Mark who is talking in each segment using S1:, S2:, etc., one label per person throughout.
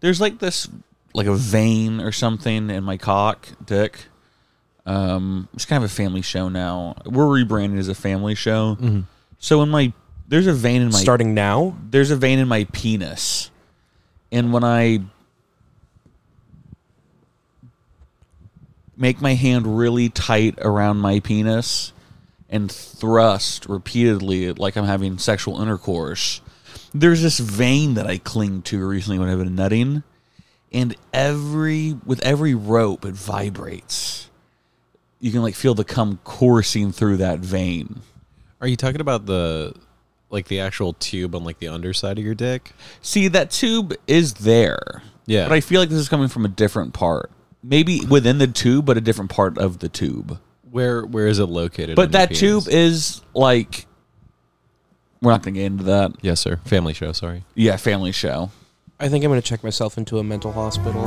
S1: there's like this like a vein or something in my cock dick. Um, it's kind of a family show now. We're rebranded as a family show. So in my there's a vein in my
S2: Starting now,
S1: there's a vein in my penis, and when I make my hand really tight around my penis and thrust repeatedly like I'm having sexual intercourse, there's this vein that I cling to recently when I've been nutting, and every with every rope it vibrates. You can like feel the cum coursing through that vein.
S3: Are you talking about the like the actual tube on like the underside of your dick?
S1: See, that tube is there.
S3: Yeah.
S1: But I feel like this is coming from a different part. Maybe within the tube, but a different part of the tube.
S3: Where where is it located?
S1: But
S3: on your
S1: that
S3: penis?
S1: tube is like. We're not going to get into that.
S3: yes, sir. Family show. Sorry.
S1: Yeah, family show.
S2: I think I'm going to check myself into a mental hospital.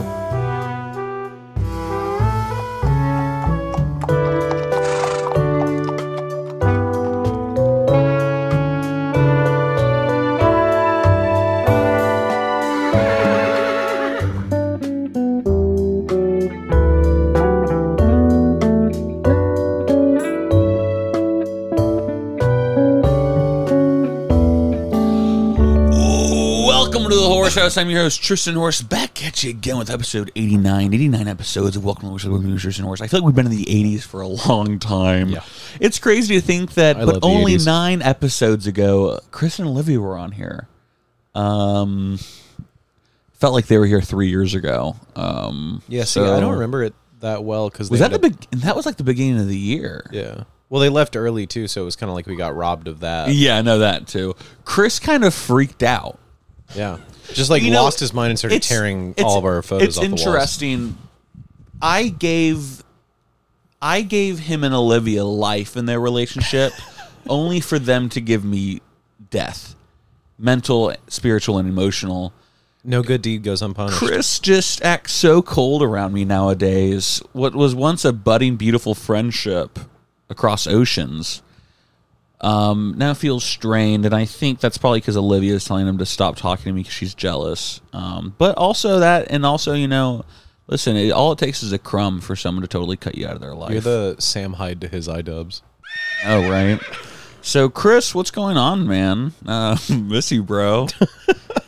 S1: Welcome to the Horse House. I'm your host, Tristan Horse, back at you again with episode 89. 89 episodes of Welcome to the Horse House with me, Tristan Horse. I feel like we've been in the 80s for a long time.
S3: Yeah.
S1: It's crazy to think that,
S3: I
S1: but
S3: love the
S1: only
S3: 80s.
S1: nine episodes ago, Chris and Olivia were on here. Um, felt like they were here three years ago. Um,
S3: Yeah. See,
S1: so-
S3: I don't remember it that well because
S1: Was that the big? That was like the beginning of the year.
S3: Yeah. Well, they left early too, so it was kind of like we got robbed of that.
S1: Yeah, I know that too. Chris kind of freaked out.
S3: Yeah. Just like
S1: You know,
S3: lost his mind and started
S1: it's-
S3: tearing
S1: it's-
S3: all of our photos
S1: It's
S3: off
S1: interesting. I gave I gave him and Olivia life in their relationship, only for them to give me death, mental, spiritual, and emotional.
S3: the walls. No good deed goes unpunished.
S1: Chris just acts so cold around me nowadays. What was once a budding, beautiful friendship across oceans um, now feels strained. And I think that's probably because Olivia is telling him to stop talking to me because she's jealous. Um, but also that, and also, you know, listen, it, all it takes is a crumb for someone to totally cut you out of their life.
S3: You're the Sam Hyde to his iDubs.
S1: oh, right. So, Chris, what's going on, man? Uh, miss you, bro.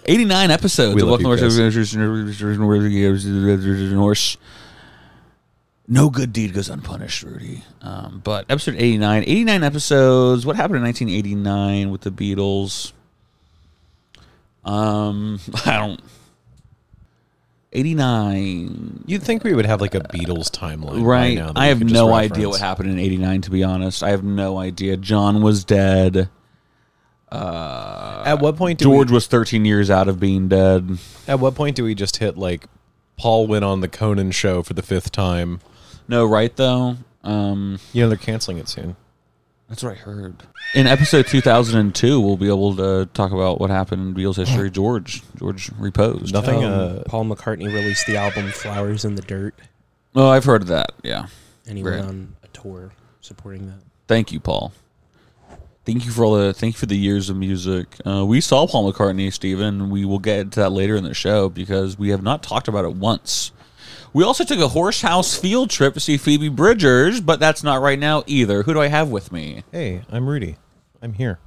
S1: 89 episodes.
S3: We
S1: of
S3: love you,
S1: Welcome
S3: Chris.
S1: to Norse. No good deed goes unpunished, Rudy. Um, but episode 89, 89 episodes. What happened in 1989 with the Beatles? Um, I don't. 89.
S3: You'd think we would have like a Beatles timeline, Right
S1: Right.
S3: now that
S1: I
S3: we
S1: have
S3: could just
S1: no
S3: reference.
S1: idea what happened in 89, to be honest. I have no idea. John was dead.
S3: At what point? Do
S1: George
S3: We,
S1: was 13 years out of being dead.
S3: at what point do we just hit like Paul went on the Conan show for the fifth time?
S1: No, right, though? Um,
S3: You know they're canceling it soon.
S1: That's what I heard. In episode 2002, we'll be able to talk about what happened in Beatles history. George, George reposed.
S3: Nothing.
S2: Um,
S3: uh,
S2: Paul McCartney released the album Flowers in the Dirt,
S1: Oh, I've heard of that. Yeah.
S2: and he
S1: Right.
S2: went on a tour supporting that.
S1: Thank you, Paul. Thank you for all the thank you for the years of music. Uh, we saw Paul McCartney, Stephen. and We will get into that later in the show because we have not talked about it once. We also took a horse house field trip to see Phoebe Bridgers, but that's not right now either. Who do I have with me?
S3: hey, I'm Rudy. I'm here.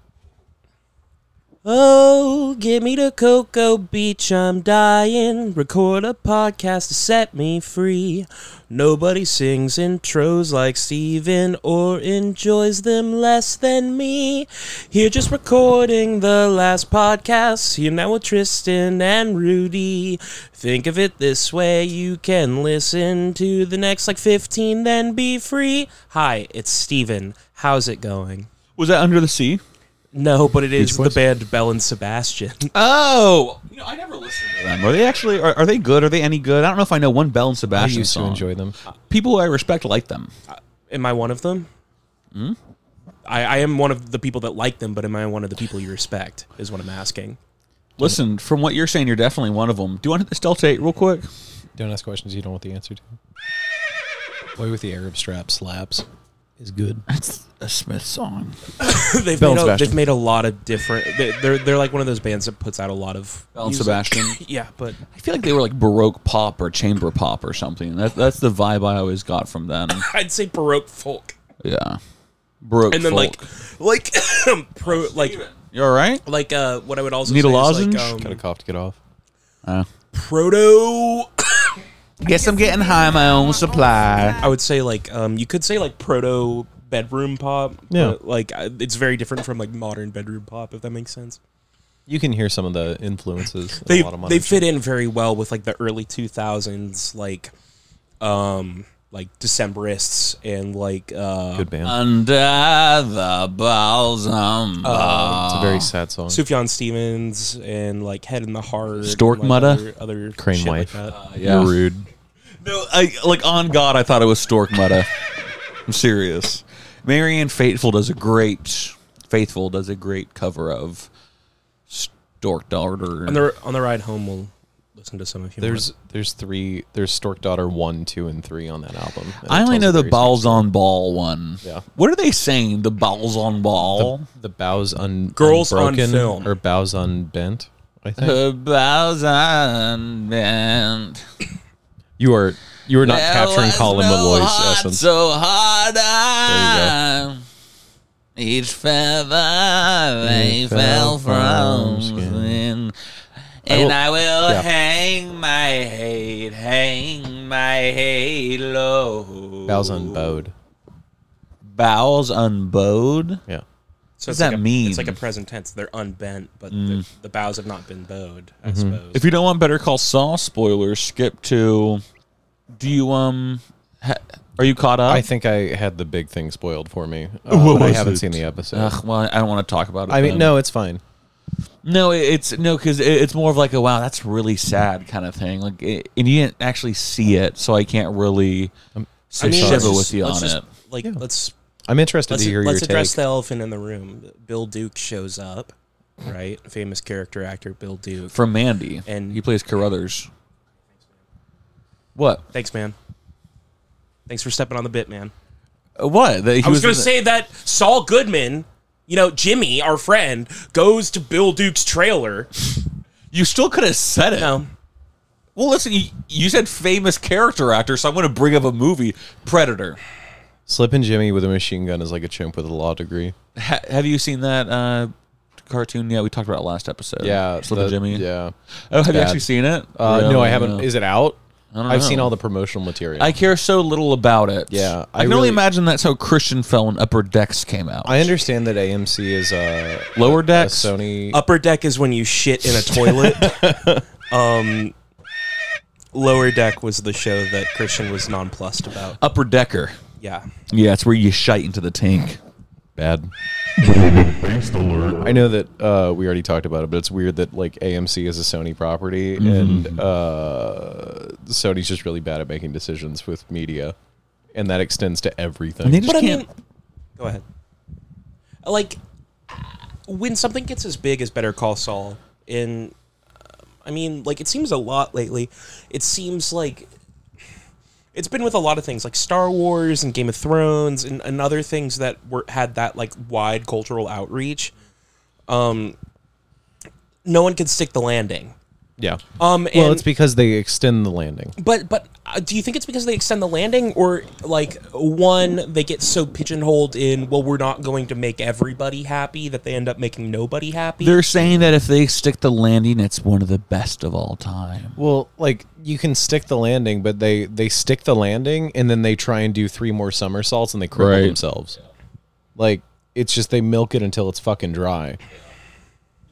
S2: Oh, give me to Cocoa Beach, I'm dying. Record a podcast to set me free. Nobody sings intros like Steven or enjoys them less than me. Here just recording the last podcast. Here now with Tristan and Rudy. Think of it this way you can listen to the next like 15, then be free. Hi, it's Steven. How's it going?
S1: Was that Under the Sea?
S2: No, but it is
S3: Beach
S2: the
S3: Boys?
S2: band Bell and Sebastian.
S1: Oh, you know, I never listened to them. Are they actually? Are, are they good? Are they any good? I don't know if I know one Bell and
S3: I
S1: Sebastian
S3: used to
S1: song.
S3: enjoy them.
S1: People I respect like them.
S2: Am I one of them?
S1: Hmm?
S2: I, I am one of the people that like them, but am I one of the people you respect? Is what I'm asking.
S1: Listen, from what you're saying, you're definitely one of them. Do you want to hit this Delta Eight real quick?
S3: Don't ask questions you don't want the answer to. Boy with the Arab strap slaps.
S4: is good.
S1: That's a Smith song.
S2: they've,
S4: Bell
S2: made a,
S4: Sebastian.
S2: they've made a lot of different. They, they're they're like one of those bands that puts out a lot of.
S1: Bell and
S2: music.
S1: Sebastian.
S2: Yeah, but
S1: I feel like they were like baroque pop or chamber pop or something. That, that's the vibe I always got from them.
S2: I'd say baroque folk,
S1: Yeah, baroque.
S2: and then
S1: folk.
S2: like like pro like
S1: you all right?
S2: like uh what I would also
S1: Need a
S2: say is,
S1: lozenge?
S2: like,
S3: Got
S2: um,
S3: a cough to get off.
S2: proto.
S1: Guess I'm getting high on my own supply.
S2: I would say like um you could say like proto bedroom pop.
S3: Yeah.
S2: but, like I- it's very different from like modern bedroom pop if that makes sense.
S3: You can hear some of the influences. in
S2: They
S3: a lot of modern
S2: they fit
S3: shit.
S2: in very well with like the early 2000s like um like Decemberists and like uh
S3: Good band.
S1: Under the balsam.
S3: it's a very sad song.
S2: Sufjan Stevens and like Head in the Heart,
S1: Stork
S2: and, like,
S1: Mutta?
S2: other, other
S3: Crane
S2: shit
S3: Wife.
S2: Like that. Uh,
S1: yeah.
S3: You're rude.
S1: No, I like on God, I thought it was Stork Mutta. I'm serious. Marianne Faithful does a great Faithful does a great cover of Stork Daughter.
S2: On the on the ride home, we'll listen to some of you.
S3: There's there's three there's Stork Daughter one, two, and three on that album. and it
S1: I only
S3: tells
S1: know
S3: a
S1: the
S3: very
S1: balls on ball one.
S3: Yeah.
S1: What are they saying? The balls on ball.
S3: sad- the bows un
S2: Girls on
S3: unbroken
S2: Film.
S3: or bows unbent. I think
S1: The balls on band.
S3: you are you are not capturing Colin Malloy's
S1: heart
S3: essence.
S1: So hard
S3: There
S1: on each feather they fell
S3: fell
S1: from
S3: from
S1: skin.
S3: I will-
S1: And I will
S3: yeah.
S1: hang my hate, hang my hate low.
S3: Bows unbowed.
S1: Bows unbowed.
S3: Yeah.
S2: So
S1: What does
S2: it's like
S1: that
S2: a-
S1: mean?
S2: It's like a present tense. They're unbent, but
S3: Mm.
S2: the, the bows have not been bowed, I
S3: Mm-hmm.
S2: suppose.
S1: If you don't want Better Call Saul spoilers, skip to. Do you um? Ha, are you caught up?
S3: I think I had the big thing spoiled for me. Uh, but I haven't seen the episode.
S1: Ugh, well, I don't want to talk about it.
S3: I mean,
S1: then.
S3: no, it's fine.
S1: No, it- it's no, because it's more of like a wow, that's really sad kind of thing. Like, it, and you didn't actually see it, so I can't really
S2: I mean,
S1: shiver
S2: let's just-
S1: with you on
S2: let's just,
S1: it.
S2: Like let's
S3: I'm interested
S2: let's,
S3: to hear
S2: let's
S3: your take.
S2: address the elephant in the room. Bill Duke shows up, right? Famous character actor Bill Duke.
S1: From Mandy,
S2: And-
S1: he plays Carruthers. What?
S2: Thanks, man. Thanks for stepping on the bit, man.
S1: Uh, What? That he
S2: I was, going
S1: in
S2: to
S1: the-
S2: say that Saul Goodman, you know, Jimmy, our friend, goes to Bill Duke's trailer.
S1: you still could have said it.
S2: No,
S1: Well, listen, you, you said famous character actor, so I'm going to bring up a movie, Predator.
S3: Slippin' Jimmy with a machine gun is like a chimp with a law degree.
S1: Ha- have you seen that uh, cartoon? Yeah, we talked about it last episode.
S3: Yeah,
S1: Slippin'
S3: the-
S1: Jimmy.
S3: Yeah.
S1: Oh, have you
S3: Bad.
S1: actually seen it?
S3: Uh, No, I
S1: Really?
S3: haven't.
S1: Yeah.
S3: Is it out? I
S1: don't
S3: have
S1: know.
S3: seen all the promotional material.
S1: I
S3: I,
S1: care so little about it.
S3: Yeah,
S1: I,
S3: I
S1: can only
S3: really-
S1: imagine that's how Christian fell when Upper Decks came out.
S3: understand that AMC is uh,
S1: Lower
S3: a
S1: Decks.
S3: Sony.
S2: upper deck is when you shit in a toilet. um, lower deck was the show that Christian was nonplussed about.
S1: Upper Decker.
S2: Yeah,
S1: Yeah, it's where you shite into the tank.
S3: Bad. I know that uh, we already talked about it, but it's weird that like AMC is a Sony property, and uh, Sony's just really bad at making decisions with media, and that extends to everything.
S1: And they just
S2: but I
S1: can't.
S2: mean, go ahead. Like when something gets as big as Better Call Saul, in I mean, like it seems a lot lately. It seems like it's been with a lot of things like Star Wars and Game of Thrones and, and other things that were had that like wide cultural outreach. Um, no one can stick the landing.
S3: yeah.
S2: Um, and,
S3: well, it's because they extend the landing.
S2: but but uh, do you think it's because they extend the landing, or like one they get so pigeonholed in? Well, we're not going to make everybody happy that they end up making nobody happy.
S1: They're saying that if they stick the landing, it's one of the best of all time.
S3: Well, like you can stick the landing, but they they stick the landing and then they try and do three more somersaults and they cripple
S1: Right.
S3: themselves. Like it's just they milk it until it's fucking dry.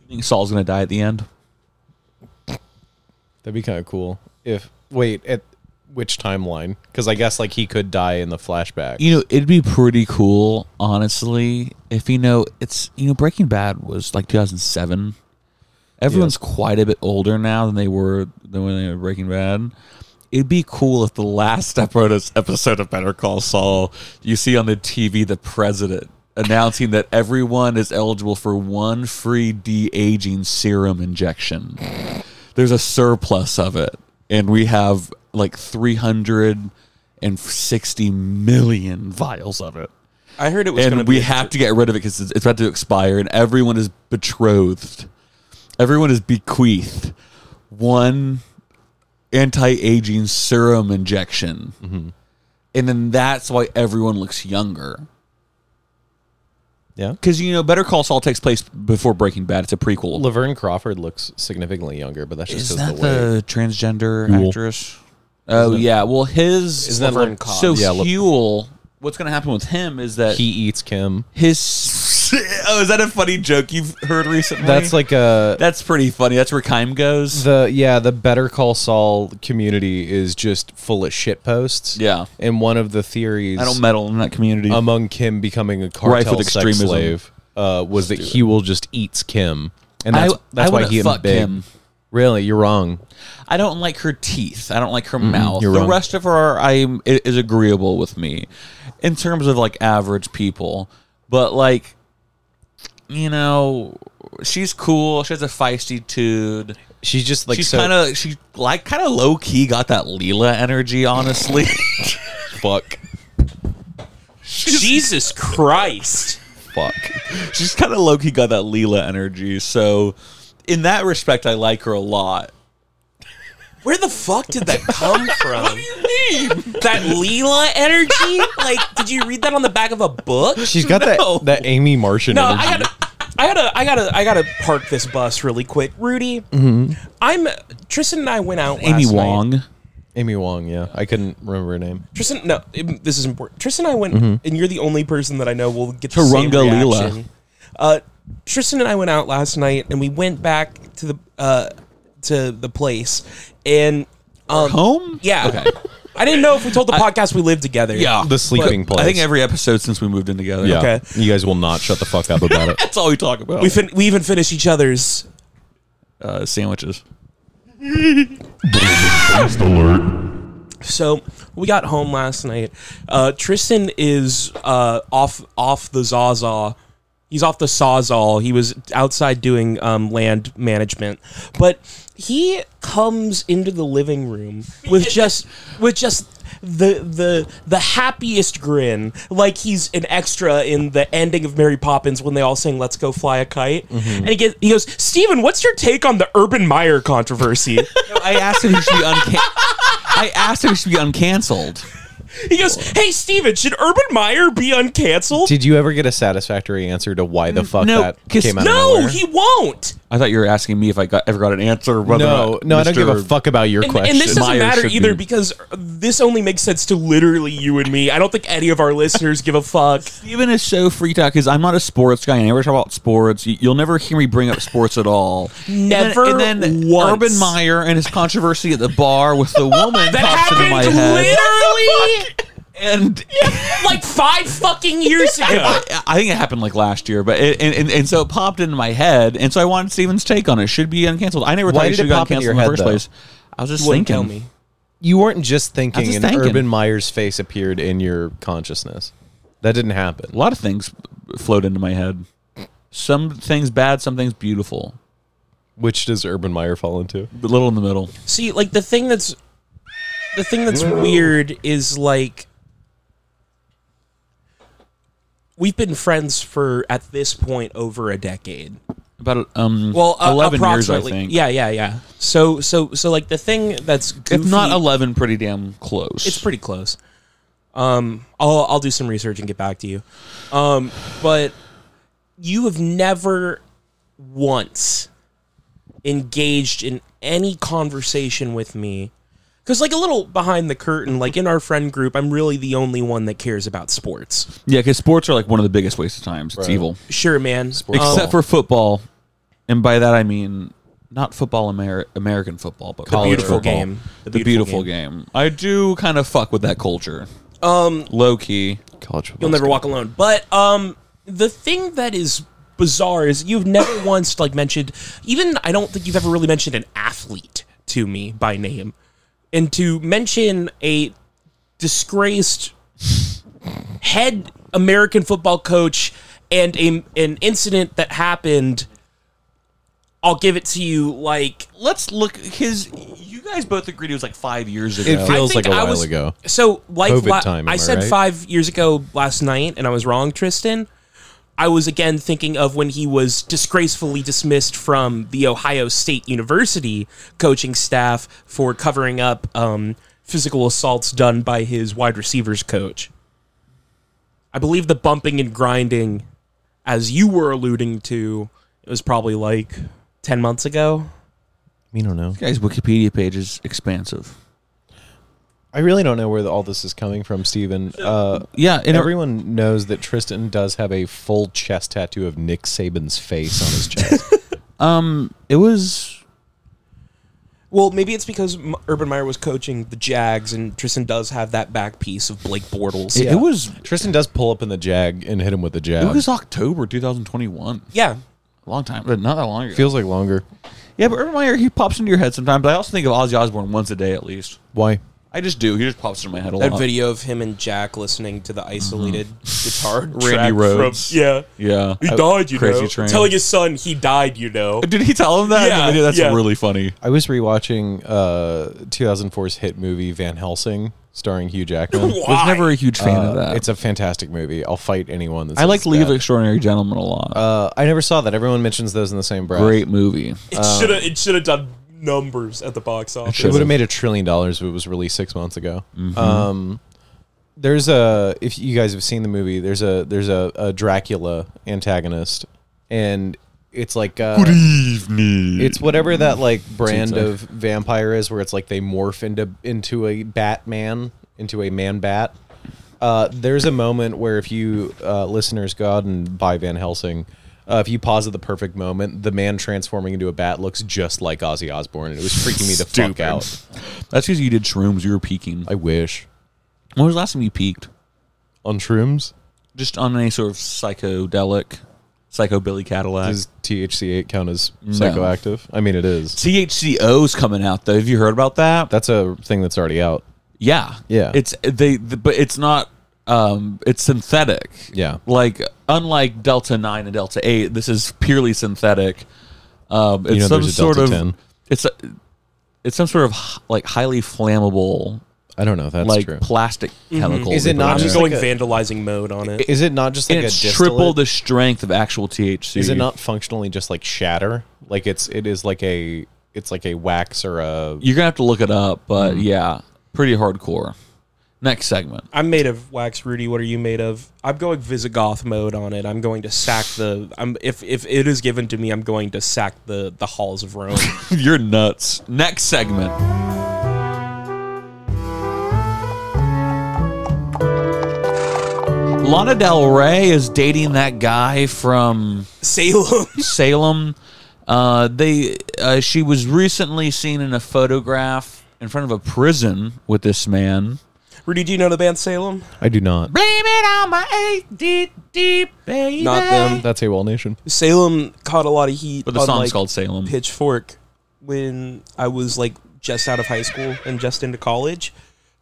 S1: You think Saul's going to die at the end?
S3: That'd be kind of cool. If wait at which timeline? Because I guess like he could die in the flashback.
S1: You know, it'd be pretty cool, honestly, if you know, it's, you know, Breaking Bad was like 2007. Everyone's quite a bit older now than they were than when they were Breaking Bad. It'd be cool if the last episode episode of Better Call Saul, you see on the TV the president announcing that everyone is eligible for one free de aging serum injection. There's a surplus of it, and we have like 360 million vials of it.
S2: I heard it was going to
S1: and
S2: be.
S1: we
S2: a-
S1: have to get rid of it because it's, it's about to expire, and everyone is betrothed. Everyone is bequeathed one anti-aging serum injection,
S3: Mm-hmm.
S1: and then that's why everyone looks younger.
S3: Yeah.
S1: Because you know, Better Call Saul takes place before Breaking Bad. It's a prequel.
S3: Laverne Crawford looks significantly younger, but that's
S1: is
S3: just 'cause
S1: that
S3: the way.
S1: the, transgender
S3: Yule.
S1: actress? Oh yeah. Well, his
S3: Isn't that
S1: Laverne-
S3: Lynn Cobb?
S1: so
S3: Yeah, Lav-
S1: Huel? What's going to happen with him is that
S3: he eats Kim.
S1: his. Oh, is that a funny joke you've heard recently?
S3: That's like a
S1: that's pretty funny. That's where Kime goes.
S3: the yeah the Better Call Saul community is just full of shit posts.
S1: Yeah.
S3: and one of the theories
S1: I don't meddle in that community.
S3: among Kim becoming a cartel
S1: Rife with
S3: sex
S1: extremism.
S3: slave uh, was that he will just eats Kim, and
S1: I-
S3: that's that's
S1: I
S3: why
S1: wouldn't
S3: he
S1: fuck
S3: and Big.
S1: Kim.
S3: Really, you're wrong.
S1: I don't like her teeth. I don't like her mouth. The
S3: you're wrong.
S1: rest of her I am i- is agreeable with me in terms of like average people. But like you know, she's cool. She has a feisty tude.
S3: She's just like
S1: she's
S3: so
S1: kind of she like kind of low key got that Leela energy, honestly.
S3: fuck
S2: Jesus Christ.
S3: fuck.
S1: she's kind of low key got that Leela energy. So in that respect I like her a lot.
S2: Where the fuck did that come from? what do you mean? That Leela energy? Like, did you read that on the back of a book?
S3: She's got
S1: No.
S3: that that Amy Martian
S2: No,
S3: energy.
S2: I gotta, I gotta, I gotta, I gotta park this bus really quick, Rudy. I'm Tristan and I went out.
S1: Amy
S2: last night.
S1: Wong.
S3: Amy Wong. Yeah, I couldn't remember her name.
S2: Tristan, no, im- this is important. Tristan and I went, and you're the only person that I know will get the same
S1: Mm-hmm. Tarunga Leela.
S2: reaction. Uh, Tristan and I went out last night, and we went back to the uh, to the place, and um,
S1: Home?
S2: yeah,
S1: Okay.
S2: I didn't know if we told the podcast we lived together.
S1: Yeah.
S3: The sleeping
S1: But
S3: place.
S1: I think every episode since we moved in together.
S3: Yeah,
S2: Okay.
S3: you guys will not shut the fuck up about it.
S1: That's all we talk about.
S2: we fin- we even finished each other's
S1: uh, sandwiches.
S2: So we got home last night. Uh, Tristan is uh, off off the Zaza. He's off the Sawzall. He was outside doing um, land management, but he comes into the living room with just with just the the the happiest grin, like he's an extra in the ending of Mary Poppins when they all sing "Let's go fly a kite," and he gets, he goes, "Steven, what's your take on the Urban Meyer controversy?"
S1: I asked if he should be uncan- I asked if he should be uncanceled.
S2: He goes, "Hey, Steven, should Urban Meyer be uncanceled?"
S3: Did you ever get a satisfactory answer to why the fuck
S1: no,
S3: that
S1: 'cause-
S3: came out? of
S2: no,
S3: nowhere?
S2: he won't.
S1: I thought you were asking me if I got ever got an answer. Whether
S3: no,
S1: or not
S3: no, I don't give a
S1: Mr.
S3: fuck about your
S2: And,
S3: question.
S2: and this doesn't
S1: Meyer
S2: matter
S1: should
S2: either
S1: be-
S2: because this only makes sense to literally you and me. I don't think any of our listeners give a fuck.
S1: Steven is so freaked out because I'm not a sports guy. and I never talk about sports. You- You'll never hear me bring up sports at all. And then-
S2: Never
S1: And then,
S2: once.
S1: Urban Meyer and his controversy at the bar with the woman
S2: That
S1: pops into
S2: happened
S1: my head.
S2: literally
S1: And
S2: like five fucking years ago.
S1: I I think it happened like last year, but it, and, and and so it popped into my head, and so I wanted Steven's take on it. Should be uncanceled. I never
S3: Why
S1: thought
S3: did
S1: it should
S3: it
S1: have
S3: pop
S1: gotten
S3: into your
S1: canceled in the
S3: head,
S1: first
S3: though?
S1: place. I was just
S2: Wouldn't
S1: thinking.
S2: tell me.
S3: you weren't just thinking,
S1: just
S3: and
S1: thinking.
S3: Urban Meyer's face appeared in your consciousness. That didn't happen.
S1: A lot of things float into my head. Some things bad, some things beautiful.
S3: Which does Urban Meyer fall into?
S1: A little in the middle.
S2: See, like the thing that's the thing that's weird is like we've been friends for at this point over a decade.
S1: About um,
S2: well uh,
S1: eleven years, I
S2: approximately.
S1: think.
S2: yeah yeah yeah so so so like the thing that's goofy,
S1: if not eleven, pretty damn close.
S2: it's pretty close um i'll i'll do some research and get back to you um but you have never once engaged in any conversation with me because like a little behind the curtain like in our friend group i'm really the only one that cares about sports
S1: yeah, because sports are like one of the biggest waste of times. It's evil,
S2: sure man
S1: except
S3: Football.
S1: for football, and by that I mean not football Ameri- American football, but college
S2: beautiful
S1: football.
S2: game.
S1: The, beautiful, game. I do kind of fuck with that culture. Um, low key.
S3: college football.
S2: You'll never walk alone. But um, the thing that is bizarre is you've never once like mentioned. Even I don't think you've ever really mentioned an athlete to me by name, and to mention a disgraced head American football coach and a an incident that happened I'll give it to you like
S1: Let's look. His, you guys both agreed it was like five years ago.
S3: It feels like
S2: think
S3: a
S2: I
S3: while
S2: was-
S3: ago.
S2: So, like,
S3: COVID
S2: la-
S3: time, am
S2: I
S3: I
S2: said
S3: right?
S2: five years ago last night, and I was wrong, Tristan. I was again thinking of when he was disgracefully dismissed from the Ohio State University coaching staff for covering up um, physical assaults done by his wide receivers coach. I believe the bumping and grinding, as you were alluding to, it was probably like 10 months ago.
S3: You don't know.
S1: This guy's Wikipedia page is expansive.
S3: I really don't know where all this is coming from, Steven. Uh,
S1: Yeah, and every,
S3: everyone knows that Tristan does have a full chest tattoo of Nick Saban's face on his chest.
S1: it was
S2: Well, maybe it's because M- Urban Meyer was coaching the Jags, and Tristan does have that back piece of Blake Bortles.
S1: it,
S3: Yeah.
S1: it was
S3: Tristan does pull up in the jag and hit him with the
S1: it
S3: jab.
S1: was October 2021.
S2: yeah,
S1: A long time, but not that long ago.
S3: Feels like longer.
S1: yeah, but Urban Meyer he pops into your head sometimes. But I also think of Ozzy Osbourne once a day at least.
S3: Why?
S1: I just do. He just pops into my head a
S2: that
S1: lot.
S2: video of him and Jack listening to the isolated guitar
S1: uh-huh. Randy Rhodes.
S2: yeah,
S1: Yeah.
S2: he died, you
S1: Crazy
S2: know,
S1: Train.
S2: telling his son he died, you know.
S1: Did he tell him that? in the
S2: Yeah,
S1: video? That's
S2: yeah.
S1: really funny.
S3: I was rewatching uh, 2004's hit movie Van Helsing, starring Hugh Jackman.
S2: Why?
S1: Was never a huge fan of
S3: Uh,
S1: that.
S3: It's a fantastic movie. I'll fight anyone. That
S1: I
S3: says
S1: like
S3: it's
S1: League of
S3: bad.
S1: Extraordinary Gentlemen a lot.
S3: Uh, I never saw that. Everyone mentions those in the same breath.
S1: Great movie.
S2: it should
S1: uh,
S2: have. It should have done numbers at the box office.
S3: It would have made a trillion dollars if it was released six months ago.
S1: Mm-hmm.
S3: Um, there's a if you guys have seen the movie, there's a there's a, a Dracula antagonist, and it's like uh,
S1: Evening.
S3: it's whatever that like brand
S1: like-
S3: of vampire is, where it's like they morph into into a Batman, into a man bat. Uh, there's a moment where if you uh, listeners go out and buy Van Helsing. Uh, if you pause at the perfect moment, the man transforming into a bat looks just like Ozzy Osbourne, and it was freaking me the fuck
S1: Stupid.
S3: out.
S1: That's because you did shrooms. You were peaking.
S3: I wish.
S1: When was the last time you peaked?
S3: on shrooms
S1: Just on any sort of psychedelic, psychobilly Cadillac.
S3: does THC8 count as psychoactive? I mean, it is.
S1: THCO's coming out though. Have you heard about that?
S3: That's a thing that's already out.
S1: yeah,
S3: Yeah.
S1: It's they, the, but it's not. Um, it's synthetic.
S3: Yeah.
S1: Like unlike Delta Nine and Delta Eight, this is purely synthetic. Um, it's
S3: know
S1: some
S3: there's a
S1: sort
S3: Delta
S1: of
S3: 10.
S1: it's a, it's some sort of h- like highly flammable
S3: I don't know. If that's
S1: like
S3: true.
S1: plastic chemical.
S3: Is it
S1: they put
S3: not
S1: in
S2: I'm
S3: just
S1: there.
S2: going
S3: like a-
S2: vandalizing mode on it.
S3: is it not just like
S1: And it's
S3: a distillate?
S1: triple the strength of actual THC.
S3: Is it not functionally just like shatter? Like it's it is like a it's like a wax or a
S1: You're gonna have to look it up, but
S3: Mm-hmm.
S1: yeah, pretty hardcore. Next segment.
S2: I'm made of wax, Rudy. What are you made of? I'm going Visigoth mode on it. I'm going to sack the. I'm if if it is given to me, I'm going to sack the the halls of Rome.
S1: You're nuts. Next segment. Lana Del Rey is dating that guy from
S2: Salem.
S1: Salem. Uh, they uh, she was recently seen in a photograph in front of a prison with this man.
S2: Rudy, do you know the band Salem?
S3: I do not.
S1: Blame it on my ADD, baby.
S2: Not them.
S3: That's a wall nation.
S2: Salem caught a lot of heat.
S1: But the
S2: on,
S1: song's
S2: like,
S1: called Salem.
S2: Pitchfork when I was like just out of high school and just into college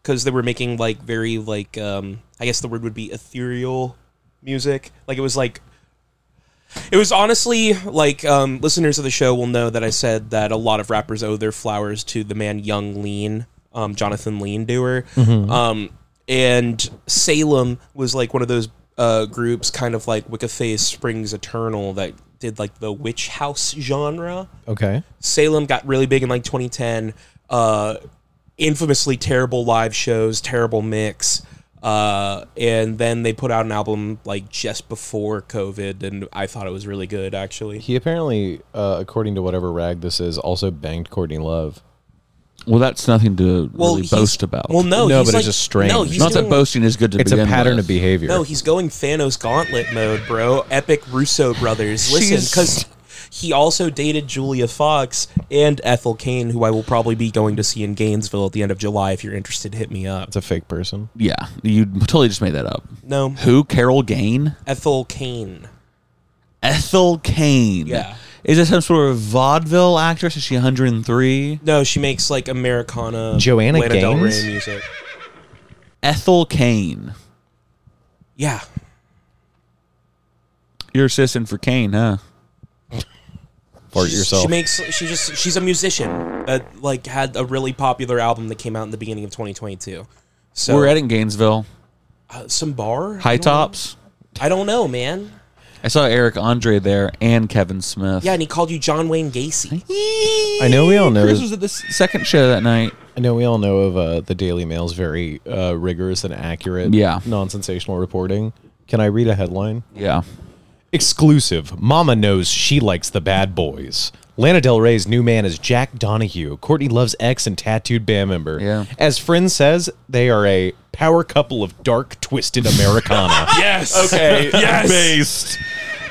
S2: because they were making like very like um I guess the word would be ethereal music. Like it was like it was honestly like um, listeners of the show will know that I said that a lot of rappers owe their flowers to the man Young Lean, um, Jonathan Lean Doer, um, and Salem was like one of those uh, groups, kind of like Wiccaface Springs Eternal, that did like the witch house genre.
S3: Okay.
S2: Salem got really big in like 2010. Uh, infamously terrible live shows, terrible mix. Uh, and then they put out an album like just before COVID, and I thought it was really good actually.
S3: He apparently, uh, according to whatever rag this is, also banged Courtney Love.
S1: Well, that's nothing to really
S2: he's-
S1: boast about.
S2: Well, no,
S3: No,
S2: he's
S3: but it's
S2: like-
S3: just strange.
S2: No, he's
S1: not that
S2: doing-
S1: boasting is good to
S3: It's a
S1: begin
S3: pattern
S1: with.
S3: of behavior.
S2: No, he's going Thanos gauntlet mode, bro. Epic Russo brothers. Listen,
S1: She's-
S2: because he also dated Julia Fox and Ethel Kane, who I will probably be going to see in Gainesville at the end of July. If you're interested, hit me up.
S3: it's a fake person.
S1: Yeah, you totally just made that up.
S2: No,
S1: Who? Carol Gain?
S2: Ethel Kane.
S1: Ethel Kane.
S2: Yeah.
S1: Is this some sort of vaudeville actress? Is she 103?
S2: No, she makes like Americana,
S3: Joanna
S2: Lana Del Rey
S3: Gaines?
S2: music.
S1: Ethel Kane.
S2: Yeah,
S1: Your assistant for Kane, huh?
S3: part yourself.
S2: She makes she just she's a musician that like had a really popular album that came out in the beginning of 2022. So
S1: We're at in Gainesville.
S2: uh, some bar I
S1: High
S2: don't know.
S1: tops.
S2: I don't know, man.
S1: I saw Eric Andre there and Kevin Smith.
S2: Yeah, and he called you John Wayne Gacy.
S3: I know we all know.
S1: Chris was at the s- second show that night.
S3: I know we all know of uh, the Daily Mail's very uh, rigorous and accurate,
S1: Yeah.
S3: non-sensational reporting. Can I read a headline?
S1: Yeah.
S3: Exclusive. Mama knows she likes the bad boys. Lana Del Rey's new man is Jack Donahue, Courtney Love's ex and tattooed band member.
S1: Yeah.
S3: As Friend says, they are a power couple of dark, twisted Americana.
S2: Yes.
S3: Okay.
S2: Yes.
S3: Based.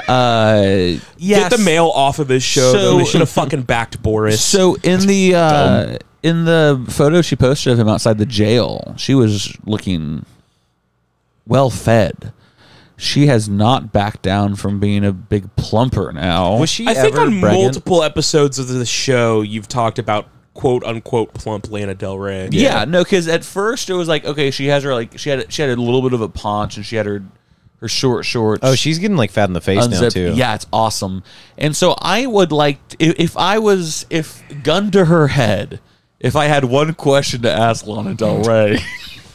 S1: Uh,
S2: Get the mail off of this show.
S1: So-
S2: though. They should have fucking backed Boris.
S1: so in the uh, in the photo she posted of him outside the jail, she was looking well fed. She has not backed down from being a big plumper now.
S3: Was she
S2: I think
S3: ever
S2: on
S3: pregnant?
S2: multiple episodes of the show, you've talked about quote unquote plump Lana Del Rey.
S1: Yeah, no, because at first it was like okay, she has her like she had she had a little bit of a paunch and she had her her short shorts.
S3: Oh, she's getting like fat in the face now
S1: unzipped.
S3: too.
S1: Yeah, it's awesome. And so I would like if, if I was if gun to her head, if I had one question to ask Lana Del Rey,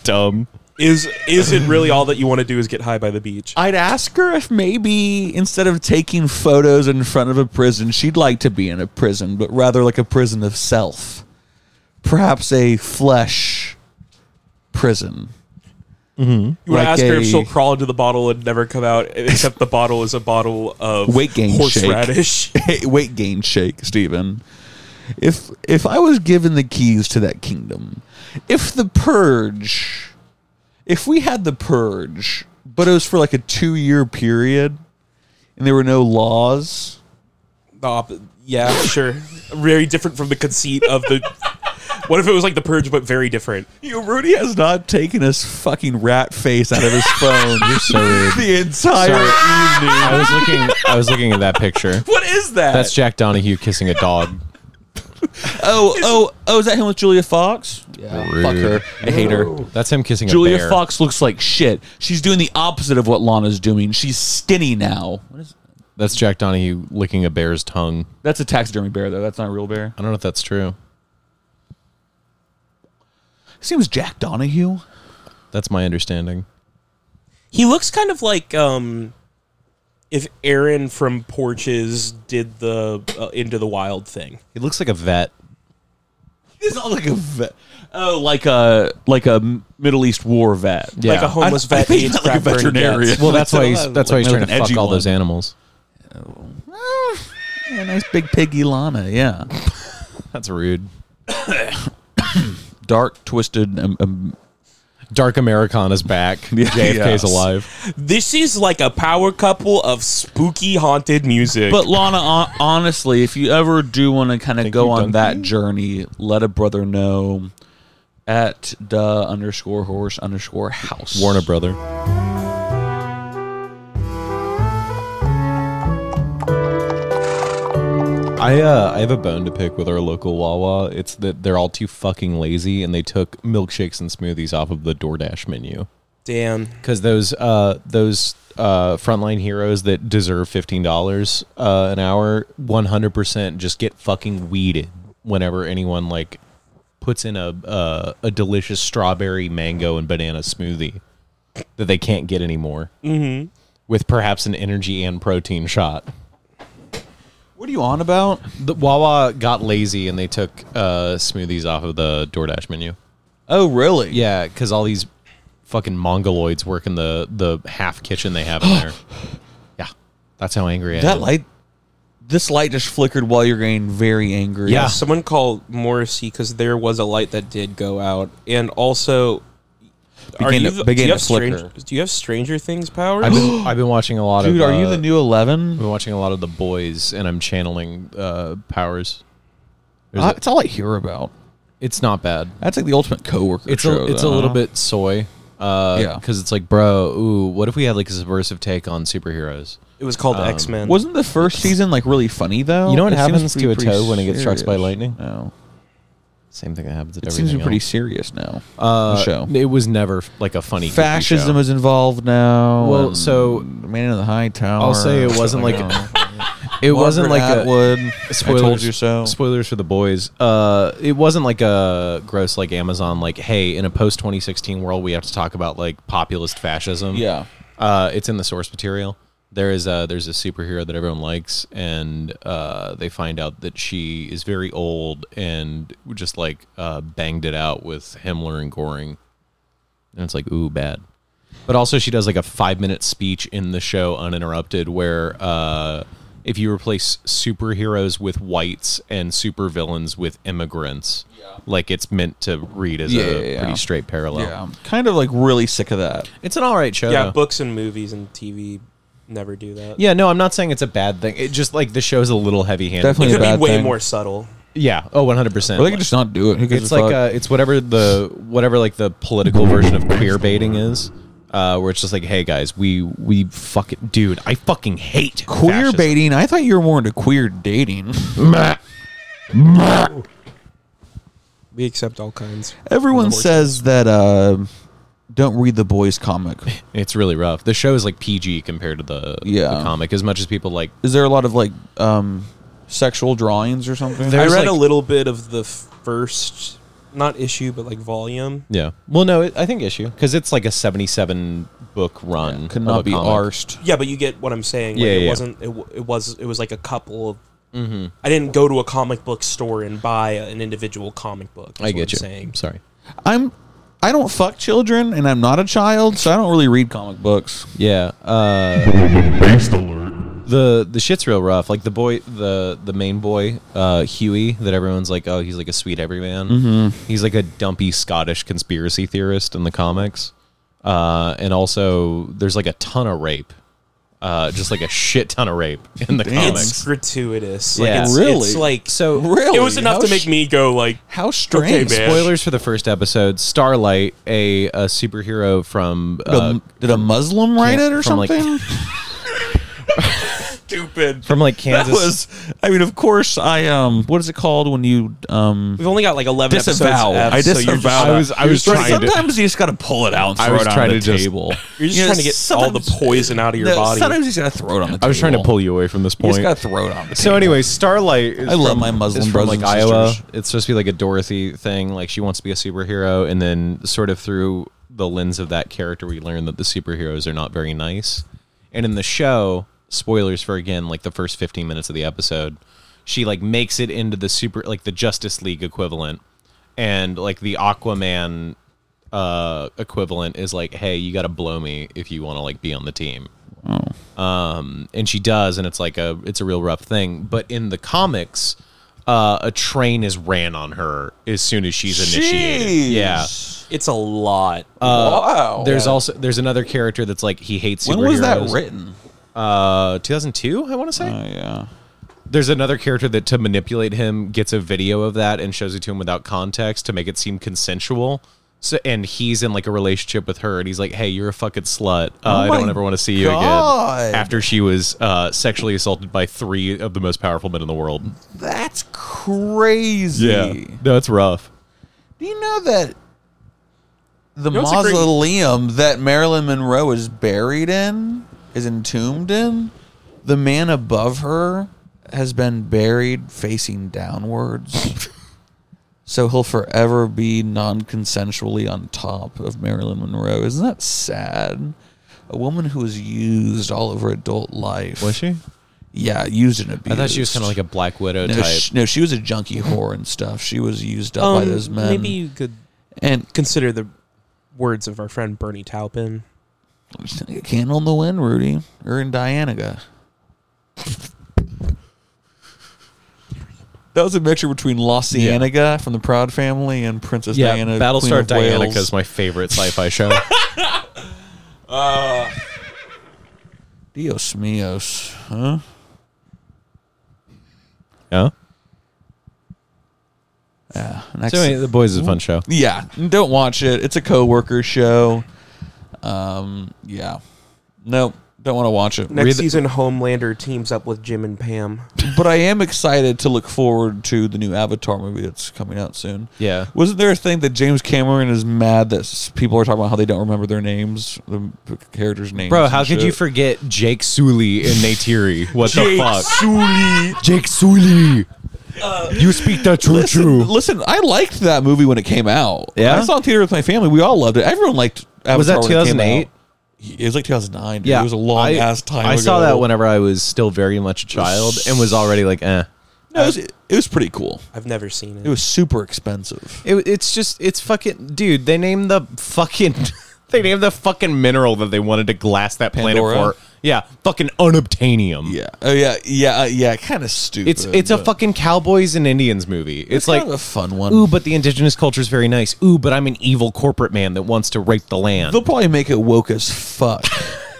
S3: dumb.
S2: Is is it really all that you want to do is get high by the beach?
S1: I'd ask her if maybe instead of taking photos in front of a prison, she'd like to be in a prison, but rather like a prison of self, perhaps a flesh prison.
S2: You want
S1: Like
S2: to ask her
S1: a-
S2: if she'll crawl into the bottle and never come out, except the bottle is a bottle of
S1: Weight gain shake.
S2: horseradish.
S1: weight gain shake, Stephen. If if I was given the keys to that kingdom, if the purge, if we had the purge, but it was for like a two year period, and there were no laws,
S2: The op- yeah, sure. Very different from the conceit of the. What if it was like the purge, but very different?
S1: you Rudy has not taken his fucking rat face out of his phone the entire
S3: Sorry.
S1: evening.
S3: I was looking. I was looking at that picture.
S2: What is that?
S3: That's Jack Donahue kissing a dog.
S1: Oh oh oh! Is that him with Julia Fox? Yeah, fuck
S3: Rude.
S1: her. I hate her.
S3: That's him kissing a
S1: Julia
S3: bear.
S1: Fox looks like shit. She's doing the opposite of what Lana's doing. She's skinny now. What is
S3: That's Jack Donahue licking a bear's tongue.
S1: That's a taxidermy bear though. That's not a real bear.
S3: I don't know if that's true.
S1: His name's Jack Donahue.
S3: That's my understanding.
S2: He looks kind of like um, if Aaron from Porches did the uh, Into the Wild thing.
S3: He looks like a vet.
S1: He's not like a vet. Oh, like a like a Middle East war vet.
S3: Yeah.
S2: Like a homeless
S1: I- I
S2: vet
S1: think
S2: AIDS
S1: not like a
S2: crap burning
S1: veterinarian.
S2: cats.
S3: Well, that's why he's
S1: Like,
S3: that's why he's
S1: like
S3: trying
S1: an
S3: to fuck
S1: edgy
S3: all
S1: one.
S3: those animals.
S1: Yeah, nice big piggy Lana. Yeah.
S3: That's rude.
S1: Dark twisted. Um, um,
S3: Dark Americana's back. JFK's
S1: Yes.
S3: alive.
S2: This is like a power couple of spooky haunted music.
S1: but Lana, hon- honestly, if you ever do want to kind of go
S3: you,
S1: on that
S3: Duncan.
S1: journey, let a brother know at the underscore horse underscore house.
S3: Warner Brother. I uh, I have a bone to pick with our local Wawa. It's that they're all too fucking lazy and they took milkshakes and smoothies off of the DoorDash menu.
S2: damn,
S3: because those uh, those uh, frontline heroes that deserve fifteen dollars uh, an hour, one hundred percent just get fucking weeded whenever anyone like puts in a uh, a delicious strawberry, mango, and banana smoothie that they can't get anymore. Mm-hmm. With perhaps an energy and protein shot.
S1: What are you on about?
S3: The Wawa got lazy and they took uh, smoothies off of the DoorDash menu.
S1: Oh, really?
S3: Yeah, because all these fucking mongoloids work in the the half kitchen they have in there. Yeah, that's how angry I
S1: That
S3: am.
S1: light, this light just flickered while you're getting very angry.
S3: Yeah.
S2: someone called Morrissey because there was a light that did go out, and also. Are
S1: Begin
S2: you,
S1: to-
S2: the- do
S1: begin
S2: you
S1: to
S2: have Stranger,
S1: flicker.
S2: do you have Stranger Things powers?
S3: I've been, I've been watching a lot of.
S1: dude, are you
S3: uh,
S1: the new
S3: I've
S1: eleven?
S3: been watching a lot of the boys, and I'm channeling uh, powers. There's a-
S1: It's all I hear about.
S3: it's not bad.
S1: That's like the ultimate coworker
S3: It's
S1: show.
S3: a, it's a
S1: though.
S3: little bit soy. Uh,
S1: uh-huh. Yeah.
S3: because it's like, bro, ooh, what if we had like a subversive take on superheroes?
S2: it was called X Men.
S1: Wasn't the first season like really funny though?
S3: You know what
S1: It seems
S3: happens to
S1: pretty-
S3: a
S1: pretty
S3: toe when it gets struck by
S1: serious.
S3: lightning?
S1: No,
S3: Same thing that happens to
S1: it
S3: everything.
S1: seems to be pretty
S3: else.
S1: serious now.
S3: Uh,
S1: the show.
S3: It was never f- like a funny goofy show.
S1: Fascism is involved now.
S3: Well,
S1: and
S3: so-
S1: man in the high tower.
S3: I'll say it wasn't like It wasn't
S1: Margaret
S3: like a-
S1: Atwood.
S3: Spoilers,
S1: I told you so.
S3: Spoilers for the boys. Uh, it wasn't like a gross like Amazon like, hey, in a post 2016 world, we have to talk about like populist fascism.
S1: Yeah.
S3: uh, it's in the source material. There is a there's a superhero that everyone likes, and uh, they find out that she is very old and just like uh, banged it out with Himmler and Goring, and it's like ooh bad. But also, she does like a five minute speech in the show uninterrupted, where uh, if you replace superheroes with whites and supervillains with immigrants, like it's meant to read as
S1: Yeah,
S3: a
S1: yeah, yeah.
S3: pretty straight parallel.
S1: Yeah, I'm kind of like really sick of that.
S3: It's an all right show.
S2: yeah,
S3: though.
S2: books and movies and TV never do that.
S3: Yeah, no, I'm not saying it's a bad thing. It just like the show's a little heavy-handed.
S1: Definitely
S2: it could
S1: bad
S2: be way
S1: thing.
S2: more subtle.
S3: Yeah. Oh, 100. percent
S1: Or they could just not do it. Who gives
S3: It's
S1: a
S3: like
S1: fuck?
S3: uh, it's whatever the whatever like the political version of queer baiting is, uh, where it's just like, hey guys, we we fuck it, dude. I fucking hate
S1: queer
S3: fascism.
S1: baiting. I thought you were more into queer dating.
S2: We accept all kinds.
S1: Everyone
S2: The horses.
S1: says that uh, don't read the boys comic.
S3: It's really rough. The show is like PG compared to the,
S1: Yeah.
S3: the comic. As much as people like,
S1: Is there a lot of like um, sexual drawings or something?
S3: There- There's
S2: I read
S3: like-
S2: a little bit of the first, not issue, but like volume.
S3: yeah. Well, no, it, I think issue because it's like a 77 book run.
S1: Could
S3: of
S1: not
S3: a
S1: be
S3: comic.
S1: arsed.
S2: Yeah, but you get what I'm saying. Like,
S3: Yeah,
S2: it
S3: yeah.
S2: wasn't. It, w- it was. It was like a couple of. I didn't go to a comic book store and buy an individual comic book. is
S3: I
S2: what I'm
S3: get you.
S2: Saying.
S3: Sorry.
S1: I'm. I don't fuck children, and I'm not a child, so I don't really read comic books.
S3: Yeah. Uh, The the shit's real rough. Like the boy, the the main boy, uh, Huey, that everyone's like, oh, he's like a sweet everyman. He's like a dumpy Scottish conspiracy theorist in the comics. Uh, and also, there's like a ton of rape, uh, just like a shit ton of rape in the
S2: It's
S3: comics.
S2: gratuitous.
S3: Yeah.
S2: Like, it's,
S1: Really?
S2: It's like
S3: So
S1: Really?
S2: It was enough
S1: How
S2: to
S1: sh-
S2: make me go like.
S1: How strange.
S2: man.
S3: Spoilers for the first episode. Starlight, a, a superhero from
S1: Did a-
S3: uh,
S1: did a Muslim write
S3: yeah,
S1: it or
S3: from, like-
S1: something?
S2: Stupid.
S3: from like
S1: that
S3: Kansas.
S1: was. I mean, of course, I um. What is it called when you um?
S2: We've only got like eleven
S1: Disavow.
S2: episodes.
S1: I
S2: left, so you're just-
S1: disavow.
S3: I was I was trying to.
S1: sometimes you just got to pull it out and
S3: I
S1: throw
S3: was
S1: it on
S3: trying
S1: the
S3: to just-
S1: table.
S2: You're just
S1: You know,
S2: trying to get all the
S1: sometimes-
S2: poison out of your
S1: No,
S2: body.
S1: Sometimes you just got to throw it on the table.
S3: I was trying to pull you away from this
S1: You
S3: point.
S1: just got to throw it on the table.
S3: So anyway, Starlight. Is
S1: I love
S3: from-
S1: my Muslim
S3: is from
S1: brothers
S3: like
S1: and
S3: Iowa.
S1: sisters.
S3: It's supposed to be like a Dorothy thing. Like she wants to be a superhero, and then sort of through the lens of that character, we learn that the superheroes are not very nice. And in the show, spoilers for again like the first fifteen minutes of the episode, she like makes it into the super like the Justice League equivalent, and like the Aquaman uh equivalent is like hey you got to blow me if you want to like be on the team
S1: Hmm.
S3: Um, and she does and it's like a it's a real rough thing but in the comics uh, a train is ran on her as soon as she's initiated
S1: Jeez.
S3: yeah
S2: it's a lot.
S1: Uh, wow.
S3: there's also there's another character that's like he hates
S1: when was that
S3: superheroes.
S1: written?
S3: uh 2002 i want to say
S1: Oh yeah.
S3: there's another character that to manipulate him gets a video of that and shows it to him without context to make it seem consensual so and he's in like a relationship with her and he's like hey you're a fucking slut uh, i
S1: Oh my
S3: don't ever want to see you
S1: God.
S3: again after she was uh, sexually assaulted by three of the most powerful men in the world
S1: That's crazy.
S3: no it's rough
S1: Do you know that the
S2: know what's a great-
S1: mausoleum that Marilyn Monroe is buried in, is entombed in, the man above her has been buried facing downwards. so he'll forever be non consensually on top of Marilyn Monroe. Isn't that sad? A woman who was used all of her adult life.
S3: she
S1: Yeah, used and
S3: i
S1: abused.
S3: thought she was kind of like a black widow
S1: no,
S3: type
S1: sh- no, she was a junkie whore and stuff. She was used up by
S2: Um,
S1: those men.
S2: Maybe you could
S1: and
S2: consider the words of our friend Bernie Taupin.
S1: Candle in the wind, Rudy. Or in Dianaga. That was a mixture between Los
S3: Yeah.
S1: Cienega from the Proud Family and Princess
S3: yeah
S1: Diana. Queen
S3: battlestar
S1: of Wales.
S3: dianica is my favorite sci-fi show
S1: Dios mios, huh?
S3: yeah
S1: Yeah. Next,
S3: so anyway, the boys is a fun show
S1: yeah. Don't watch it. It's a coworker show. Um. Yeah. Nope. Don't want to watch it.
S2: Next
S1: Read the-
S2: season, Homelander teams up with Jim and Pam.
S1: but I am excited to look forward to the new Avatar movie that's coming out soon.
S3: Yeah.
S1: Wasn't there a thing that James Cameron is mad that s- people are talking about how they don't remember their names, the p- characters' names?
S3: Bro,
S1: and
S3: how could
S1: shit?
S3: you forget Jake Sully in Neytiri? What the fuck?
S1: Sully. Uh,
S3: Jake Sully! you speak the true
S1: Listen, listen, I liked that movie when it came out.
S3: Yeah?
S1: I saw it in theater with my family. We all loved it. Everyone liked Avatar.
S3: Was that
S1: when it came
S3: 2008?
S1: out. It was like 2009. dude.
S3: Yeah.
S1: It was a long
S3: I-
S1: ass time
S3: I saw
S1: ago.
S3: that whenever I was still very much a child and was already like, eh.
S1: No, it, was, it was pretty cool.
S2: I've never seen it.
S1: It was super expensive.
S3: It, it's just, it's fucking, dude, they named the fucking, they named the fucking mineral that they wanted to glass that planet
S1: Pandora?
S3: for. Yeah, fucking unobtainium.
S1: Yeah. Oh, yeah. Yeah. Uh, yeah. Kind of stupid.
S3: It's it's a
S1: but
S3: fucking cowboys and Indians movie. It's,
S1: It's
S3: like
S1: kind of a fun one.
S3: ooh, but the indigenous culture is very nice. Ooh, but I'm an evil corporate man that wants to rape the land.
S1: They'll probably make it woke as fuck.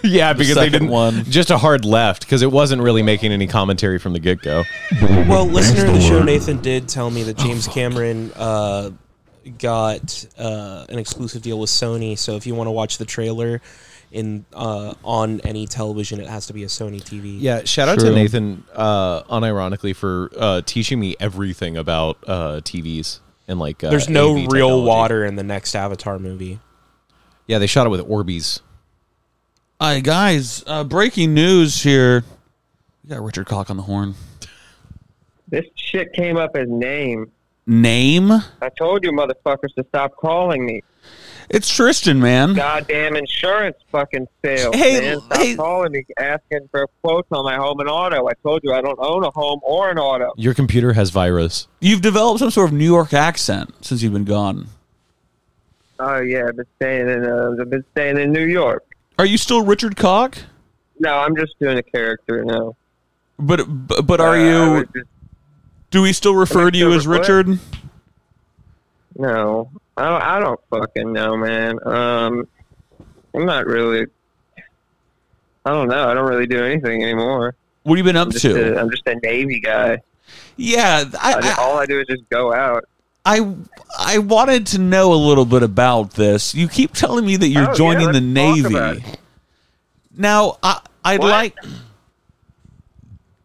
S3: yeah, because
S1: second one.
S3: Just a hard left because it wasn't really making any commentary from the get go.
S2: Well, listener of the show Nathan did tell me that
S4: Oh,
S2: James Cameron uh, got uh, an exclusive deal with Sony. So if you want to watch the trailer in uh, on any television, it has to be a Sony TV.
S3: Yeah, uh, shout out
S1: True.
S3: to Nathan, uh, unironically for uh, teaching me everything about uh, TVs and like. Uh,
S2: There's no
S3: AV
S2: real
S3: technology.
S2: water in the next Avatar movie.
S3: Yeah, they shot it with Orbeez.
S1: Hi, guys. Uh, breaking news here. We got Richard Cock on the horn.
S4: This shit came up as name.
S1: Name?
S4: I told you motherfuckers to stop calling me.
S1: It's Tristan, man.
S4: Goddamn insurance fucking failed.
S1: Hey,
S4: man. Stop
S1: hey-
S4: calling me asking for quotes on my home and auto. I told you I don't own a home or an auto.
S3: Your computer has virus.
S1: You've developed some sort of New York accent since you've been gone.
S4: Oh yeah, I've been staying in uh, I've been staying in New York.
S1: Are you still Richard Cock?
S4: No, I'm just doing a character now.
S1: But but, but
S4: Uh,
S1: are
S4: I was
S1: you?
S4: just-
S1: Do we still refer to you as
S4: What?
S1: Richard?
S4: no, I don't, I don't fucking know, man. Um, I'm not really. I don't know. I don't really do anything anymore.
S1: What have you been up
S4: I'm just,
S1: to?
S4: a, I'm just a Navy guy.
S1: Yeah,
S4: I just,
S1: I,
S4: all I do is just go out.
S1: I I I wanted to know a little bit about this. You keep telling me that
S4: Oh,
S1: you're
S4: yeah,
S1: joining the
S4: let's talk about
S1: Navy. Now, I I'd
S4: What?
S1: like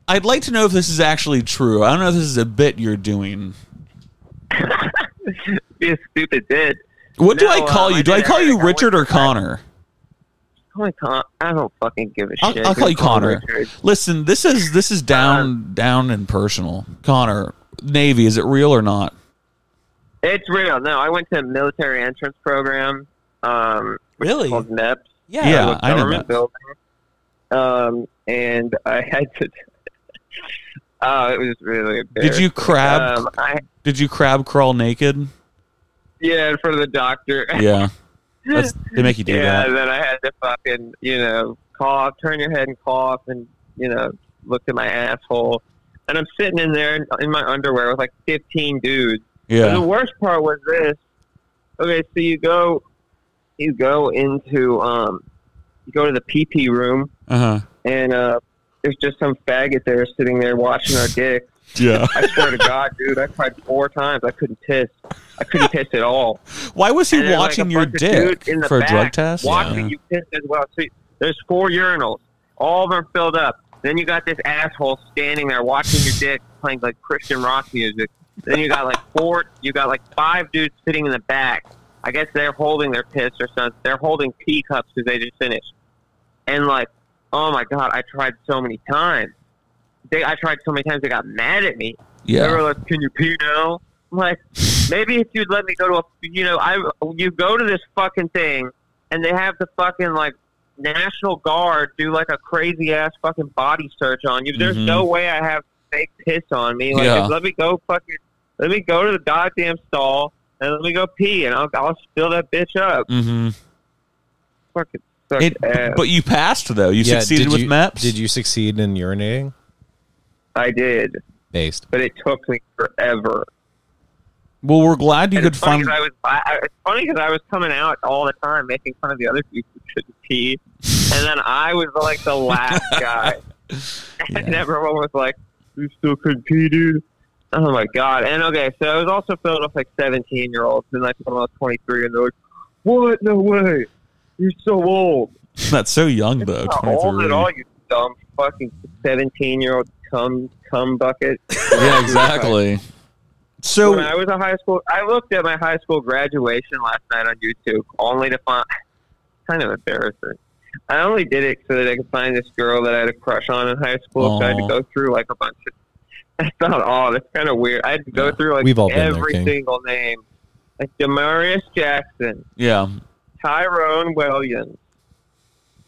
S1: I'd like to know if this is actually true. I don't know if this is a bit you're doing.
S4: be a stupid bit.
S1: What do
S4: No,
S1: I call
S4: um,
S1: you?
S4: I
S1: do I
S4: did
S1: call you
S4: everything. I
S1: Richard or
S4: went-
S1: Connor?
S4: Only Con- I don't fucking give a shit.
S1: I'll, I'll call you
S4: Who calls
S1: Connor.
S4: Richard?
S1: Listen, this is this
S4: Um,
S1: is down down and personal. Connor, Navy, is it real or not?
S4: It's real. No, I went to a military entrance program. Um, which is
S2: Really?
S4: Called NEPS.
S2: Yeah.
S1: Yeah.
S4: Public
S1: I know
S4: government
S1: NEPS.
S4: building. Um, and I had to. Oh, it was really.
S1: Did you crab?
S4: Um, I,
S1: did you crab crawl naked?
S4: yeah, in front of the doctor.
S1: Yeah, that's, they make you do
S4: yeah,
S1: that.
S4: then I had to fucking, you know, cough, turn your head and cough, and you know, look at my asshole. And I'm sitting in there in- in my underwear with like 15 dudes. And
S1: Yeah,
S4: the worst part was this. Okay, so you go, you go into, um, you go to the PP room,
S1: uh huh.
S4: and uh, there's just some faggot there sitting there watching our dick.
S1: Yeah.
S4: I swear to God, dude, I tried four times. I couldn't piss. I couldn't piss at all.
S1: Why was he
S4: And there's, like,
S1: watching
S4: a
S1: your
S4: bunch of dudes
S1: dick
S4: in the
S1: for a
S4: back
S1: drug test?
S4: Watching
S1: Yeah.
S4: you piss as well. So there's four urinals. All of them filled up. Then you got this asshole standing there watching your dick playing like Christian rock music. Then you got like four. You got like five dudes sitting in the back. I guess they're holding their piss or something. They're holding pee cups because they just finished. And like, oh my god, I tried so many times. They, I tried so many times. They got mad at me. They
S1: yeah.
S4: were like, "Can you pee now?" I'm like, maybe if you'd let me go to a, you know, I you go to this fucking thing, and they have the fucking like National Guard do like a crazy ass fucking body search on you. There's
S1: Mhm.
S4: no way I have fake piss on me. Like,
S1: Yeah.
S4: just let me go fucking, let me go to the goddamn stall and let me go pee, and I'll, I'll spill that bitch up.
S1: Mm-hmm.
S4: Fucking suck
S1: It,
S4: ass.
S1: but you passed though. You
S3: Yeah,
S1: succeeded
S3: did
S1: with
S3: you-
S1: maps.
S3: Did you succeed in urinating?
S4: I did,
S3: Based.
S4: but it took me forever.
S1: Well, we're glad you
S4: And
S1: could
S4: it's funny
S1: find.
S4: 'cause I was, I, I, it's funny because I was coming out all the time making fun of the other people who couldn't pee, and then I was like the last guy, and everyone was like, "You still couldn't pee, dude." Oh my god! And okay, so I was also filled with like seventeen year olds, and I told them I was twenty three, and they're like, "What? No way! You're so old."
S1: That's so young though.
S4: Not old at
S1: 23.
S4: all, you dumb fucking seventeen-year-old cum cum bucket.
S1: Yeah, exactly. So
S4: when I was in high school, I looked at my high school graduation last night on YouTube, only to find kind of embarrassing. I only did it so that I could find this girl that I had a crush on in high school. So I had
S1: Aw.
S4: to go through like a bunch of. That's not all. That's kind of weird. I had to go
S1: Yeah.
S4: through like
S3: We've all been there,
S4: every
S3: King.
S4: single name, like Demarius Jackson,
S1: yeah,
S4: Tyrone Williams,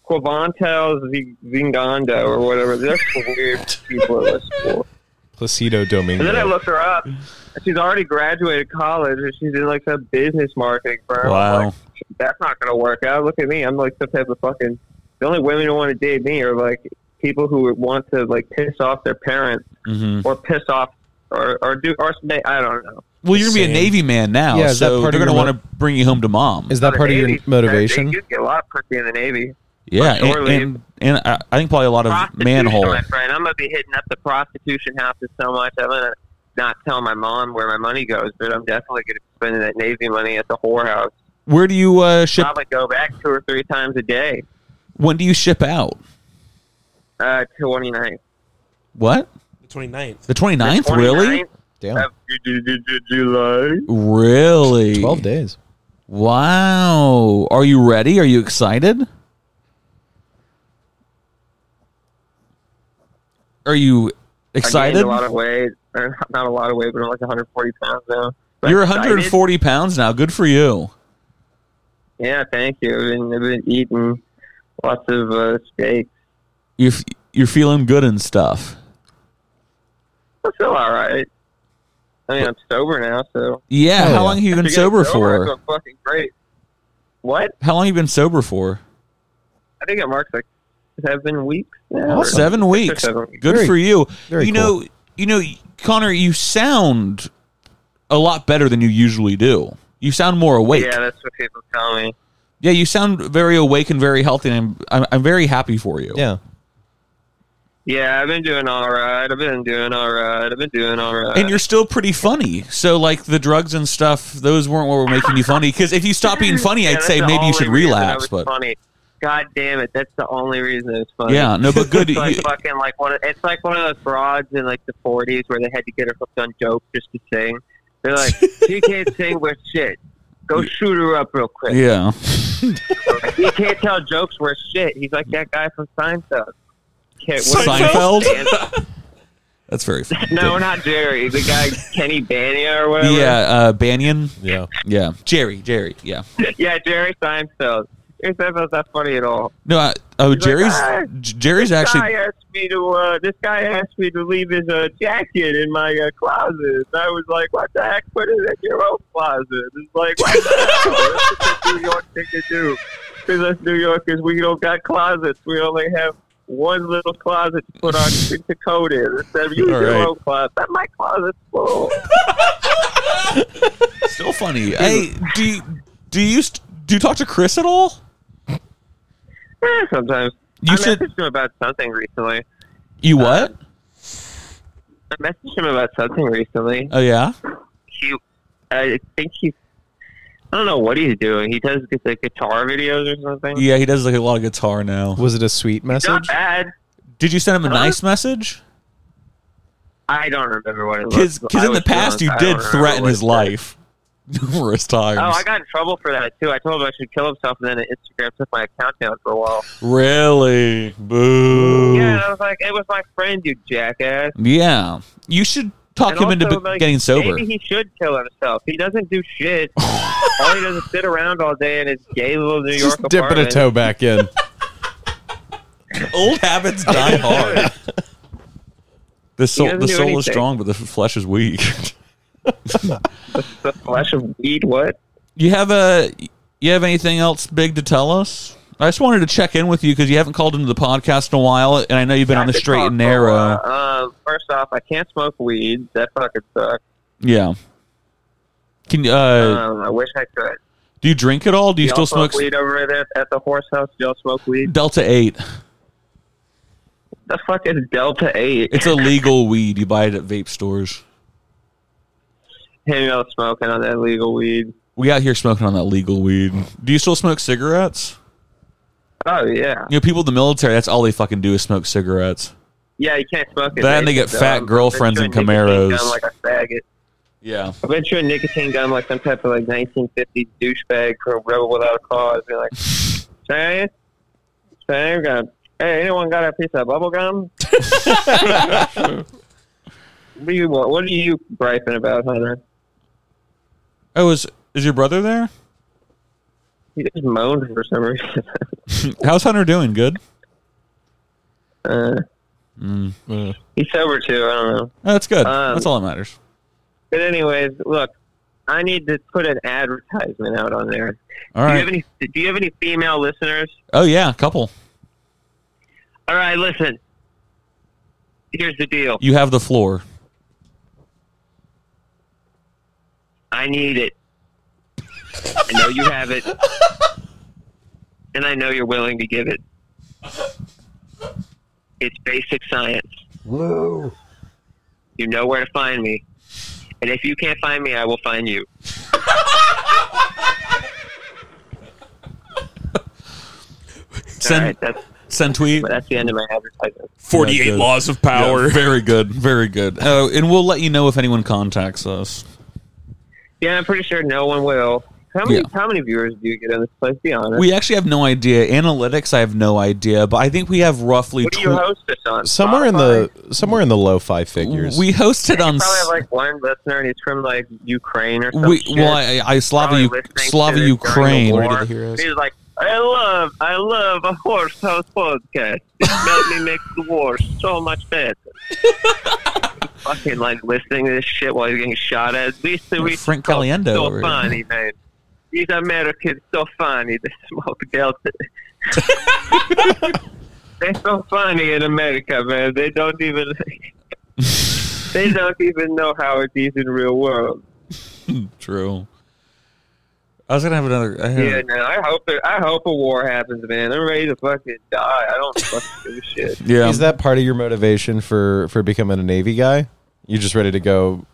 S4: Quavantel Z- Zingando, or whatever. They're weird people at this school.
S3: Placido Domingo.
S4: And then I looked her up. and She's already graduated college, and she's in like some business marketing firm. I'm
S1: wow.
S4: like, that's not going to work out. Look at me. I'm like some type of fucking. The only women who want to date me are like people who would want to like piss off their parents
S3: Mm-hmm.
S1: hmm
S4: or piss off or or do or ma- I don't know.
S1: Well, you're gonna be a
S2: Same.
S1: Navy man now,
S3: Yeah, is that
S1: so
S3: part
S1: they're
S3: of
S1: gonna
S3: your
S1: want to bring you home to mom.
S3: Is that part of your
S4: Navy,
S3: motivation?
S4: They do get a lot of pussy in the Navy.
S1: yeah,
S4: for sure,
S1: and, and and I I think probably a lot of
S4: Prostitution,
S1: manhole.
S4: my friend. I'm gonna be hitting up the prostitution houses so much. I'm gonna not tell my mom where my money goes, but I'm definitely gonna be spending that Navy money at the whorehouse.
S1: Where do you uh, ship?
S4: probably go back two or three times a day.
S1: When do you ship out?
S4: Uh, 29th.
S1: What?
S2: The 29th.
S1: The 29th?
S4: The 29th
S1: Really?
S3: Damn.
S4: Of Ju- Ju- Ju- July.
S1: Really?
S3: 12 days.
S1: Wow. Are you ready? Are you excited? Are you
S4: I gained
S1: excited?
S4: a lot of weight. Or not a lot of weight, but I'm like 140 pounds now. But
S1: You're
S4: I'm excited.
S1: 140 pounds now. Good for you.
S4: Yeah, thank you. I've been, I've been eating lots of uh, steak.
S1: You're f- you're feeling good and stuff.
S4: I feel all right. I mean, I'm sober now, so.
S1: Yeah.
S3: Oh,
S1: how
S3: yeah.
S1: long have you been
S4: After getting
S1: sober
S4: I
S1: for?
S4: feel fucking great. What?
S1: How long have you been sober for?
S4: I think it marks like seven weeks now. or
S3: Awesome.
S1: Seven weeks.
S4: seven weeks.
S1: Good
S3: Very-
S1: for you.
S3: very
S1: you know, you know, Connor, you sound a lot better than you usually do. You sound more awake.
S4: Yeah, that's what people tell me.
S1: Yeah, you sound very awake and very healthy, and I'm, I'm, I'm very happy for you.
S3: Yeah.
S4: Yeah, I've been doing all right. I've been doing all right. I've been doing all right.
S1: And you're still pretty funny. So, like, the drugs and stuff, those weren't what were making you funny. Because if you stop being funny,
S4: Yeah,
S1: I'd
S4: that's
S1: say
S4: the
S1: maybe you
S4: only
S1: should
S4: reason I
S1: relapse.
S4: was
S1: But
S4: funny. God damn it, that's the only reason it was funny.
S1: yeah, no, but good.
S4: It's like
S1: you-
S4: fucking like one. Of, it's like one of those broads in like the forties where they had to get her hooked on dope just to sing. They're like, she can't sing with shit. Go shoot her up real quick.
S1: yeah.
S4: He can't tell jokes worth shit. He's like that guy from Seinfeld. Can't,
S1: Seinfeld? That's very funny.
S4: No, not Jerry. The guy Kenny Bania or whatever.
S1: Yeah, uh, Banyan.
S3: Yeah.
S1: Yeah. Jerry, Jerry. Yeah.
S4: yeah, Jerry Seinfeld. Jerry Seinfeld's not funny at all.
S1: No, I, oh,
S4: He's like,
S1: Jerry's
S4: "Ah,
S1: Jerry's
S4: this
S1: actually.
S4: guy asked me to. Uh, this guy asked me to leave his uh, jacket in my uh, closet. And I was like, "What the heck? Put it in your own closet." It's like, what the hell? That's a New York thing to do. Because us New Yorkers, we don't got closets. We only have one little closet to put our shit to coat in. Instead of use
S1: All
S4: your
S1: right.
S4: own closet. But My closet's full.
S1: Still funny. hey, do you do you st- do you talk to Chris at all?
S4: Eh, Sometimes
S1: You
S4: I
S1: should-
S4: messaged him about something recently. Uh,
S1: You what?
S4: I messaged him about something recently.
S1: oh yeah.
S4: he, I think he, I don't know what he's doing. He does get like guitar videos or something.
S1: Yeah, he does like a lot of guitar now.
S3: Was it a sweet
S4: Not
S3: message?
S4: bad.
S1: Did you send him a
S4: Huh?
S1: nice message?
S4: I don't remember what it was.
S1: Because in the past you did threaten his life numerous times.
S4: Oh, I got in trouble for that too. I told him I should kill himself, and then Instagram took my account down for a while.
S1: really? Boo.
S4: Yeah, and I was like, it was my friend, you jackass.
S1: Yeah. You should talk
S4: And
S1: him into
S4: also,
S1: be-
S4: like,
S1: getting sober.
S4: Maybe he should kill himself. He doesn't do shit. all he does is sit around all day in his gay little New York
S3: Just dipping a
S4: apartment.
S3: toe back in.
S1: Old habits die hard. The
S4: He
S1: soul,
S4: doesn't
S1: the
S4: do
S1: soul is
S4: anything.
S1: strong, but the f- flesh is weak.
S4: The flesh of weed. What?
S1: you have a you have anything else big to tell us? I just wanted to check in with you because you haven't called into the podcast in a while, and I know you've been on the
S4: I could
S1: straight
S4: talk
S1: and
S4: for a
S1: narrow.
S4: while. Um, first off, I can't smoke weed. That fucking sucks.
S1: Yeah. Can you, uh,
S4: Um, I wish I could.
S1: do you drink at all? Do you
S4: Y'all
S1: still smoke,
S4: weed over there at the horse house? Y'all smoke weed?
S1: Delta Eight?
S4: The fuck is Delta Eight?
S1: It's a legal weed. You buy it at vape stores.
S4: Him y'all smoking on that legal weed?
S1: We out here smoking on that legal weed. Do you still smoke cigarettes?
S4: Oh yeah,
S1: You know, people in the military, that's all they fucking do is smoke cigarettes.
S4: yeah. You can't smoke it.
S1: Then they get fat girlfriends and Camaros.
S4: Gun like a faggot.
S1: Yeah.
S4: I've been to a nicotine gun like some type of like 1950s douchebag for a rebel without a cause. Be like, say, say, we're gonna- hey, anyone got a piece of bubble gum? what do you want? What are you griping about, Hunter?
S1: Oh, is is your brother there?
S4: He just moaned for some reason.
S1: How's Hunter doing? Good.
S4: uh,
S3: Uh,
S4: he's sober too. I don't know.
S1: Oh, that's good.
S4: Um,
S1: that's all that matters.
S4: But anyways, look, I need to put an advertisement out on there.
S1: All
S4: Do you have
S1: right.
S4: any? Do you have any female listeners?
S1: Oh yeah, couple.
S4: All right, listen. Here's the deal.
S1: You have the floor.
S4: I need it. I know you have it. And I know you're willing to give it. It's basic science.
S5: Whoa.
S4: You know where to find me. And if you can't find me, I will find you. All
S1: Send
S4: right, that's,
S1: send tweet.
S4: that's the end of my advertisement.
S6: 48
S1: Yeah, good.
S6: laws of power.
S1: Yeah, very good. Very good. Oh, and we'll let you know if anyone contacts us.
S4: Yeah, I'm pretty sure no one will. How many,
S1: Yeah.
S4: how many viewers do you get on this place? Be honest.
S1: We actually have no idea. Analytics, I have no idea, but I think we have roughly.
S4: what do you
S1: tw-
S4: host this on?
S3: somewhere in the somewhere in the low five figures.
S1: we hosted on.
S4: You probably
S1: s-
S4: have like one listener, and he's from like Ukraine or something.
S1: we, well, I, I Slava,
S4: probably
S1: U-
S4: listening to
S1: Slava
S4: this during the
S1: Ukraine.
S4: war.
S3: Ready to hear us.
S4: He's like, I love, I love a horse house podcast. It helped me make the war so much better. Fucking like listening to this shit while he's getting shot at. These we
S1: Frank Caliendo
S4: so
S1: over here.
S4: funny, man. These Americans so funny. They smoke Delta. They're so funny in America, man. They don't even. they don't even know how it is in real world.
S1: True. I was gonna have another. I had-
S4: Yeah, no, I hope it, I hope a war happens, man. I'm ready to fucking die. I don't fucking give a shit.
S1: yeah.
S3: Is that part of your motivation for for becoming a Navy guy? You're just ready to go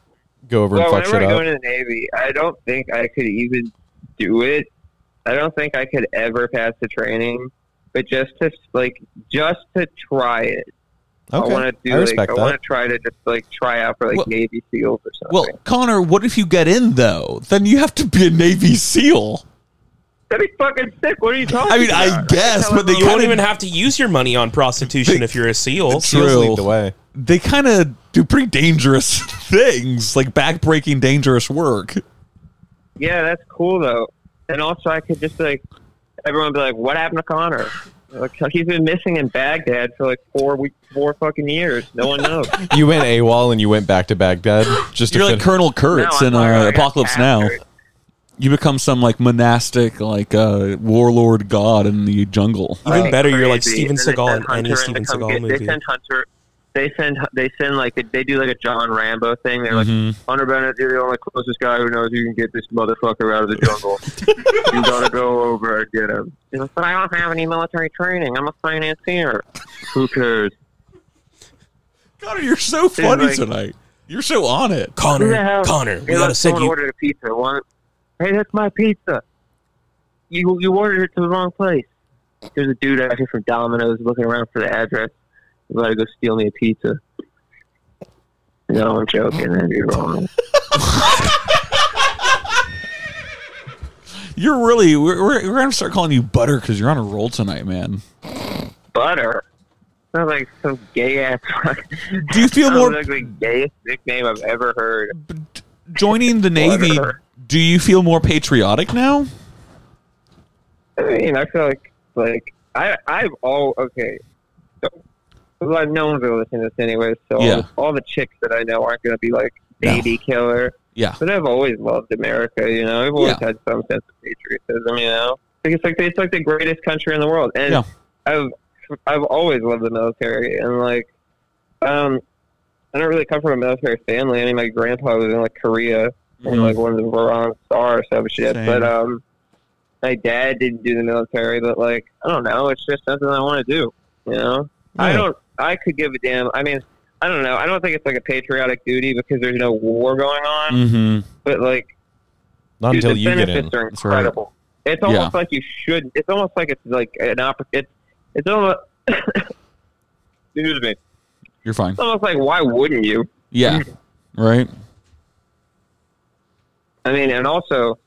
S3: go over
S4: Well,
S3: and fuck
S4: whenever
S3: shit
S4: I go
S3: up.
S4: into the Navy, I don't think I could even do it. I don't think I could ever pass the training. But just to like, just to try it, I
S3: okay,
S4: want to do.
S3: I respect
S4: like, I
S3: that.
S4: want to try to just like try out for like
S1: Well-
S4: Navy SEALs or something.
S1: Well, Connor, what if you get in though? Then you have to be a Navy SEAL.
S4: that'd be fucking sick. What are you talking?
S1: I mean,
S4: about?
S1: I guess, but they
S6: You
S1: kind
S6: don't
S1: of
S6: even have to use your money on prostitution if you're a SEAL.
S3: Seals
S1: True.
S3: lead the way.
S1: they kind of do pretty dangerous things, like backbreaking dangerous work.
S4: Yeah, that's cool though. And also, I could just like everyone would be like, "What happened to Connor?" Like he's been missing in Baghdad for like four weeks, four fucking years. No one knows.
S3: You went AWOL and you went back to Baghdad just to
S1: You're like
S3: fin-
S1: Colonel Kurtz
S4: Now
S1: in
S4: I'm like,
S1: uh,
S4: I got
S1: Apocalypse Now.
S4: captured.
S1: You become some like monastic, like uh, warlord god in the jungle.
S6: Even
S4: Like,
S6: better, you're like
S4: crazy.
S6: Steven
S4: And they
S6: Seagal in
S4: send
S6: any
S4: Hunter
S6: Steven
S4: to come
S6: Seagal
S4: get-
S6: movie.
S4: They send Hunter. They send. They send like a, they do like a John Rambo thing. They're
S1: Mhm.
S4: like
S6: Mm-hmm.
S4: Hunter Bennett. You're the only closest guy who knows you can get this motherfucker out of the jungle. you gotta go over and get him. He's like, but I don't have any military training. I'm a financier. Who cares?
S1: Connor, you're so funny
S4: like-
S1: tonight. You're so on it.
S4: Who the
S6: Connor,
S4: hell-
S6: Connor, we
S4: Hey,
S6: gotta
S4: look,
S6: send
S4: someone
S6: you.
S4: ordered a pizza. What? Hey, that's my pizza. You you ordered it to the wrong place. There's a dude out here from Domino's looking around for the address. You gotta go steal me a pizza. No, I'm joking. That'd be wrong.
S1: You're really. We're, we're, we're gonna start calling you Butter because you're on a roll tonight, man.
S4: Butter. Sounds like some gay ass.
S1: Do you feel
S4: Sounds
S1: more
S4: like the gayest nickname I've ever heard.
S1: joining the Navy?
S4: Butter.
S1: Do you feel more patriotic now?
S4: I mean, I feel like like I I've all okay. So, well, no one's gonna listen to this anyway. So all-
S1: Yeah.
S4: all, the chicks that I know aren't gonna be like baby killer.
S1: Yeah.
S4: But I've always loved America. You know, I've always
S1: Yeah.
S4: had some sense of patriotism. You know, like it's like it's like the greatest country in the world, and
S1: Yeah.
S4: I've I've always loved the military, and like um. I don't really come from a military family. I mean, my grandpa was in like Korea, and like one of the Veron stars type of shit.
S1: Same.
S4: But um, my dad didn't do the military, but like I don't know, it's just something I want to do. You know, I
S1: Yeah.
S4: don't. I could give a damn. I mean, I don't know. I don't think it's like a patriotic duty because there's no war going on.
S1: Mm-hmm.
S4: But like,
S3: not
S4: dude,
S3: until
S4: the
S3: you get in.
S4: benefits are
S1: That's right.
S4: incredible. It's almost
S1: Yeah.
S4: like you should. It's almost like it's like an oppor- It's it's almost. Excuse me. It's
S1: You're fine.
S4: almost like why wouldn't you?
S1: Yeah.
S4: Mm-hmm.
S1: Right?
S4: I mean, and also,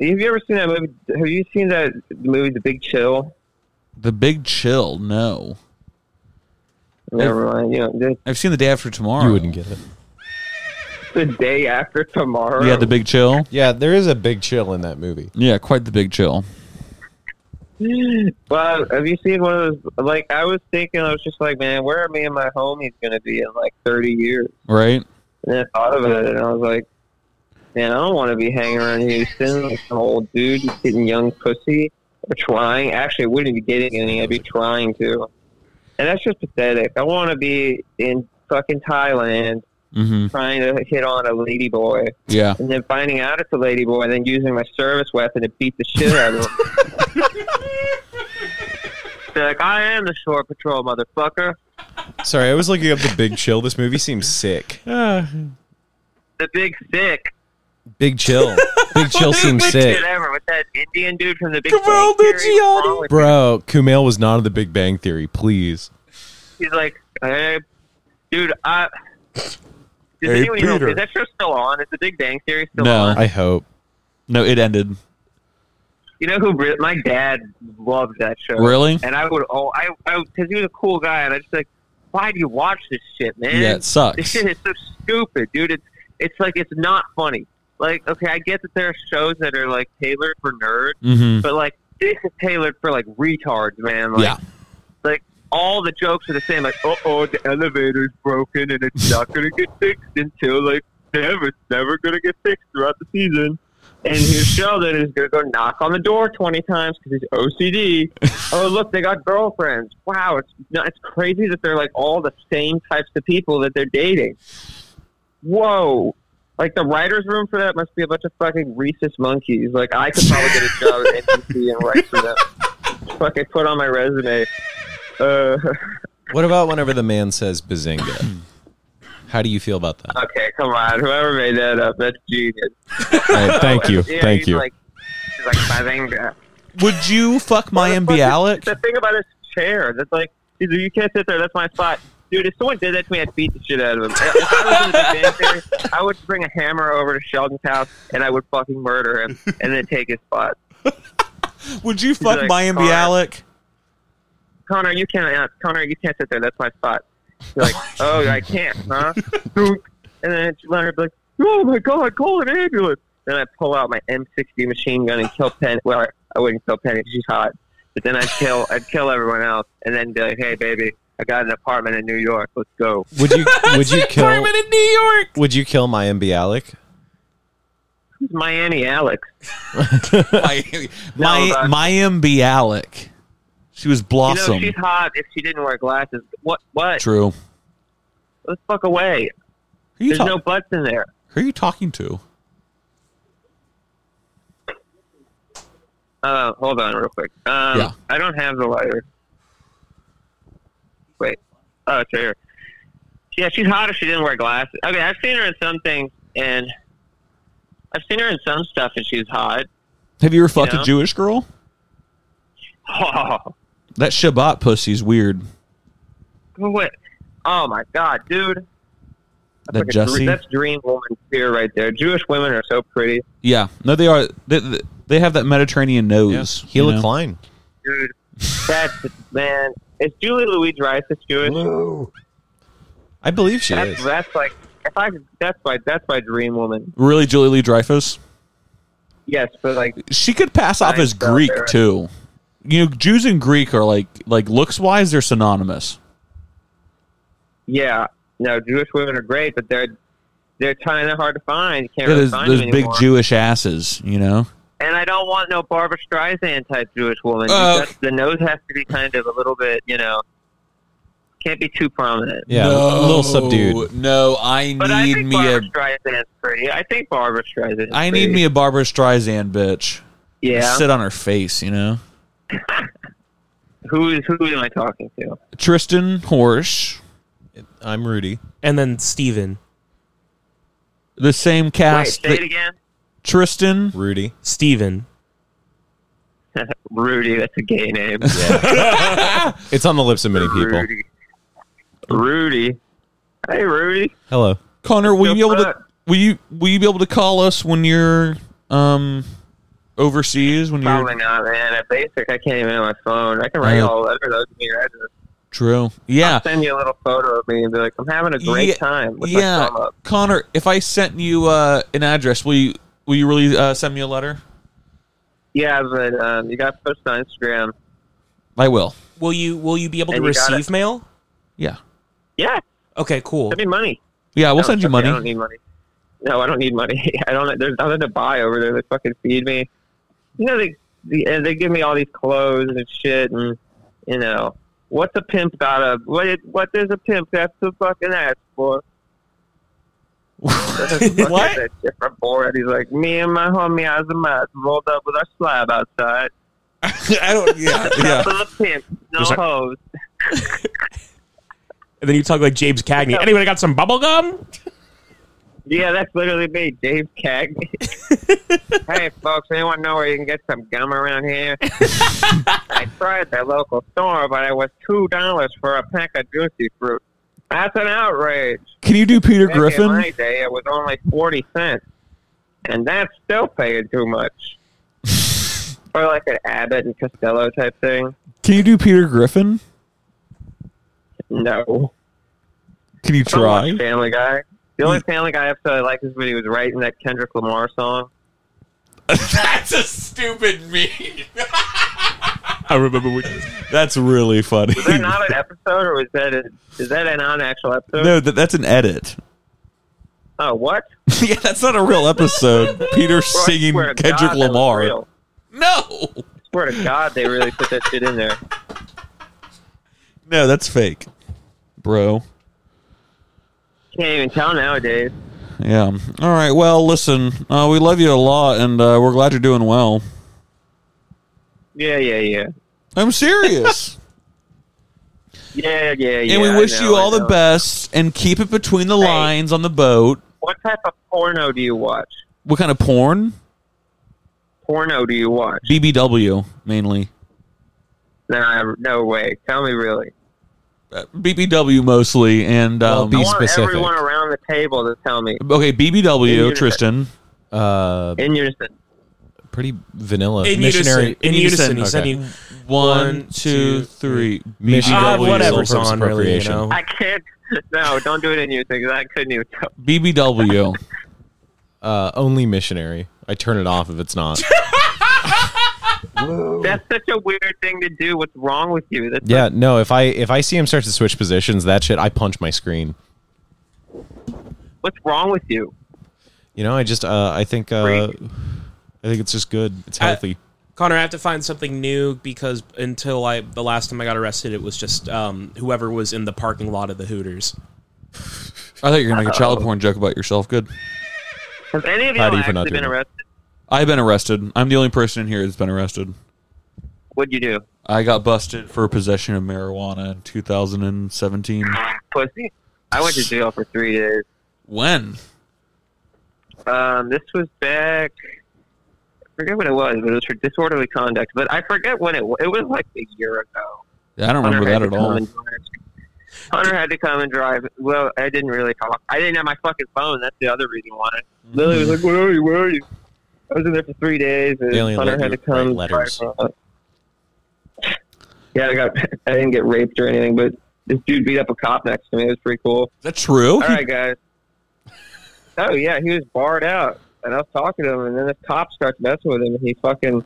S4: have you ever seen that movie? Have you seen that movie, The Big Chill?
S1: The Big Chill, no.
S4: Never mind. You know, this,
S1: I've seen The Day After Tomorrow.
S3: You wouldn't get it.
S4: the day after tomorrow.
S1: Yeah, The Big Chill.
S3: Yeah, there is a big chill in that movie.
S1: Yeah, quite The Big Chill.
S4: Well, have you seen one of those? Like, I was thinking, I was just like, man, where are me and my homies going to be in like 30 years?
S1: Right?
S4: And then I thought of it, and I was like, man, I don't want to be hanging around Houston with some old dude just getting young pussy or trying. Actually, I wouldn't be getting any. I'd be trying to. And that's just pathetic. I want to be in fucking Thailand
S1: Mm-hmm.
S4: trying to hit on a lady boy
S1: Yeah.
S4: and then finding out it's a lady boy and then using my service weapon to beat the shit out of him. They're like, I am the shore patrol, motherfucker.
S3: Sorry, I was looking up the big chill. This movie seems sick.
S4: The big sick
S3: Big chill. Big chill seems sick.
S4: shit ever with that Indian dude from the Big
S2: Kamal
S4: Bang Theory. What's wrong with-
S3: Bro, Kumail was not in the Big Bang Theory, please.
S4: He's like, hey, dude, I. Does
S6: Hey,
S4: anyone even know,
S6: Peter.
S4: is that show still on? Is the Big Bang Theory still
S1: No.
S4: on?
S3: I hope.
S1: No, it ended.
S4: You know who? re- My dad loved that show.
S1: Really?
S4: And I would, oh, I, because he was a cool guy, and I just like, why do you watch this shit, man?
S1: Yeah, it
S4: This
S1: sucks.
S4: shit is so stupid, dude. It's it's like it's not funny. Like, okay, I get that there are shows that are like tailored for nerds,
S1: Mm-hmm.
S4: but like this is tailored for like retards, man. Like,
S1: Yeah.
S4: Like all the jokes are the same. Like, uh oh, the elevator's broken and it's not gonna get fixed until like never. It's never gonna get fixed throughout the season. And here's Sheldon is gonna go knock on the door twenty times because he's OCD. oh look, they got girlfriends. Wow, it's no, it's crazy that they're like all the same types of people that they're dating. Whoa. Like the writers' room for that must be a bunch of fucking rhesus monkeys. Like I could probably get a job at NBC and write for them. Fucking put on my resume. Uh,
S3: What about whenever the man says bazinga? How do you feel about that?
S4: okay, come on. Whoever made that up, that's genius.
S3: thank you.
S4: Yeah,
S3: Thank
S4: he's
S3: you.
S4: Like, he's like, "Bazinga."
S1: Would you fuck my
S4: Motherfucker,
S1: MB Alec?
S4: The thing about this chair, that's like, he's like, you can't sit there. That's my spot. Dude, if someone did that to me, I'd beat the shit out of him. If I was in the band theory, I would bring a hammer over to Sheldon's house and I would fucking murder him and then take his spot.
S1: Would you fuck
S4: like,
S1: my MB
S4: "Alright."
S1: Alec?
S4: Connor, you can't. Uh, Connor, you can't sit there. That's my spot. You're like, oh, I can't, huh? Boop. and then Leonard be like, oh my god, call an ambulance. Then I pull out my M60 machine gun and kill Penny. Well, I wouldn't kill Penny. She's hot. But then I'd kill. I'd kill everyone else, and then be like, hey, baby, I got an apartment in New York. Let's go.
S3: Would you would you kill
S2: Carmen in New York.
S3: would you kill my MB Alec?
S4: Who's my Annie Alex?
S1: my my,
S4: that's-
S1: my MB Alec. She was
S4: You know,
S1: blossom.
S4: she's hot. If she didn't wear glasses, what? What?
S1: True. Who
S4: Let's fuck away.
S1: are, you
S4: There's
S1: ta-
S4: no butts in there.
S1: who are you talking to?
S4: Uh, hold on, real quick. Um,
S1: Yeah.
S4: I don't have the lighter. Wait. Oh, it's right here. Yeah, she's hot if she didn't wear glasses. Okay, I've seen her in some things, and I've seen her in some stuff, and she's hot.
S1: Have you ever fucked
S4: Yeah.
S1: a Jewish girl?
S4: Oh,
S1: That Shabbat pussy's weird.
S4: what? Oh my god, dude.
S1: That
S4: Fucking dre-
S1: Jussie?
S4: That's dream woman fear right there. Jewish women are so pretty,
S1: Yeah. No, they are. They, they- they have that Mediterranean nose. you
S3: Gila
S1: know?
S3: Klein.
S4: dude. That's man. Is Julie Louise Dreyfus Jewish?
S3: I believe she
S4: That's,
S3: is.
S4: that's like if I. could- That's my. That's my dream woman.
S1: Really, Julie Lee Dreyfus?
S4: Yes, but like
S1: She could pass off
S4: Nice
S1: as
S4: stuff,
S1: Greek
S4: Eric.
S1: too. You know, Jews and Greek are like like looks wise, they're synonymous.
S4: Yeah, no, Jewish women are great, but they're they're kind of hard to find. You can't
S1: Yeah,
S4: really
S1: those
S4: find
S1: those
S4: them
S1: big
S4: anymore.
S1: Jewish asses, you know.
S4: And I don't want no Barbara Streisand type Jewish woman.
S1: Oh.
S4: That's- the nose has to be kind of a little bit, you know, can't be too prominent.
S3: Yeah, a little subdued.
S1: No, I
S4: But I
S1: need
S4: think
S1: me a
S4: Barbara Streisand's pretty. I think Barbara Streisand.
S1: I need me a Barbara Streisand bitch.
S4: Yeah.
S1: Sit on her face, you know.
S4: who is who am I talking to?
S1: Tristan Horsch,
S3: I'm Rudy.
S2: And then Steven.
S1: the same
S4: Wait,
S1: cast.
S4: say it
S1: that-
S4: again.
S1: Tristan
S3: Rudy.
S2: Steven.
S4: Rudy. That's a gay name.
S3: It's on the lips of many people.
S4: Rudy. Rudy. Hey, Rudy.
S3: Hello.
S1: Connor, will you be
S4: Yes,
S1: able to
S4: sir.
S1: will you will you be able to call us when you're um overseas when
S4: Probably
S1: you're
S4: not, Oh man. At basic, I can't even on my phone. I can write
S1: Yeah.
S4: all letters over to your address.
S1: true? Yeah,
S4: I'll send you a little photo of me and be like, I'm having a great
S1: Yeah.
S4: time with my
S1: yeah.
S4: thumb up.
S1: Connor, if I sent you uh, an address, will you will you really uh, send me a letter?
S4: Yeah, but um, you got to post on Instagram.
S1: I will.
S6: Will you will you be able
S4: And
S6: to
S4: you got
S6: receive mail?
S1: Yeah,
S4: Yeah,
S6: Okay, cool.
S4: send me money.
S1: yeah. We'll
S4: No,
S1: send you
S4: fuck
S1: money.
S4: it, I don't need money. No, I don't need money. I don't. There's nothing to buy over there. They fucking feed me. You know they the, and they give me all these clothes and shit and you know what's a pimp got a what it- what does a pimp have to fucking ask for?
S6: What?
S4: That shit from Borat. He's like me and my homie Azamat rolled up with our slab outside.
S1: I don't. Yeah, yeah.
S4: Full of pimps, no
S6: Was that-
S4: hoes.
S6: And then you talk like James Cagney. Anybody got some bubble gum?
S4: Yeah, that's literally me, Dave Cagney. hey, folks, anyone know where you can get some gum around here? I tried the local store, but it was two dollars for a pack of juicy fruit. That's an outrage.
S1: Can you do Peter
S4: Back in
S1: Griffin?
S4: my day, it was only forty cents, and that's still paying too much. or like an Abbott and Costello type thing.
S1: Can you do Peter Griffin?
S4: No,
S1: Can you
S4: Don't watch
S1: try?
S4: Family Guy. The
S1: Mm.
S4: only Family Guy episode I liked is when he was writing that Kendrick Lamar song.
S6: That's a stupid meme. I remember when
S1: That's really funny.
S4: Is that not an episode, or is that a, is that an non-actual episode?
S1: No, that, that's an edit.
S4: Oh, what?
S1: yeah, that's not a real episode. Peter
S4: Bro, I
S1: singing
S4: swear to
S1: Kendrick
S4: God, that was
S1: Lamar.
S4: real.
S1: No,
S4: swear to God, they really put that shit in there.
S1: no, that's fake, bro.
S4: Can't even tell nowadays.
S1: Yeah. All right. Well, listen, uh, we love you a lot, and uh, we're glad you're doing well.
S4: Yeah, yeah, yeah,
S1: I'm serious.
S4: yeah, yeah, yeah.
S1: and we
S4: I
S1: wish
S4: know,
S1: you
S4: I
S1: all the
S4: know.
S1: best and keep it between the lines on the boat.
S4: What type of porno do you watch?
S1: What kind of porn?
S4: Porno do you watch?
S1: BBW mainly.
S4: Nah, no way. Tell me really.
S1: Uh, BBW mostly, and
S3: Well,
S1: um,
S3: Be
S4: I want
S3: specific.
S4: everyone around the table to tell me
S1: okay, BBW,
S4: unison.
S1: Tristan.
S3: Uh,
S4: in unison.
S3: pretty vanilla.
S6: in
S3: missionary.
S6: unison, in unison, he
S3: Okay.
S6: said he,
S1: One, two,
S6: two,
S1: three.
S6: ah,
S3: BBW,
S6: whatever's
S3: sole purpose
S6: on, really, you
S3: appropriation.
S6: know.
S4: I can't. No, don't do it in unison because I couldn't even tell.
S1: BBW.
S3: Uh, only missionary. I turn it off if it's not.
S4: That's such a weird thing to do. What's wrong with you? That's
S3: yeah, no. If I if I see him start to switch positions, that shit, I punch my screen.
S4: what's wrong with you?
S3: You know, I just uh, I think uh, I think it's just good. It's healthy.
S6: Connor, I have to find something new because until I the last time I got arrested, it was just um, whoever was in the parking lot of the Hooters.
S1: I thought you were gonna make a child porn joke about yourself. Good.
S4: Has any of you
S3: How do you for not
S4: actually been
S3: doing it?
S4: arrested?
S1: I've been arrested. I'm the only person in here that's been arrested.
S4: What'd you do?
S1: I got busted for possession of marijuana in 2017.
S4: Pussy. I went to jail for three days.
S1: When?
S4: Um, this was back. I forget what it was, but it was for disorderly conduct. But I forget when it was. It was like a year ago.
S1: I don't remember that
S4: had
S1: at
S4: to come
S1: all.
S4: and drive. Hunter had to come and drive. Well, I didn't really talk. I didn't have my fucking phone. That's the other reason why.
S3: Mm-hmm.
S4: Lily was like, "Where are you? Where are you?" I was in there for three days, and
S3: They only
S4: Hunter
S3: let
S4: had
S3: you
S4: to come.
S3: write
S4: drive
S3: letters.
S4: around. Yeah, I got. I didn't get raped or anything, but this dude beat up a cop next to me. It was pretty cool.
S1: Is that true?
S4: All right, guys. Oh yeah, he was barred out, and I was talking to him, and then the cop starts messing with him, and he fucking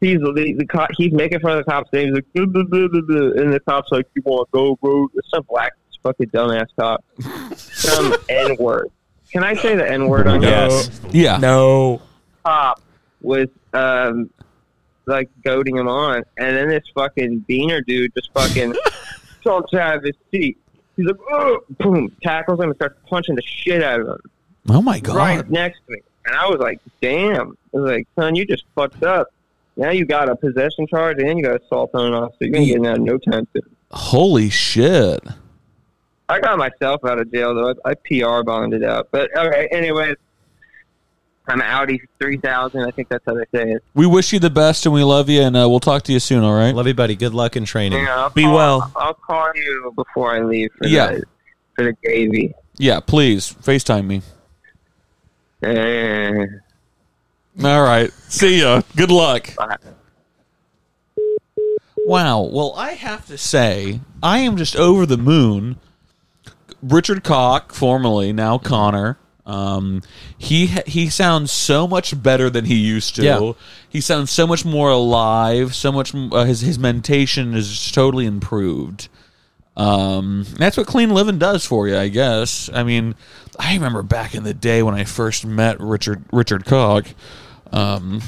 S4: he's the, the cop, he's making fun of the cop's name. He's like, "Duh, duh, duh, duh, duh," and the cop's like, "You want to go, bro?" It's some black fucking dumbass cop, some n word. Can I say the n word on here?
S3: Yes.
S1: yeah.
S6: No,
S4: cop was um like goading him on, and then this fucking beaner dude just fucking jumps out of his seat. He's like, oh, boom, tackles him and starts punching the shit out of him
S1: Oh my god.
S4: right next to me. And I was like, damn. I was like, son, you just fucked up. Now you got a possession charge and you got assault on an officer. You ain't getting out in no time soon.
S1: Holy shit.
S4: I got myself out of jail, though. I, I PR bonded out. But, okay, anyways. I'm Audi 3000. I think that's how they say it.
S1: We wish you the best and we love you, and uh, we'll talk to you soon, all right?
S3: Love you, buddy. Good luck in training.
S4: Yeah, I'll
S6: Be
S4: call-
S6: well.
S4: I'll call you before I leave for
S1: Yeah.
S4: the for the Davy.
S1: Yeah, please. FaceTime me.
S4: Eh,
S1: All right. See ya. Good luck.
S4: bye.
S1: Wow. Well, I have to say, I am just over the moon. Richard Koch, formerly now Connor, um, he he sounds so much better than he used to.
S3: Yeah.
S1: He sounds so much more alive. So much m- uh, his his mentation is just totally improved. Um, that's what clean living does for you, I guess. I mean, I remember back in the day when I first met Richard Richard Koch. Um,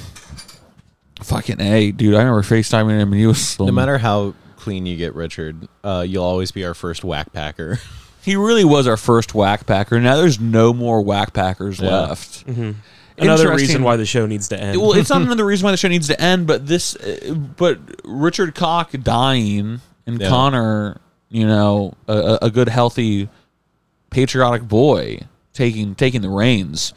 S1: fucking a dude, I remember FaceTiming him and he was
S3: No matter how clean you get, Richard, uh, you'll always be our first whack packer.
S1: He really was our first whack packer. Now there's no more whack packers
S3: Yeah. Mm-hmm.
S1: left.
S6: Another
S1: Interesting-
S6: reason why the show needs to end.
S1: well, it's not another reason why the show needs to end, but this, uh, but Richard Koch dying and
S3: Yeah.
S1: Connor, you know, a, a- a good, healthy, patriotic boy taking taking the reins.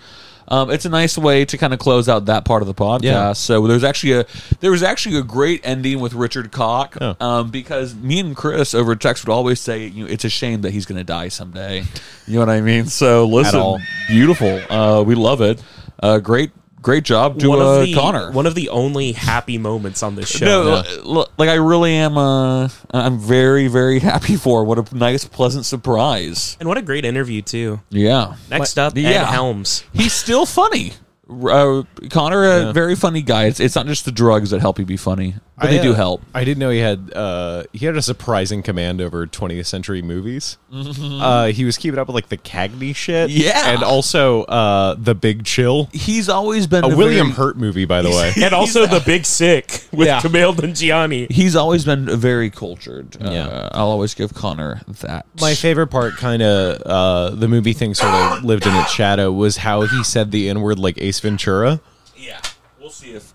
S1: Um, it's a nice way to kind of close out that part of the podcast.
S3: Yeah.
S1: So there's actually a there was actually a great ending with Richard Koch
S3: Yeah.
S1: um, because me and Chris over text would always say you know, it's a shame that he's going to die someday. You know what I mean? So listen,
S3: all.
S1: beautiful. Uh, we love it. Uh, great great job to
S6: one
S1: uh,
S6: of the,
S1: Connor. Uh,
S6: One of the only happy moments on this show.
S1: no, l- l- like I really am. Uh, I'm very, very happy for. her. What a nice, pleasant surprise.
S6: And what a great interview too.
S1: Yeah.
S6: Next up, Ed
S1: yeah.
S6: Helms.
S1: He's still funny. Uh, Connor, a very funny guy. It's, it's not just the drugs that help you be funny, but they
S3: I,
S1: do
S3: uh,
S1: help.
S3: I didn't know he had uh, he had a surprising command over 20th century movies. Uh, he was keeping up with like the Cagney shit,
S1: Mm-hmm. Yeah.
S3: and also uh, the Big Chill,
S1: He's always been
S3: a William
S1: very-
S3: Hurt movie, by the way.
S6: And also the Big Sick with
S1: Yeah.
S6: Camille Nanjiani.
S1: He's always been very cultured. Uh,
S3: Yeah.
S1: I'll always give Connor that.
S3: My favorite part, kind of uh, the movie thing, sort of lived in its shadow, was how he said the N word like Ace Ventura.
S1: yeah, we'll see if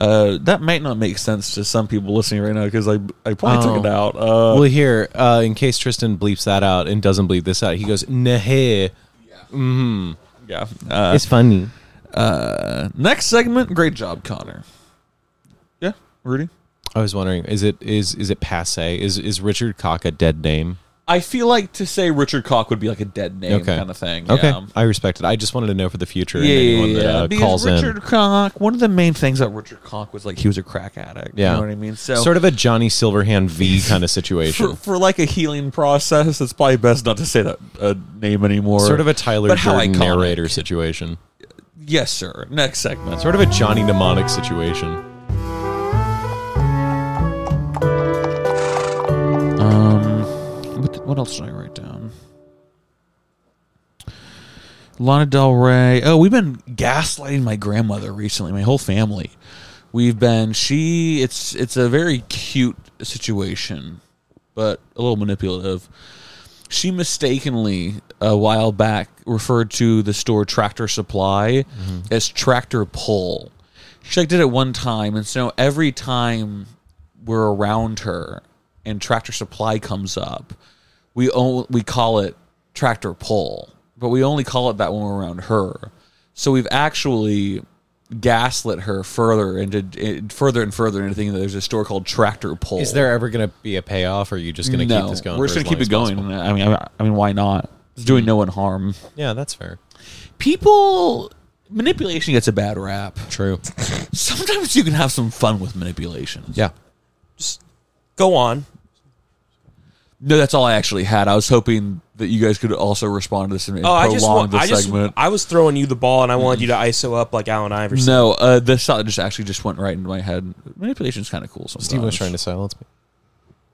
S1: uh, that might not make sense to some people listening right now because I I probably took
S3: Oh.
S1: it out. Uh,
S3: well, here, uh, in case Tristan bleeps that out and doesn't bleep this out, he goes, "Nah,
S1: yeah.
S3: Uh, it's funny."
S1: Next segment, great job, Connor. Yeah, Rudy.
S3: I was wondering, is it is is it passe? Is is Richard Cock a dead name?
S1: I feel like to say Richard Koch would be like a dead name
S3: Okay.
S1: kind of thing.
S3: Okay,
S1: yeah.
S3: I respect it. I just wanted to know for the future.
S1: Yeah,
S3: and
S1: yeah,
S3: anyone
S1: yeah.
S3: that uh,
S1: because
S3: calls
S1: Richard
S3: in,
S1: Koch, one of the main things about Richard Koch was like he was a crack addict.
S3: yeah,
S1: You know what I mean? So
S3: sort of a Johnny Silverhand V kind of situation.
S1: for, for like a healing process, it's probably best not to say that uh, name anymore.
S3: Sort of a Tyler
S1: But how
S3: Durden
S1: iconic.
S3: narrator situation.
S1: Yes, sir. Next segment.
S3: Sort of a Johnny mnemonic situation.
S1: Um, what, what else did I write down? Lana Del Rey. Oh, we've been gaslighting my grandmother recently. My whole family. We've been. She. It's. It's a very cute situation, but a little manipulative. She mistakenly a while back referred to the store Tractor Supply as Tractor Pull. She like did it one time, and so every time we're around her and Tractor Supply comes up, we o- we call it Tractor Pull, but we only call it that when we're around her. So we've actually gaslit her further into it- further and further into thinking that there's a store called Tractor Pull.
S3: Is there ever going to be a payoff, or are you just going to
S1: no,
S3: keep this going?
S1: we're
S3: for
S1: just
S3: as
S1: gonna keep
S3: long
S1: it
S3: as
S1: going.
S3: possible?
S1: I mean, I, I mean, why not? It's doing no one harm.
S3: Yeah, that's fair.
S1: People manipulation gets a bad rap.
S3: True.
S1: Sometimes you can have some fun with manipulation.
S3: yeah.
S6: Go on.
S1: No, that's all I actually had. I was hoping that you guys could also respond to this and, and
S6: Oh, I
S1: prolong
S6: just want,
S1: the
S6: I just
S1: segment.
S6: I was throwing you the ball and I wanted you to ISO up like Allen Iverson.
S1: no, uh, this thought just actually just went right into my head. Manipulation's kind of cool. Sometimes.
S3: Steve was trying to silence me.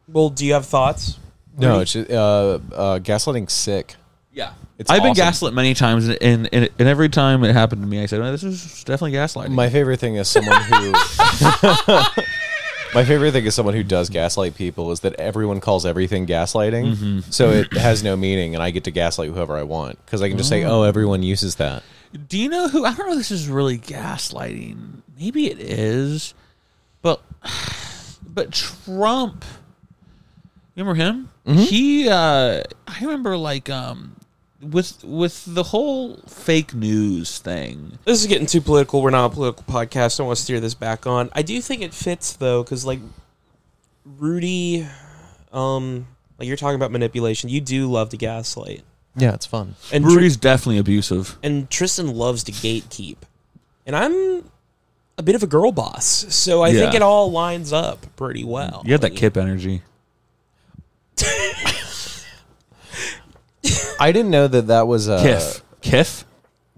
S6: Well, do you have thoughts?
S3: No, it's just, uh, uh, gaslighting sick.
S1: Yeah,
S3: It's
S1: I've been
S3: awesome.
S1: gaslit many times, and, and and and every time it happened to me, I said, oh, "This is definitely gaslighting."
S3: My favorite thing is someone who. My favorite thing is someone who does gaslight people is that everyone calls everything gaslighting, so it has no meaning, and I get to gaslight whoever I want because I can just say, "Oh, everyone uses that."
S1: Do you know who? I don't know. if This is really gaslighting. Maybe it is, but but Trump. Mm-hmm. You remember him? He. uh I remember like um with with the whole fake news thing.
S2: This is getting too political. We're not a political podcast. I don't want to steer this back on. I do think it fits though, because like Rudy, um, like you're talking about manipulation. You do love to gaslight,
S3: Yeah, it's fun.
S2: and Tr-
S1: Rudy's definitely abusive.
S2: and Tristan loves to gatekeep, and I'm a bit of a girl boss, so I think
S1: Yeah.
S2: it all lines up pretty well.
S1: You have that
S2: Like,
S1: Kip energy.
S3: I didn't know that that was a
S1: Kiff. Kiff?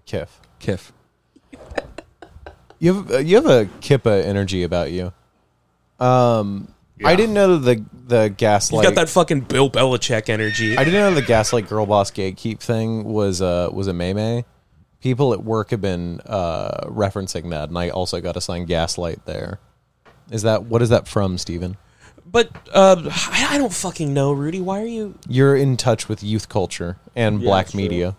S3: Kiff.
S1: Kiff.
S3: You have uh, you have a Kippa energy about you. Um, I didn't know that the the
S2: You've
S3: gaslight.
S2: got that fucking Bill Belichick energy.
S3: I didn't know the gaslight girl boss gatekeep thing was uh was a meme. People at work have been uh referencing that, and I also got assigned gaslight there. Is that what is that from, Steven?
S2: but uh, I, I don't fucking know, Rudy. Why are you,
S3: You're in touch with youth culture and black
S1: that's true.
S3: media.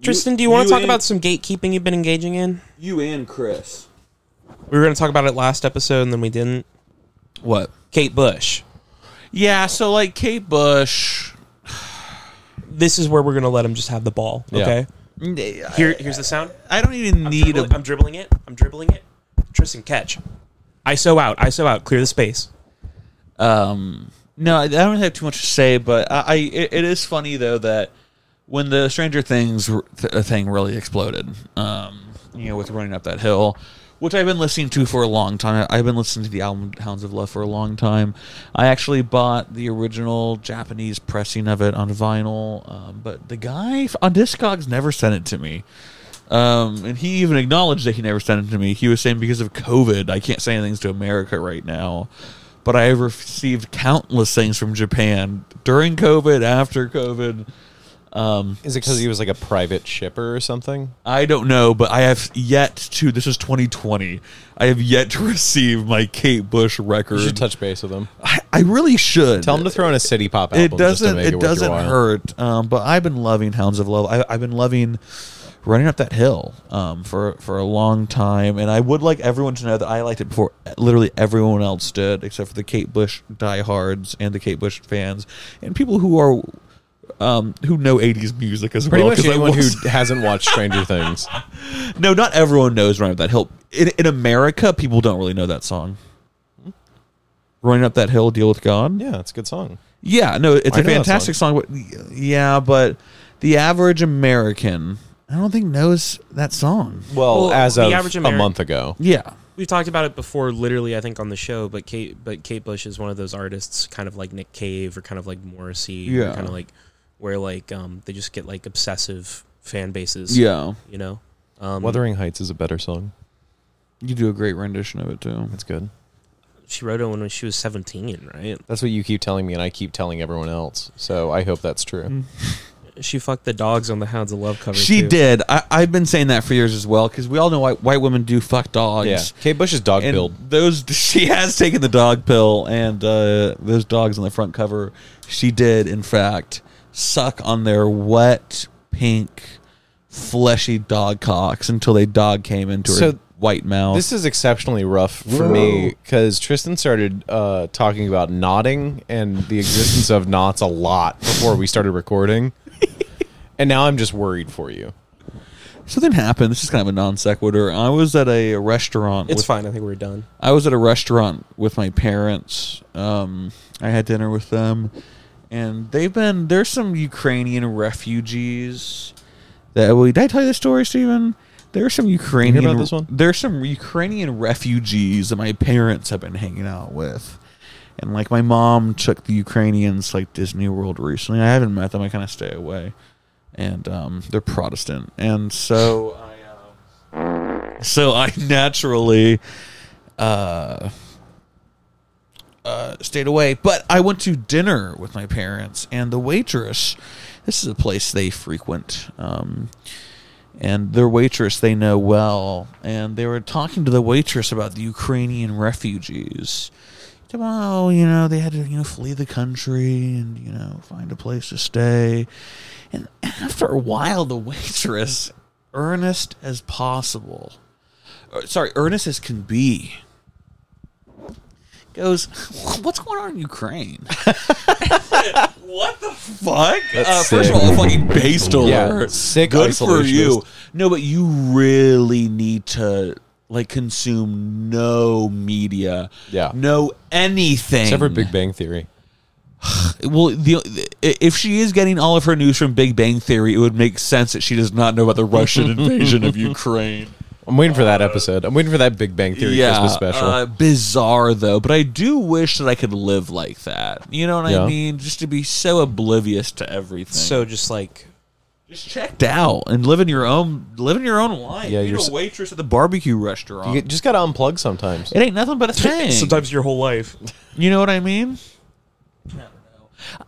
S2: Tristan? Do you want to talk
S1: and-
S2: about some gatekeeping you've been engaging in?
S1: You and Chris.
S2: We were going to talk about it last episode, and then we didn't.
S1: What?
S2: Kate Bush.
S1: Yeah, so like Kate Bush.
S2: This is where we're going to let him just have the ball.
S3: Yeah.
S2: Okay.
S1: I,
S2: Here, here's the sound.
S1: I don't even need
S2: Dribbling-
S1: a.
S2: I'm dribbling it. I'm dribbling it. Tristan, catch. ISO out. ISO out. Clear the space.
S1: Um, no, I I don't really have too much to say, but I, I it, it is funny though that when the Stranger Things r- th- uh, thing really exploded, um, you know, with running up that hill, which I've been listening to for a long time. I- I've been listening to the album Hounds of Love for a long time. I actually bought the original Japanese pressing of it on vinyl, um, but the guy f- on Discogs never sent it to me. Um, and he even acknowledged that he never sent it to me. He was saying because of COVID, I can't send anything to America right now. But I have received countless things from Japan during COVID, after COVID.
S3: Is it because he was like a private shipper or something?
S1: I don't know, but I have yet to. This is 2020. I have yet to receive my Kate Bush record.
S3: You should touch base with him.
S1: I, I really should.
S3: Tell him to throw in a city pop album.
S1: it doesn't.
S3: Just to make it,
S1: It
S3: worth your
S1: doesn't
S3: while.
S1: hurt. Um, but I've been loving Hounds of Love. I, I've been loving running up that hill um, for for a long time, and I would like everyone to know that I liked it before literally everyone else did, except for the Kate Bush diehards and the Kate Bush fans and people who are. Um, who know 80s music as
S3: Pretty
S1: well?
S3: much
S1: 'cause I
S3: anyone
S1: was-
S3: who hasn't watched Stranger Things.
S1: No, not everyone knows Running Up That Hill. In, in America, people don't really know that song.
S3: Hmm.
S1: Running Up That Hill, Deal with God?
S3: Yeah, it's a good song.
S1: Yeah, no, it's
S3: I
S1: a
S3: know that
S1: fantastic song. but yeah, but the average American, I don't think, knows that song.
S3: Well,
S2: Well,
S3: as
S2: the
S3: of
S2: average
S3: a
S2: Ameri-
S3: month ago.
S1: Yeah.
S2: We've talked about it before, literally, I think, on the show. But Kate, but Kate Bush is one of those artists, kind of like Nick Cave or kind of like Morrissey,
S1: Yeah.
S2: kind of like where like um, they just get like obsessive fan bases.
S1: Yeah.
S2: you know. Um,
S3: Wuthering Heights is a better song.
S1: You do a great rendition of it, too.
S3: It's good.
S2: she wrote it when she was seventeen, right?
S3: That's what you keep telling me, and I keep telling everyone else. So I hope that's true.
S2: She fucked the dogs on the Hounds of Love cover.
S1: She
S2: too.
S1: did. I, I've been saying that for years as well, because we all know white, white women do fuck dogs.
S3: Yeah, Kate Bush's dog
S1: and
S3: build.
S1: those she has taken the dog pill and uh, those dogs on the front cover she did in fact suck on their wet pink fleshy dog cocks until they dog came into her
S3: So
S1: white mouth
S3: This is exceptionally rough for me because Tristan started uh, talking about knotting and the existence of knots a lot before we started recording, and now I'm just worried for you.
S1: something happened this is kind of a non sequitur i was at a restaurant
S2: It's
S1: with
S2: fine. I think we're done.
S1: I was at a restaurant with my parents. Um, I had dinner with them, and they've been there's some Ukrainian refugees that well, did I tell you the story, Stephen? There are some Ukrainian
S3: about this one?
S1: There's some Ukrainian refugees that my parents have been hanging out with. And like my mom took the Ukrainians to, like Disney World recently. I haven't met them. I kind of stay away, and um, they're Protestant, and so I, uh, so I naturally uh, uh, stayed away. But I went to dinner with my parents, and the waitress. This is a place they frequent, um, and their waitress they know well. And they were talking to the waitress about the Ukrainian refugees. Said, Oh, you know, they had to you know flee the country and you know find a place to stay. And after a while, the waitress, earnest as uh, possible, sorry, earnest as can be, goes, "What's going on in Ukraine?"
S6: What the f-
S1: Fuck. Uh, first of
S3: sick.
S1: all, fucking based
S3: Yeah,
S1: alert.
S3: sick
S1: Good for
S3: isolationist.
S1: you. No, but you really need to like consume no media.
S3: Yeah.
S1: No anything.
S3: Except for Big Bang Theory.
S1: Well, the, if she is getting all of her news from Big Bang Theory, it would make sense that she does not know about the Russian invasion of Ukraine.
S3: I'm waiting for that episode. I'm waiting for that Big Bang Theory Christmas special.
S1: uh, bizarre though, but I do wish that I could live like that. You know what I
S3: Yeah.
S1: mean? Just to be so oblivious to everything.
S6: so just like
S1: just checked out and living your own living your own life. Yeah,
S3: Yeah,
S1: you're
S3: you're
S1: a
S3: s-
S1: waitress at the barbecue restaurant.
S3: you get- just gotta unplug sometimes.
S1: it ain't nothing but a thing.
S6: sometimes your whole life.
S1: You know what I mean?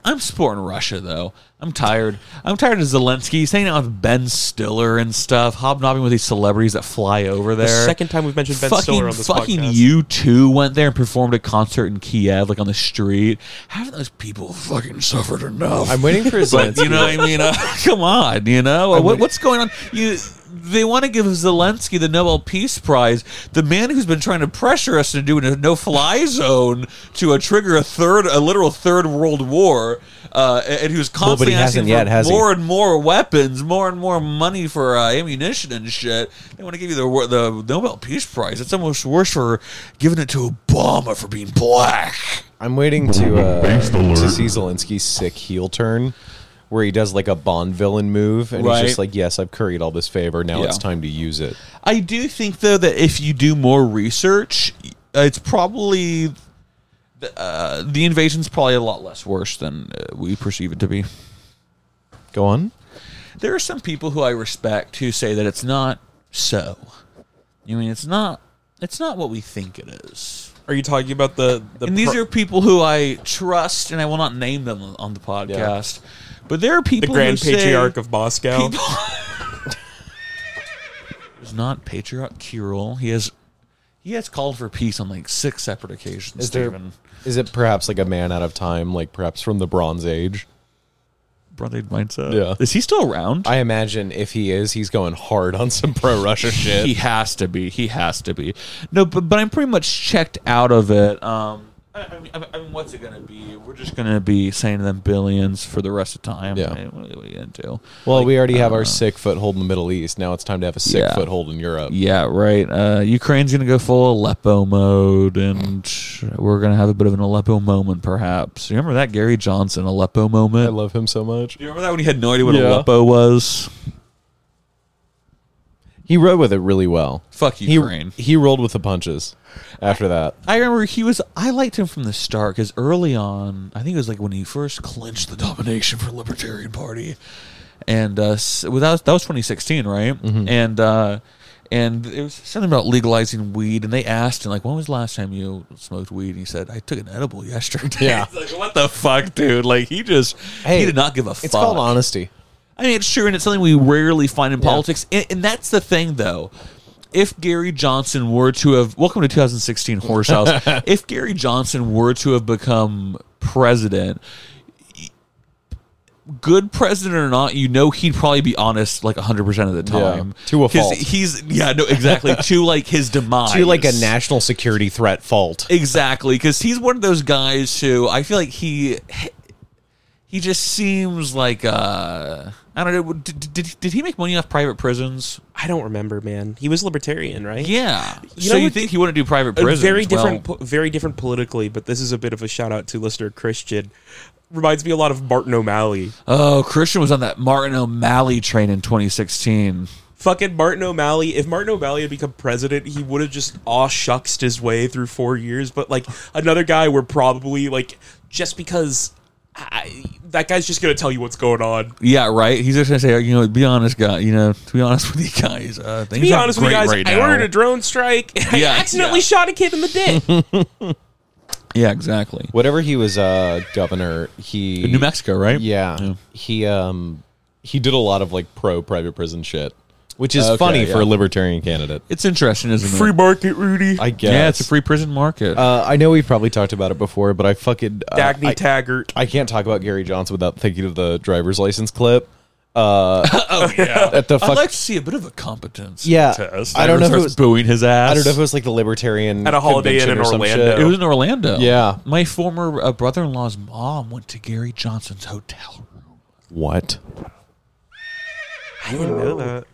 S1: I'm supporting Russia though. I'm tired. I'm tired of Zelensky. He's hanging out with Ben Stiller and stuff, hobnobbing with these celebrities that fly over there.
S6: The second time we've mentioned Ben
S1: fucking
S6: Stiller on this
S1: fucking
S6: podcast.
S1: you two went there and performed a concert in Kiev, like on the street. Haven't those people fucking suffered enough?
S3: I'm waiting for
S1: But
S3: Zelensky.
S1: you know what I mean? Uh, come on, you know what, what's going on? You they want to give Zelensky the Nobel Peace Prize, the man who's been trying to pressure us to do a no-fly zone to uh, trigger a third, a literal third world war, uh, and who's
S3: Well, but
S1: constantly
S3: he
S1: asking
S3: hasn't yet,
S1: for
S3: has he?
S1: more and more weapons, more and more money for uh, ammunition and shit. They want to give you the wor- the Nobel Peace Prize. It's almost worse for giving it to Obama for being black.
S3: I'm waiting to uh, to see Zelensky's sick heel turn, where he does like a Bond villain move, and he's just
S1: Right.
S3: like, "Yes, I've curried all this favor. Now
S1: Yeah.
S3: it's time to use it."
S1: I do think though that if you do more research, uh, it's probably uh, the invasion's probably a lot less worse than uh, we perceive it to be.
S3: Go on.
S1: There are some people who I respect who say that it's not so. You mean it's not? It's not what we think it is.
S6: Are you talking about the the
S1: And these
S6: pro-
S1: are people who I trust, and I will not name them on the podcast. But there are
S6: the
S1: people
S6: grand
S1: who say-
S6: patriarch of Moscow?
S1: people. It was not Patriarch Kirill. He has he has called for peace on like six separate occasions.
S3: Is there?
S1: Stephen.
S3: Is it perhaps like a man out of time, like perhaps from the Bronze Age?
S1: brother mindset?
S3: Yeah.
S1: Is he still around?
S3: I imagine if he is, he's going hard on some pro Russia shit.
S1: he has to be. He has to be. No, but but I'm pretty much checked out of it. Um, I, I, mean, I, I mean, what's it gonna be? We're just gonna be saying them billions for the rest of time.
S3: Yeah.
S1: I mean, what are we gonna do?
S3: Well, we already have our sick foothold in the Middle East. Now it's time to have a sick
S1: Yeah.
S3: foothold in Europe.
S1: Yeah, right. Uh, Ukraine's going to go full Aleppo mode, and we're going to have a bit of an Aleppo moment, perhaps. You remember that Gary Johnson Aleppo moment?
S3: I love him so much.
S1: you remember that when he had no idea what
S3: Yeah.
S1: Aleppo was?
S3: He rode with it really well.
S1: Fuck
S3: He,
S1: Ukraine.
S3: he rolled with the punches after that.
S1: I remember he was. I liked him from the start because early on, I think it was like when he first clinched the nomination for Libertarian Party, and uh, s- well, that was that was 2016, right?
S3: Mm-hmm.
S1: And uh, and it was something about legalizing weed, and they asked him like, "When was the last time you smoked weed?" And he said, "I took an edible yesterday."
S3: Yeah.
S1: It's like what the fuck, dude? Like he just he
S3: Hey,
S1: did not give a fuck.
S3: It's called honesty.
S1: I mean, it's true, and it's something we rarely find in politics. And, and that's the thing, though. If Gary Johnson were to have, welcome to 2016 Horse House. if Gary Johnson were to have become president, good president or not, you know he'd probably be honest like 100% of the time.
S3: to a
S1: 'Cause
S3: fault.
S1: He's, yeah, no, exactly. to like his demise.
S3: to like a national security threat fault.
S1: Exactly, because he's one of those guys who I feel like he he just seems like uh I don't know. Did, did, did he make money off private prisons?
S6: I don't remember, man. He was libertarian, right?
S1: Yeah.
S6: You
S1: so
S6: know
S1: you
S6: what-
S1: think he wouldn't do private
S6: A
S1: prisons?
S6: very
S1: Well,
S6: different, po- very different politically, but this is a bit of a shout out to listener Christian. Reminds me a lot of Martin O'Malley.
S1: oh, Christian was on that Martin O'Malley train in 2016.
S6: Fucking Martin O'Malley. If Martin O'Malley had become president, he would have just aw shucksed his way through four years. But like another guy, we're probably like just because I, that guy's just gonna tell you what's going on.
S1: Yeah, right. He's just gonna say, you know, be honest, guy. You know, to be honest with you guys, uh, things
S6: be
S1: aren't
S6: honest with you
S1: great
S6: guys,
S1: right
S6: I
S1: now.
S6: ordered a drone strike. I
S1: Yeah,
S6: accidentally
S1: yeah.
S6: shot a kid in the dick.
S1: yeah, exactly.
S3: Whatever he was uh governor, he
S1: New Mexico, right?
S3: Yeah.
S1: Yeah.
S3: He um he did a lot of like pro private prison shit, which is
S1: Okay,
S3: funny for
S1: yeah.
S3: a libertarian candidate.
S1: It's interesting, isn't it?
S6: market, Rudy.
S3: I guess.
S1: Yeah, it's a free prison market.
S3: Uh, I know we've probably talked about it before, but I fucking uh,
S6: Dagny
S3: I,
S6: Taggart.
S3: I can't talk about Gary Johnson without thinking of the driver's license clip Uh,
S1: Oh yeah.
S3: At the
S1: I'd
S3: fuck-
S1: like to see a bit of a competence.
S3: Yeah,
S2: Test.
S3: I don't
S1: Everyone
S3: know. If it
S1: starts
S3: was,
S1: booing his ass.
S3: I don't know if it was like the libertarian
S2: At a Holiday
S3: convention
S2: Inn in
S3: or some
S2: Orlando.
S1: It
S3: shit.
S1: was in Orlando.
S3: Yeah.
S1: My former uh, brother-in-law's mom went to Gary Johnson's hotel.
S3: What?
S2: I didn't know that.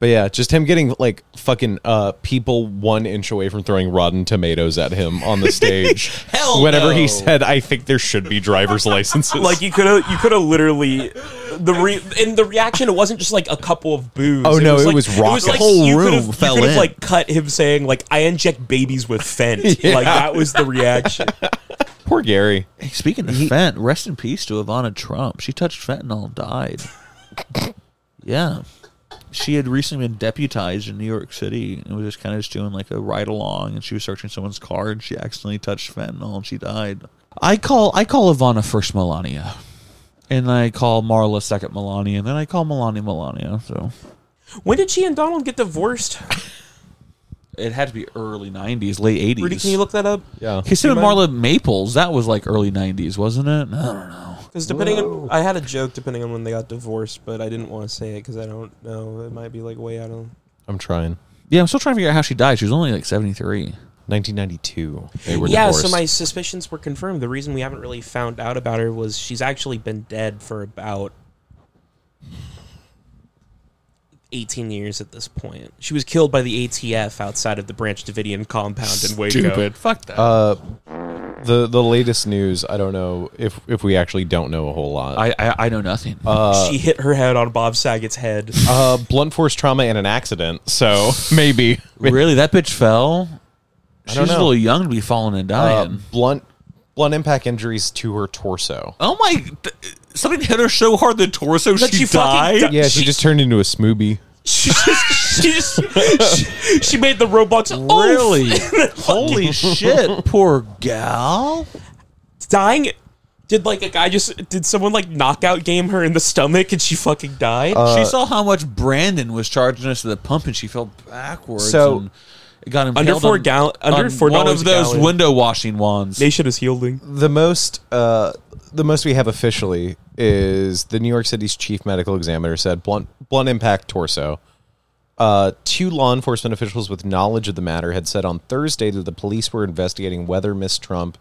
S3: But yeah, just him getting like fucking uh, people one inch away from throwing rotten tomatoes at him on the stage.
S1: Hell
S3: Whenever
S1: no.
S3: he said, "I think there should be driver's licenses,"
S2: Like you could have, you could have literally the re and the reaction. It wasn't just like a couple of boos.
S3: Oh, no, it
S2: like,
S3: was raucous.
S2: like
S1: Whole
S2: you
S1: room
S2: could've- you
S1: fell
S2: could've,
S1: in.
S2: Like cut him saying like I inject babies with fent. Like that was the reaction.
S3: poor Gary.
S1: Hey, speaking of fent, rest in peace to Ivana Trump. She touched fentanyl and died. yeah. She had recently been deputized in New York City and was just kind of just doing like a ride along and she was searching someone's car and she accidentally touched fentanyl and she died. I call I call Ivana first Melania. And I call Marla second Melania, and then I call Melania Melania. So
S2: When did she and Donald get divorced?
S1: it had to be early '90s, late '80s.
S2: Rudy, can you look that up?
S3: Yeah,
S1: His and Marla Maples, that was like early '90s, wasn't it? I don't know.
S2: Because depending on, I had a joke depending on when they got divorced, but I didn't want to say it because I don't know. It might be like way out of.
S3: I'm trying.
S1: Yeah, I'm still trying to figure out how she died. She was only like 73.
S3: 1992. They were
S2: Yeah,
S3: divorced.
S2: so my suspicions were confirmed. The reason we haven't really found out about her was she's actually been dead for about 18 years at this point. She was killed by the ATF outside of the Branch Davidian compound in Waco.
S1: Fuck that.
S3: the the latest news. I don't know if if we actually don't know a whole lot.
S1: I, I I know nothing.
S2: she hit her head on Bob Saget's head.
S3: uh, blunt force trauma and an accident. So maybe.
S1: really, that bitch fell. She's
S3: don't
S1: a
S3: know.
S1: little young to be falling and
S3: Uh,
S1: dying.
S3: blunt blunt impact injuries to her torso.
S1: oh my! Th- something hit her so hard the torso
S2: That she fucking di-
S3: Yeah, she, just turned into a smoothie.
S2: she, just, she, just, she, she made the robots
S1: Really? Holy shit! Poor gal.
S2: dying. Did like a guy just did someone like knockout game her in the stomach and she fucking died?
S1: she saw how much Brandon was charging us to the pump, and she fell backwards.
S3: So-
S1: and it got impaled
S2: Under four
S1: on-
S2: gallon- under
S1: on
S2: four
S1: One
S2: dollars
S1: of
S2: a
S1: those
S2: gallon.
S1: window washing wands.
S2: Nation is healing.
S3: The most uh, the most we have officially is the New York City's chief medical examiner said blunt blunt impact torso. Uh, two law enforcement officials with knowledge of the matter had said on Thursday that the police were investigating whether Miss Trump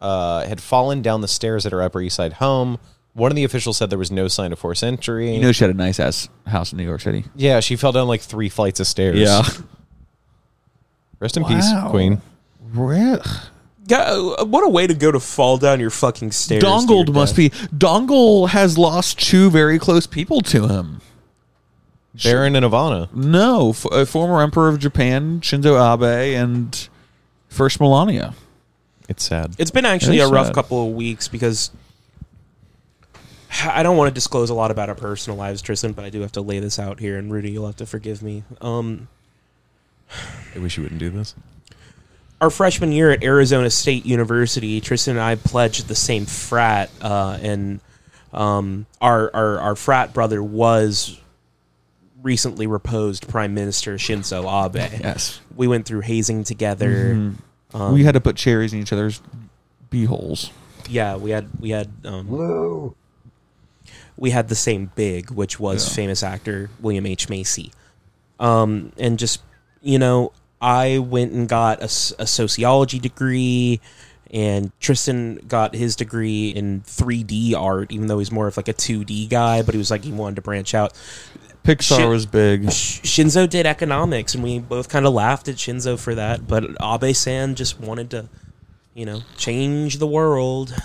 S3: uh, had fallen down the stairs at her Upper East Side home. One of the officials said there was no sign of force injury.
S1: You know she had a nice ass house in New York City.
S3: yeah, she fell down like three flights of stairs. Rest in
S1: Wow.
S3: peace, Queen.
S2: Go- uh, what a way to go to fall down your fucking stairs. to
S1: Dongled
S2: your
S1: must
S2: death.
S1: be. Dongle has lost two very close people to him.
S3: Baron and Ivana.
S1: No, f- uh, former emperor of Japan Shinzo Abe and first Melania.
S3: It's sad.
S2: It's been actually
S1: It
S2: a
S1: is
S2: rough
S1: sad.
S2: couple of weeks because I don't want to disclose a lot about our personal lives, Tristan, but I do have to lay this out here, and Rudy, you'll have to forgive me. Um,
S3: I wish you wouldn't do this.
S2: our freshman year at Arizona State University, Tristan and I pledged at the same frat, uh, and um, our, our our frat brother was recently reposed Prime Minister Shinzo Abe.
S1: Yes, Um,
S2: We went through hazing together.
S1: Mm-hmm. we had to put cherries in each other's beeholes.
S2: Yeah, we had we had um, we had the same big, which was famous actor William H Macy, um, and just you know, I went and got a, s- a sociology degree, and Tristan got his degree in 3D art, even though he's more of like a 2D guy, but he was like he wanted to branch out.
S1: Pixar
S2: Shit.
S1: was big.
S2: Sh- Shinzo did economics, and we both kind of laughed at Shinzo for that, but Abe San just wanted to, you know, change the world.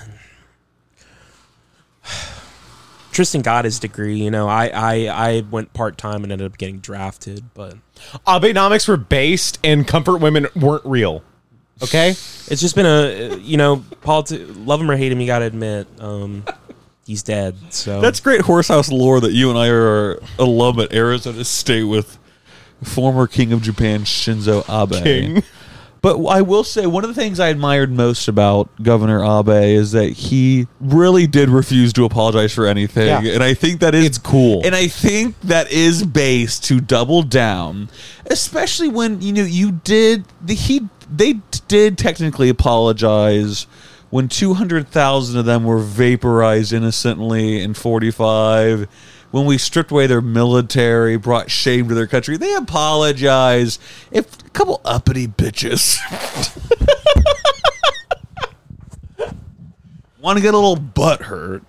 S2: Tristan got his degree, you know. I I, I went part time and ended up getting drafted, but
S3: Abenomics were based and comfort women weren't real. Okay?
S2: it's just been a uh, you know, politi- love him or hate him, you gotta admit, um, he's dead. So
S3: Um,
S1: That's great horsehouse lore that you and I are alum at Arizona State with former King of Japan Shinzo Abe.
S3: King.
S1: But I will say one of the things I admired most about Governor Abe is that he really did refuse to apologize for anything,
S3: Yeah.
S1: and I think that is
S3: It's cool.
S1: And I think that is base to double down, especially when you know you did the he they did technically apologize when 200,000 of them were vaporized innocently in 45 when we stripped away their military, brought shame to their country, they apologize. If a couple uppity bitches want to get a little butt hurt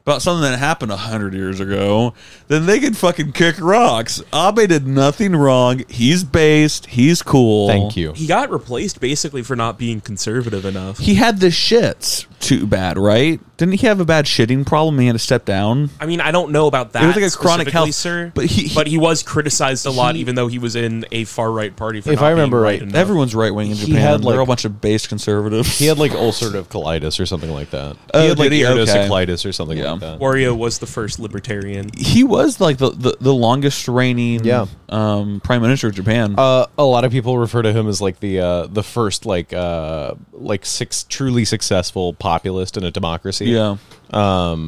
S1: about something that happened a hundred years ago, then they can fucking kick rocks. Abe did nothing wrong. He's based. He's cool.
S3: Thank you.
S2: He got replaced basically for not being conservative enough.
S1: He had the shits. Too bad, right? Didn't he have a bad shitting problem? He had to step down.
S2: I mean, I don't know about that.
S1: was like a chronic
S2: specifically,
S1: health-
S2: sir.
S1: but he-
S2: but he was criticized a lot, even though he was in a far right party. For
S3: If
S2: not
S3: I remember
S2: being
S3: right,
S2: enough.
S1: Everyone's right wing in
S3: He
S1: Japan.
S3: had, like-
S1: They're all a bunch of base conservatives.
S3: He had like ulcerative colitis or something like that.
S1: Oh,
S3: he had like
S1: did he? Okay.
S3: colitis or something
S1: Yeah.
S3: like that.
S2: Wario was the first libertarian.
S1: he was like the, the, the longest reigning
S3: Yeah.
S1: um, prime minister of Japan.
S3: Uh, a lot of people refer to him as like the uh, the first like uh, like six truly successful populist in a democracy.
S1: yeah.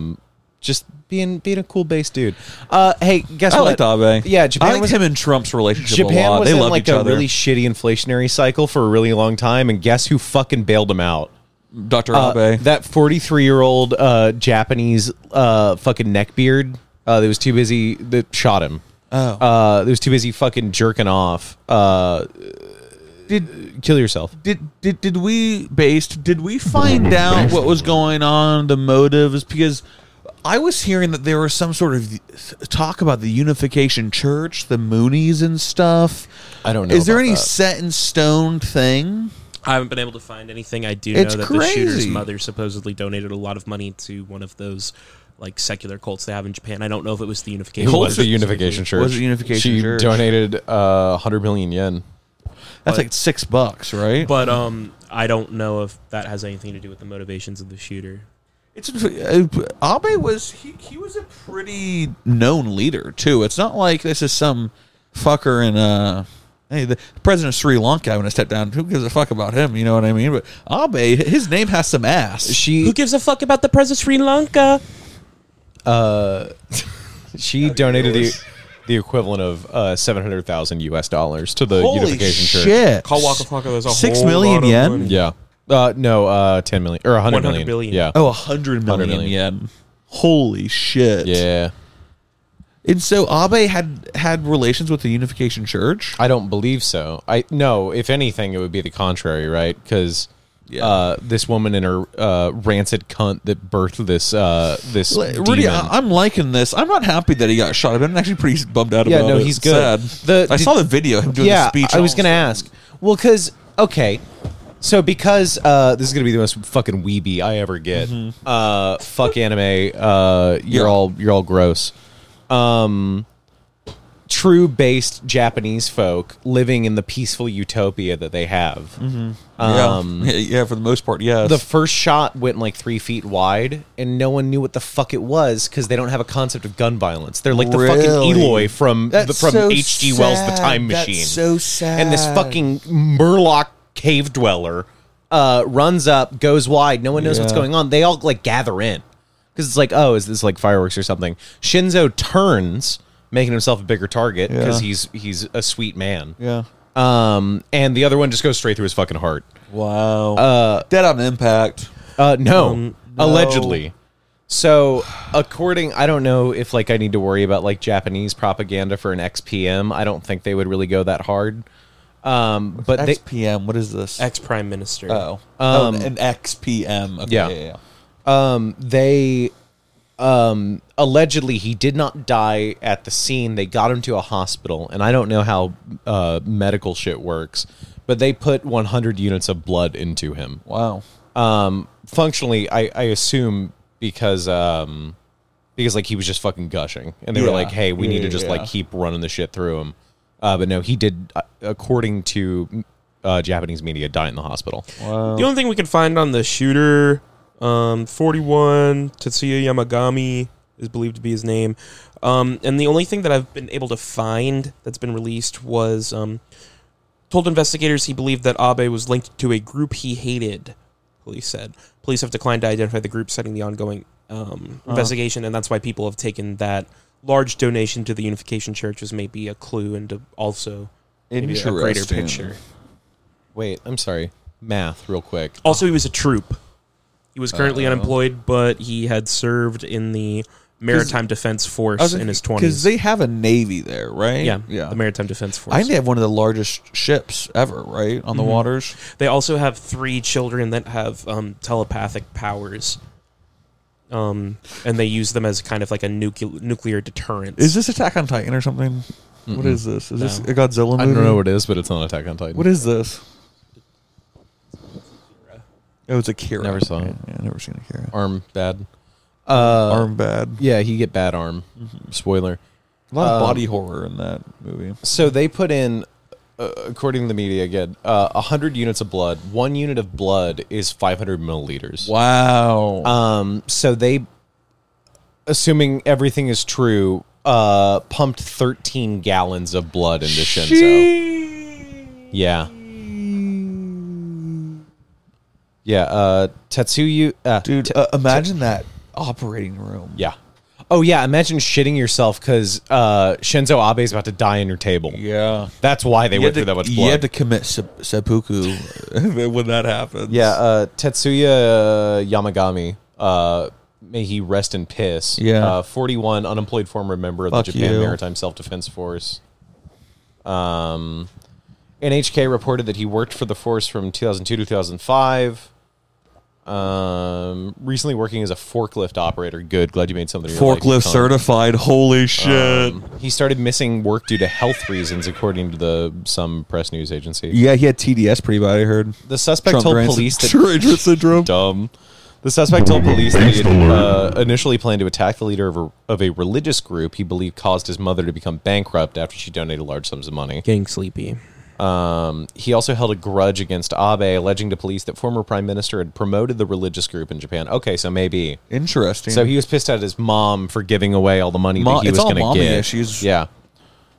S3: just being being a cool base dude. Uh, hey, guess
S1: I
S3: what?
S1: liked Abe.
S3: Yeah, Japan
S1: I liked
S3: was-
S1: him and Trump's relationship a
S3: Japan
S1: lot.
S3: was
S1: They
S3: in
S1: loved
S3: like
S1: each
S3: a
S1: other.
S3: really shitty inflationary cycle for a really long time, and guess who fucking bailed him out?
S1: Dr.
S3: Uh,
S1: Abe.
S3: that 43 year old uh, Japanese uh, fucking neckbeard uh, that was too busy that shot him.
S1: Oh.
S3: Uh, that was too busy fucking jerking off. Uh,
S1: did
S3: kill yourself.
S1: did did did we based did we find out what was going on the motives because I was hearing that there was some sort of talk about the Unification Church, the Moonies and stuff.
S3: I don't know
S1: Is there
S3: about
S1: any
S3: that.
S1: set in stone thing?
S2: I haven't been able to find anything. I do
S1: It's
S2: know that the shooter's
S1: crazy.
S2: mother supposedly donated a lot of money to one of those like secular cults they have in Japan. I don't know if it was the Unification.
S3: It
S2: Church
S3: was the Unification Church.
S1: Was it Unification
S3: she
S1: Church?
S3: donated uh, 100 million yen.
S1: That's like 6 bucks, right?
S2: but um, I don't know if that has anything to do with the motivations of the shooter.
S1: It's uh, Abe was he, he was a pretty known leader too. It's not like this is some fucker in uh hey the president of Sri Lanka when I step down. Who gives a fuck about him? You know what I mean? But Abe, his name has some ass.
S3: She
S2: Who gives a fuck about the president of Sri Lanka?
S3: she donated the, the equivalent of uh, 700,000 US dollars to the
S1: Holy
S3: Unification Church.
S1: shit!
S2: Call Waka Flocka. There's a
S1: Six
S2: whole
S1: million
S2: lot of
S1: yen?
S2: money.
S3: Yeah. Uh, no, uh, 10 million or 100
S2: 100
S3: million.
S2: billion.
S3: Yeah.
S1: Oh, a hundred million,
S3: 100 million.
S1: yen. Holy shit!
S3: Yeah.
S1: And so Abe had had relations with the Unification Church.
S3: I don't believe so. I no. If anything, it would be the contrary, right? Because
S1: Yeah.
S3: uh, this woman and her uh, rancid cunt that birthed this uh, this
S1: Rudy,
S3: demon.
S1: I, I'm liking this. I'm not happy that he got shot. I've been actually pretty bummed out
S3: Yeah,
S1: about
S3: no,
S1: it.
S3: he's
S1: Sad.
S3: good. The-
S1: I
S3: did-
S1: saw the video him doing
S3: yeah,
S1: the speech.
S3: I was going to
S1: to
S3: ask. Well, because okay, so because uh, this is going to be the most fucking weeby I ever get. Uh, fuck anime. Uh, you're
S1: Mm-hmm. Yeah.
S3: all you're all gross. Um, true based Japanese folk living in the peaceful utopia that they have.
S1: Um, yeah, yeah, for the most part, yes.
S3: the first shot went like three feet wide, and no one knew what the fuck it was because they don't have a concept of gun violence. They're like the
S1: Really?
S3: fucking Eloy from the,
S1: That's
S3: from
S1: so
S3: H.G. Wells' The
S1: sad.
S3: Time
S1: That's
S3: Machine.
S1: so sad.
S3: And this fucking Murloc cave dweller uh, runs up, goes wide. No one knows what's
S1: Yeah.
S3: going on. They all like gather in because it's like, oh, is this like fireworks or something? Shinzo turns, making himself a bigger target because
S1: Yeah.
S3: he's he's a sweet man.
S1: yeah.
S3: Um, and the other one just goes straight through his fucking heart.
S1: Wow. Uh, Dead on impact.
S3: Uh, no,
S1: no.
S3: allegedly. So, according, I don't know if like I need to worry about like Japanese propaganda for an XPM. I don't think they would really go that hard. Um, but they,
S1: XPM. What is this?
S2: Ex prime minister.
S1: oh, Oh, an XPM. Okay,
S3: Um, yeah.
S1: yeah. yeah, yeah.
S3: they um allegedly he did not die at the scene they got him to a hospital and i don't know how uh medical shit works but they put 100 units of blood into him
S1: Wow.
S3: um functionally i i assume because um because like he was just fucking gushing and they were
S1: Yeah.
S3: like hey we
S1: Yeah,
S3: need to
S1: yeah,
S3: just
S1: yeah.
S3: like keep running the shit through him uh but no he did uh, according to uh japanese media die in the hospital
S2: The only thing we could find on the shooter, um, 41 Tetsuya Yamagami is believed to be his name. Um, and the only thing that I've been able to find that's been released was um, told investigators he believed that Abe was linked to a group he hated, police said. Police have declined to identify the group, citing the ongoing um, investigation, and that's why people have taken that large donation to the Unification Church as maybe a clue and to also maybe a greater
S1: Interesting.
S2: picture.
S3: wait i'm sorry math real quick
S6: Oh.
S2: Also, he was a troop. He was currently unemployed, but he had served in the
S6: Maritime Defense Force in his
S1: because
S6: twenties.
S1: they have a navy there, right?
S6: yeah,
S1: yeah.
S6: The Maritime Defense Force.
S1: I think they have one of the largest ships ever, right, on the waters.
S6: They also have three children that have um, telepathic powers. Um, and they use them as kind of like a nucle- nuclear deterrent.
S1: Is this Attack on Titan or something? What is this? Is this a Godzilla movie?
S3: I don't know what it is, but it's not Attack on Titan.
S1: What is this? Oh, it's Akira.
S3: Never saw
S1: Okay,
S3: it.
S1: Yeah, never seen Akira.
S3: arm bad? Uh,
S1: Arm bad.
S3: Yeah, he get bad arm.
S1: Mm-hmm.
S3: Spoiler.
S1: A lot of
S3: Um,
S1: body horror in that movie.
S3: So they put in, uh, according to the media again, uh, hundred units of blood. One unit of blood is five hundred milliliters.
S1: Wow.
S3: Um, so they, assuming everything is true, uh, pumped 13 gallons of blood into Shinzo. Yeah. Yeah. Uh, Tatsuyu. Uh,
S1: Dude,
S3: Ta-
S1: uh, imagine that operating room.
S3: yeah. Oh, yeah. Imagine shitting yourself because uh, Shinzo Abe is about to die on your table.
S1: Yeah.
S3: That's why they
S1: You
S3: went
S1: had
S3: through
S1: to-
S3: that much
S1: You
S3: blood.
S1: had to commit sep- seppuku when that happens.
S3: yeah. Uh, Tetsuya Yamagami. Uh, May he rest in piss.
S1: Yeah.
S3: Uh, 41, unemployed former member of
S1: Fuck
S3: the Japan
S1: you.
S3: Maritime Self Defense Force. Um, NHK reported that he worked for the force from 2002 to 2005. Um, recently working as a forklift operator. Good. Glad you made something. of your life.
S1: Forklift
S3: Come.
S1: certified. Holy shit.
S3: Um, he started missing work due to health reasons, according to the some press news agency.
S1: yeah, he had TDS pretty bad, I heard.
S3: The suspect
S1: Trump
S3: told
S1: Ransom-
S3: police that
S1: Ranger syndrome.
S3: dumb. The suspect told police that he had uh, initially planned to attack the leader of a, of a religious group he believed caused his mother to become bankrupt after she donated large sums of money.
S6: Getting sleepy.
S3: Um, he also held a grudge against Abe, alleging to police that former prime minister had promoted the religious group in Japan. Okay, so maybe.
S1: Interesting.
S3: So he was pissed at his mom for giving away all the money
S1: Mo-
S3: that he
S1: it's
S3: was
S1: all
S3: going to
S1: mommy
S3: get.
S1: issues.
S3: Yeah.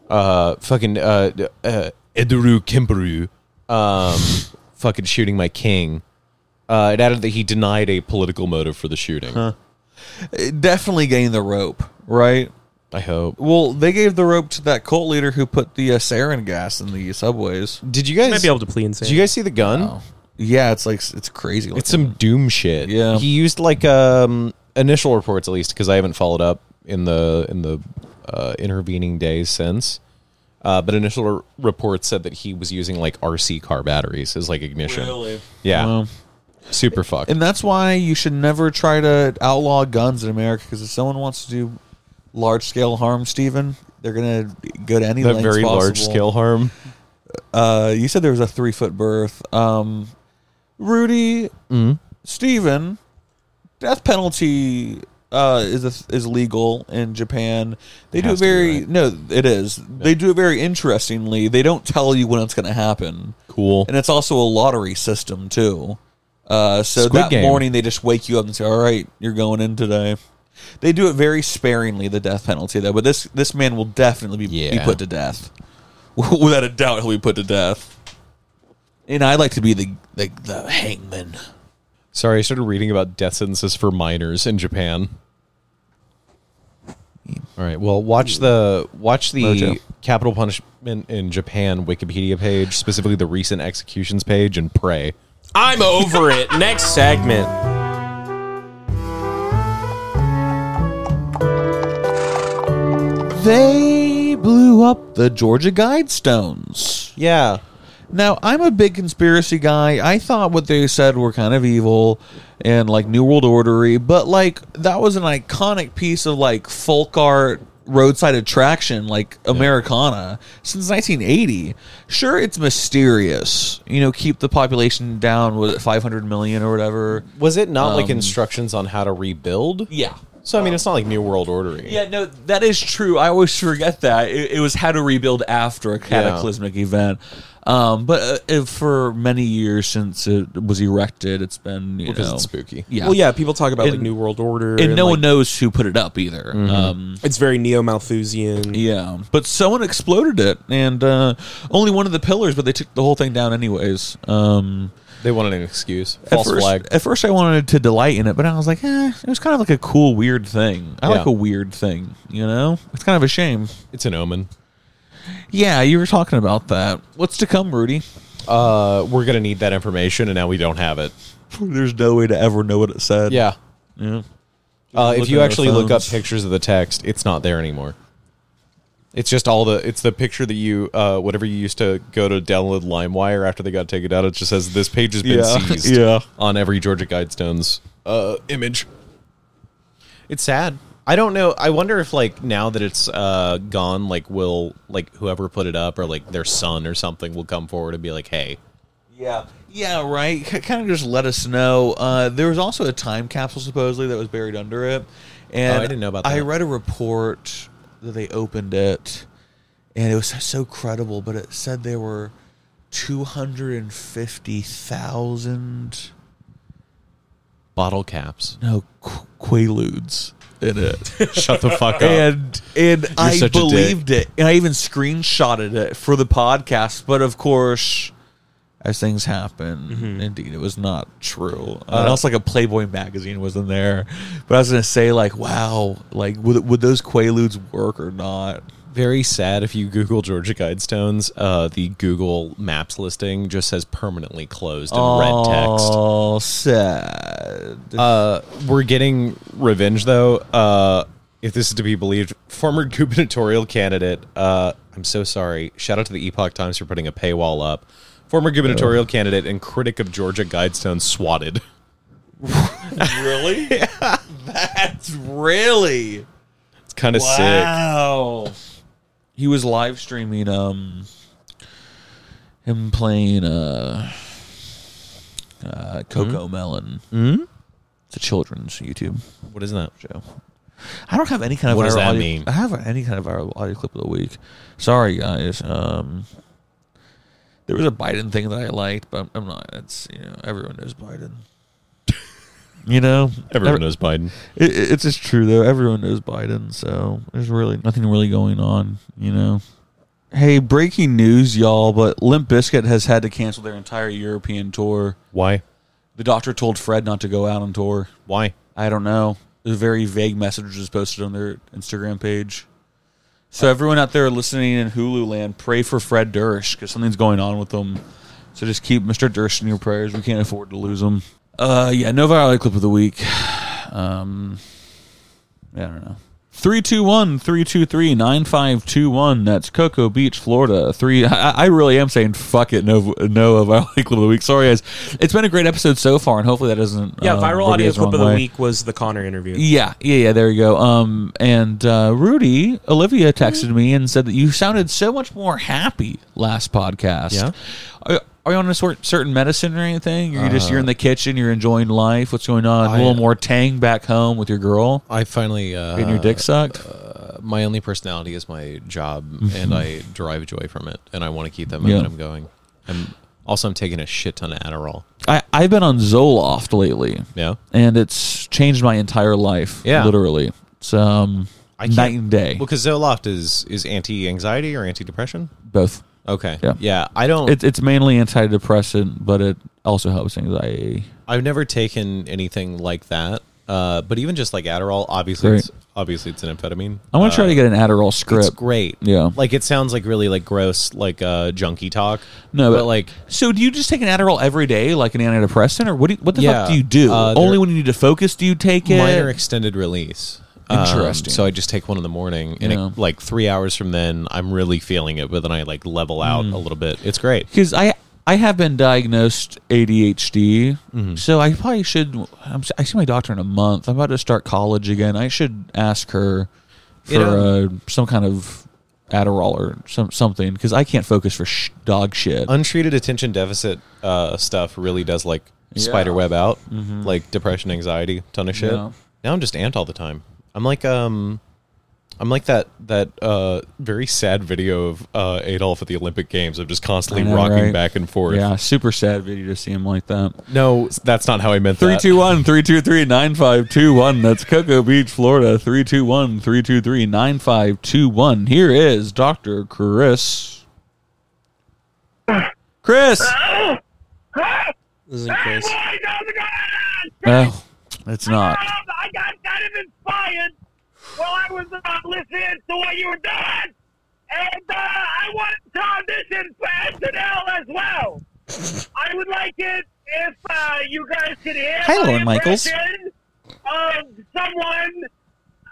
S3: Uh, fucking uh, uh, Eduru Kimbaru, um, fucking shooting my king. Uh, it added that he denied a political motive for the shooting.
S1: It definitely gained the rope, right?
S3: I hope.
S1: Well, they gave the rope to that cult leader who put the uh, sarin gas in the subways. Oh.
S3: Did you guys?
S6: Might be able to plea insane.
S3: did you guys see the gun?
S1: Yeah, it's like it's crazy. Looking.
S3: It's some doom shit.
S1: Yeah.
S3: He used like um initial reports at least because I haven't followed up in the in the uh, intervening days since. Uh, but initial r- reports said that he was using like RC car batteries as like ignition. Yeah.
S1: Wow.
S3: Super fucked.
S1: and that's why you should never try to outlaw guns in America because if someone wants to do large scale harm, Stephen, they're gonna go to any
S3: that
S1: lengths
S3: very large
S1: possible.
S3: scale harm.
S1: Uh, you said there was a three foot berth. Um, Rudy,
S3: Mm-hmm.
S1: Stephen, death penalty uh, is a, is legal in Japan. They do it
S3: has to be,
S1: very
S3: right?
S1: no, it is. They do it very interestingly. They don't tell you when it's going to happen,
S3: Cool.
S1: and it's also a lottery system too. Uh, so
S3: Squid
S1: that
S3: Game.
S1: morning they just wake you up and say, "All right, you're going in today." They do it very sparingly, the death penalty though. But this this man will definitely be, be
S3: Yeah.
S1: put to death, without a doubt. He'll be put to death. And I like to be the the, the hangman.
S3: Sorry, I started reading about death sentences for minors in Japan. All right. Well, watch the watch the
S1: Mojo.
S3: capital punishment in Japan Wikipedia page, specifically the recent executions page, and pray.
S6: I'm over it. Next segment.
S1: They blew up the Georgia Guidestones.
S3: Yeah.
S1: Now, I'm a big conspiracy guy. I thought what they said were kind of evil and like New World Ordery, but like that was an iconic piece of like folk art roadside attraction, like Americana, since 1980. Sure, it's mysterious. You know, keep the population down, was it 500 million or whatever?
S3: Was it not like
S1: Um,
S3: instructions on how to rebuild?
S1: Yeah.
S3: So I mean, it's not like New World Order.
S1: Yeah, no, that is true. I always forget that. It, it was how to rebuild after a cataclysmic event. Um, but uh, if for many years since it was erected, it's been you
S3: because
S1: know,
S3: it's spooky.
S1: Yeah.
S6: Well, yeah, people talk about like
S1: And-
S6: New World Order,
S1: and no
S6: like,
S1: one knows who put it up either. Um,
S6: It's very neo Malthusian.
S1: yeah, but someone exploded it, and uh, only one of the pillars, but they took the whole thing down anyways. Um,
S3: They wanted an excuse.
S1: at
S3: False
S1: first-
S3: flag.
S1: At first, I wanted to delight in it, but I was like, eh, it was kind of like a cool, weird thing. I like
S3: Yeah.
S1: a weird thing, you know. It's kind of a shame.
S3: It's an omen.
S1: Yeah, you were talking about that. What's to come, Rudy?
S3: Uh, we're gonna need that information, and now we don't have it.
S1: There's no way to ever know what it said.
S3: Yeah.
S1: Yeah.
S3: Uh, if
S1: look
S3: you
S1: at our
S3: actually look up
S1: phones.
S3: pictures of the text, it's not there anymore. It's just all the it's the picture that you uh, whatever you used to go to download LimeWire after they got taken out. It just says this page has been
S1: Yeah.
S3: seized.
S1: Yeah.
S3: on every Georgia Guidestones uh, image. It's sad. I don't know. I wonder if like now that it's uh, gone, like will like whoever put it up or like their son or something will come forward and be like, hey,
S1: Yeah. Yeah, right. Kind of just let us know. Uh, there was also a time capsule supposedly that was buried under it, and
S3: Oh, I didn't know about
S1: I
S3: that.
S1: read a report that they opened it, and it was so credible, but it said there were two hundred and fifty thousand
S3: bottle caps.
S1: no qu- quaaludes in it.
S3: Shut the fuck up.
S1: and and I
S3: such a dick.
S1: believed it, and I even screenshotted it for the podcast. But of course, as things happen,
S3: Mm-hmm.
S1: indeed, it was not true. Uh, and also, like a Playboy magazine was in there. But I was gonna say, like, wow, like would would those quaaludes work or not?
S3: very sad if you google georgia guidestones uh, the google maps listing just says permanently closed in red text
S1: Oh, sad.
S3: uh, we're getting revenge though uh, if this is to be believed former gubernatorial candidate uh, i'm so sorry shout out to the epoch times for putting a paywall up former gubernatorial candidate and critic of georgia guidestones swatted
S1: really? That's really
S3: it's kind of sick
S1: wow. He was live streaming um him playing uh uh Coco
S3: Hmm?
S1: Melon. Mm? It's a children's YouTube
S3: what is that
S1: show. I don't have any kind of
S3: What does
S1: viral
S3: that
S1: audio,
S3: mean?
S1: I have any kind of viral audio clip of the week. Sorry guys. Um there was a Biden thing that I liked, but I'm not. It's you know everyone knows Biden. you know
S3: everyone
S1: Every-
S3: knows biden
S1: it, it- it's just true though. Everyone knows Biden, so there's really nothing really going on, you know. Hey, breaking news, y'all! But Limp Bizkit has had to cancel their entire European tour.
S3: why
S1: The doctor told Fred not to go out on tour.
S3: why
S1: I don't know. There's a very vague message was posted on their Instagram page. So everyone out there listening in Hulu land, pray for Fred Durst because something's going on with him. So just keep Mr. Durst in your prayers. We can't afford to lose him. Uh, yeah, no viral clip of the week. Um, I don't know. 321-323-9521. That's Cocoa Beach, Florida. Three. I, I really am saying fuck it. No, no of viral clip of the week. Sorry, guys. It's been a great episode so far, and hopefully that doesn't.
S6: Yeah, viral
S1: uh, rub you
S6: audio
S1: guys
S6: clip
S1: wrong
S6: of the
S1: way.
S6: week was the Connor interview.
S1: Yeah, yeah, yeah. There you go. Um, and uh, Rudy, Olivia texted me and said that you sounded so much more happy last podcast.
S3: Yeah?
S1: Are, are you on a sort, certain medicine or anything? You're just you're in the kitchen. You're enjoying life. What's going on? A
S3: Uh, I-
S1: little more tang back home with your girl.
S3: i finally uh,
S1: Getting your dick sucked.
S3: my only personality is my job and I derive joy from it and I want to keep that
S1: Mm-hmm. Yeah.
S3: momentum going. I'm also I'm taking a shit ton of Adderall.
S1: I I've been on Zoloft lately.
S3: Yeah.
S1: and it's changed my entire life.
S3: Yeah.
S1: literally. It's um
S3: can't-
S1: night and day.
S3: Well, cuz Zoloft is is anti-anxiety or anti-depression?
S1: Both.
S3: Okay.
S1: Yeah.
S3: I don't
S1: It's it's mainly antidepressant, but it also helps anxiety.
S3: I've never taken anything like that. Uh, but even just like Adderall, obviously
S1: Great.
S3: it's obviously it's an amphetamine.
S1: I
S3: Uh,
S1: want to try to get an Adderall script.
S3: It's great.
S1: Yeah.
S3: Like it sounds like really like gross like uh junkie talk.
S1: No,
S3: but,
S1: but-
S3: like
S1: So, do you just take an Adderall every day, like an antidepressant, or what? Do you, what the
S3: Yeah.
S1: fuck do you do?
S3: Uh,
S1: Only
S3: there-
S1: when you need to focus do you take it?
S3: minor extended release. Um,
S1: Interesting.
S3: so I just take one in the morning, and
S1: Yeah.
S3: it, like three hours from then, I'm really feeling it, but then I like level out
S1: Mm.
S3: a little bit. It's great.
S1: Because I I have been diagnosed ADHD, so I probably should. I'm, si see my doctor in a month. I'm about to start college again. I should ask her for
S3: You know-
S1: uh, some kind of Adderall or some something because I can't focus for sh- dog shit.
S3: Untreated attention deficit uh, stuff really does like spider web out, like depression, anxiety, ton of shit.
S1: Mm-hmm. Yeah.
S3: Now I'm just ant all the time. I'm like um, I'm like that that uh very sad video of uh Adolf at the Olympic Games. I'm just constantly
S1: I know,
S3: rocking
S1: right?
S3: back and forth.
S1: yeah, super sad video to see him like that.
S3: No, that's not how I meant
S1: Three
S3: that.
S1: two one three two three nine five two one. That's Cocoa Beach, Florida. Three two one three two three nine five two one. Here is Doctor Chris. Chris.
S6: This isn't Chris.
S1: Oh, it's not.
S5: I got kind of inspired while I was uh, listening to what you were doing, and uh, I want to audition for SNL as well. I would like it if uh, you guys could hear
S1: Hi,
S5: my
S1: Lauren Michaels.
S5: impression of someone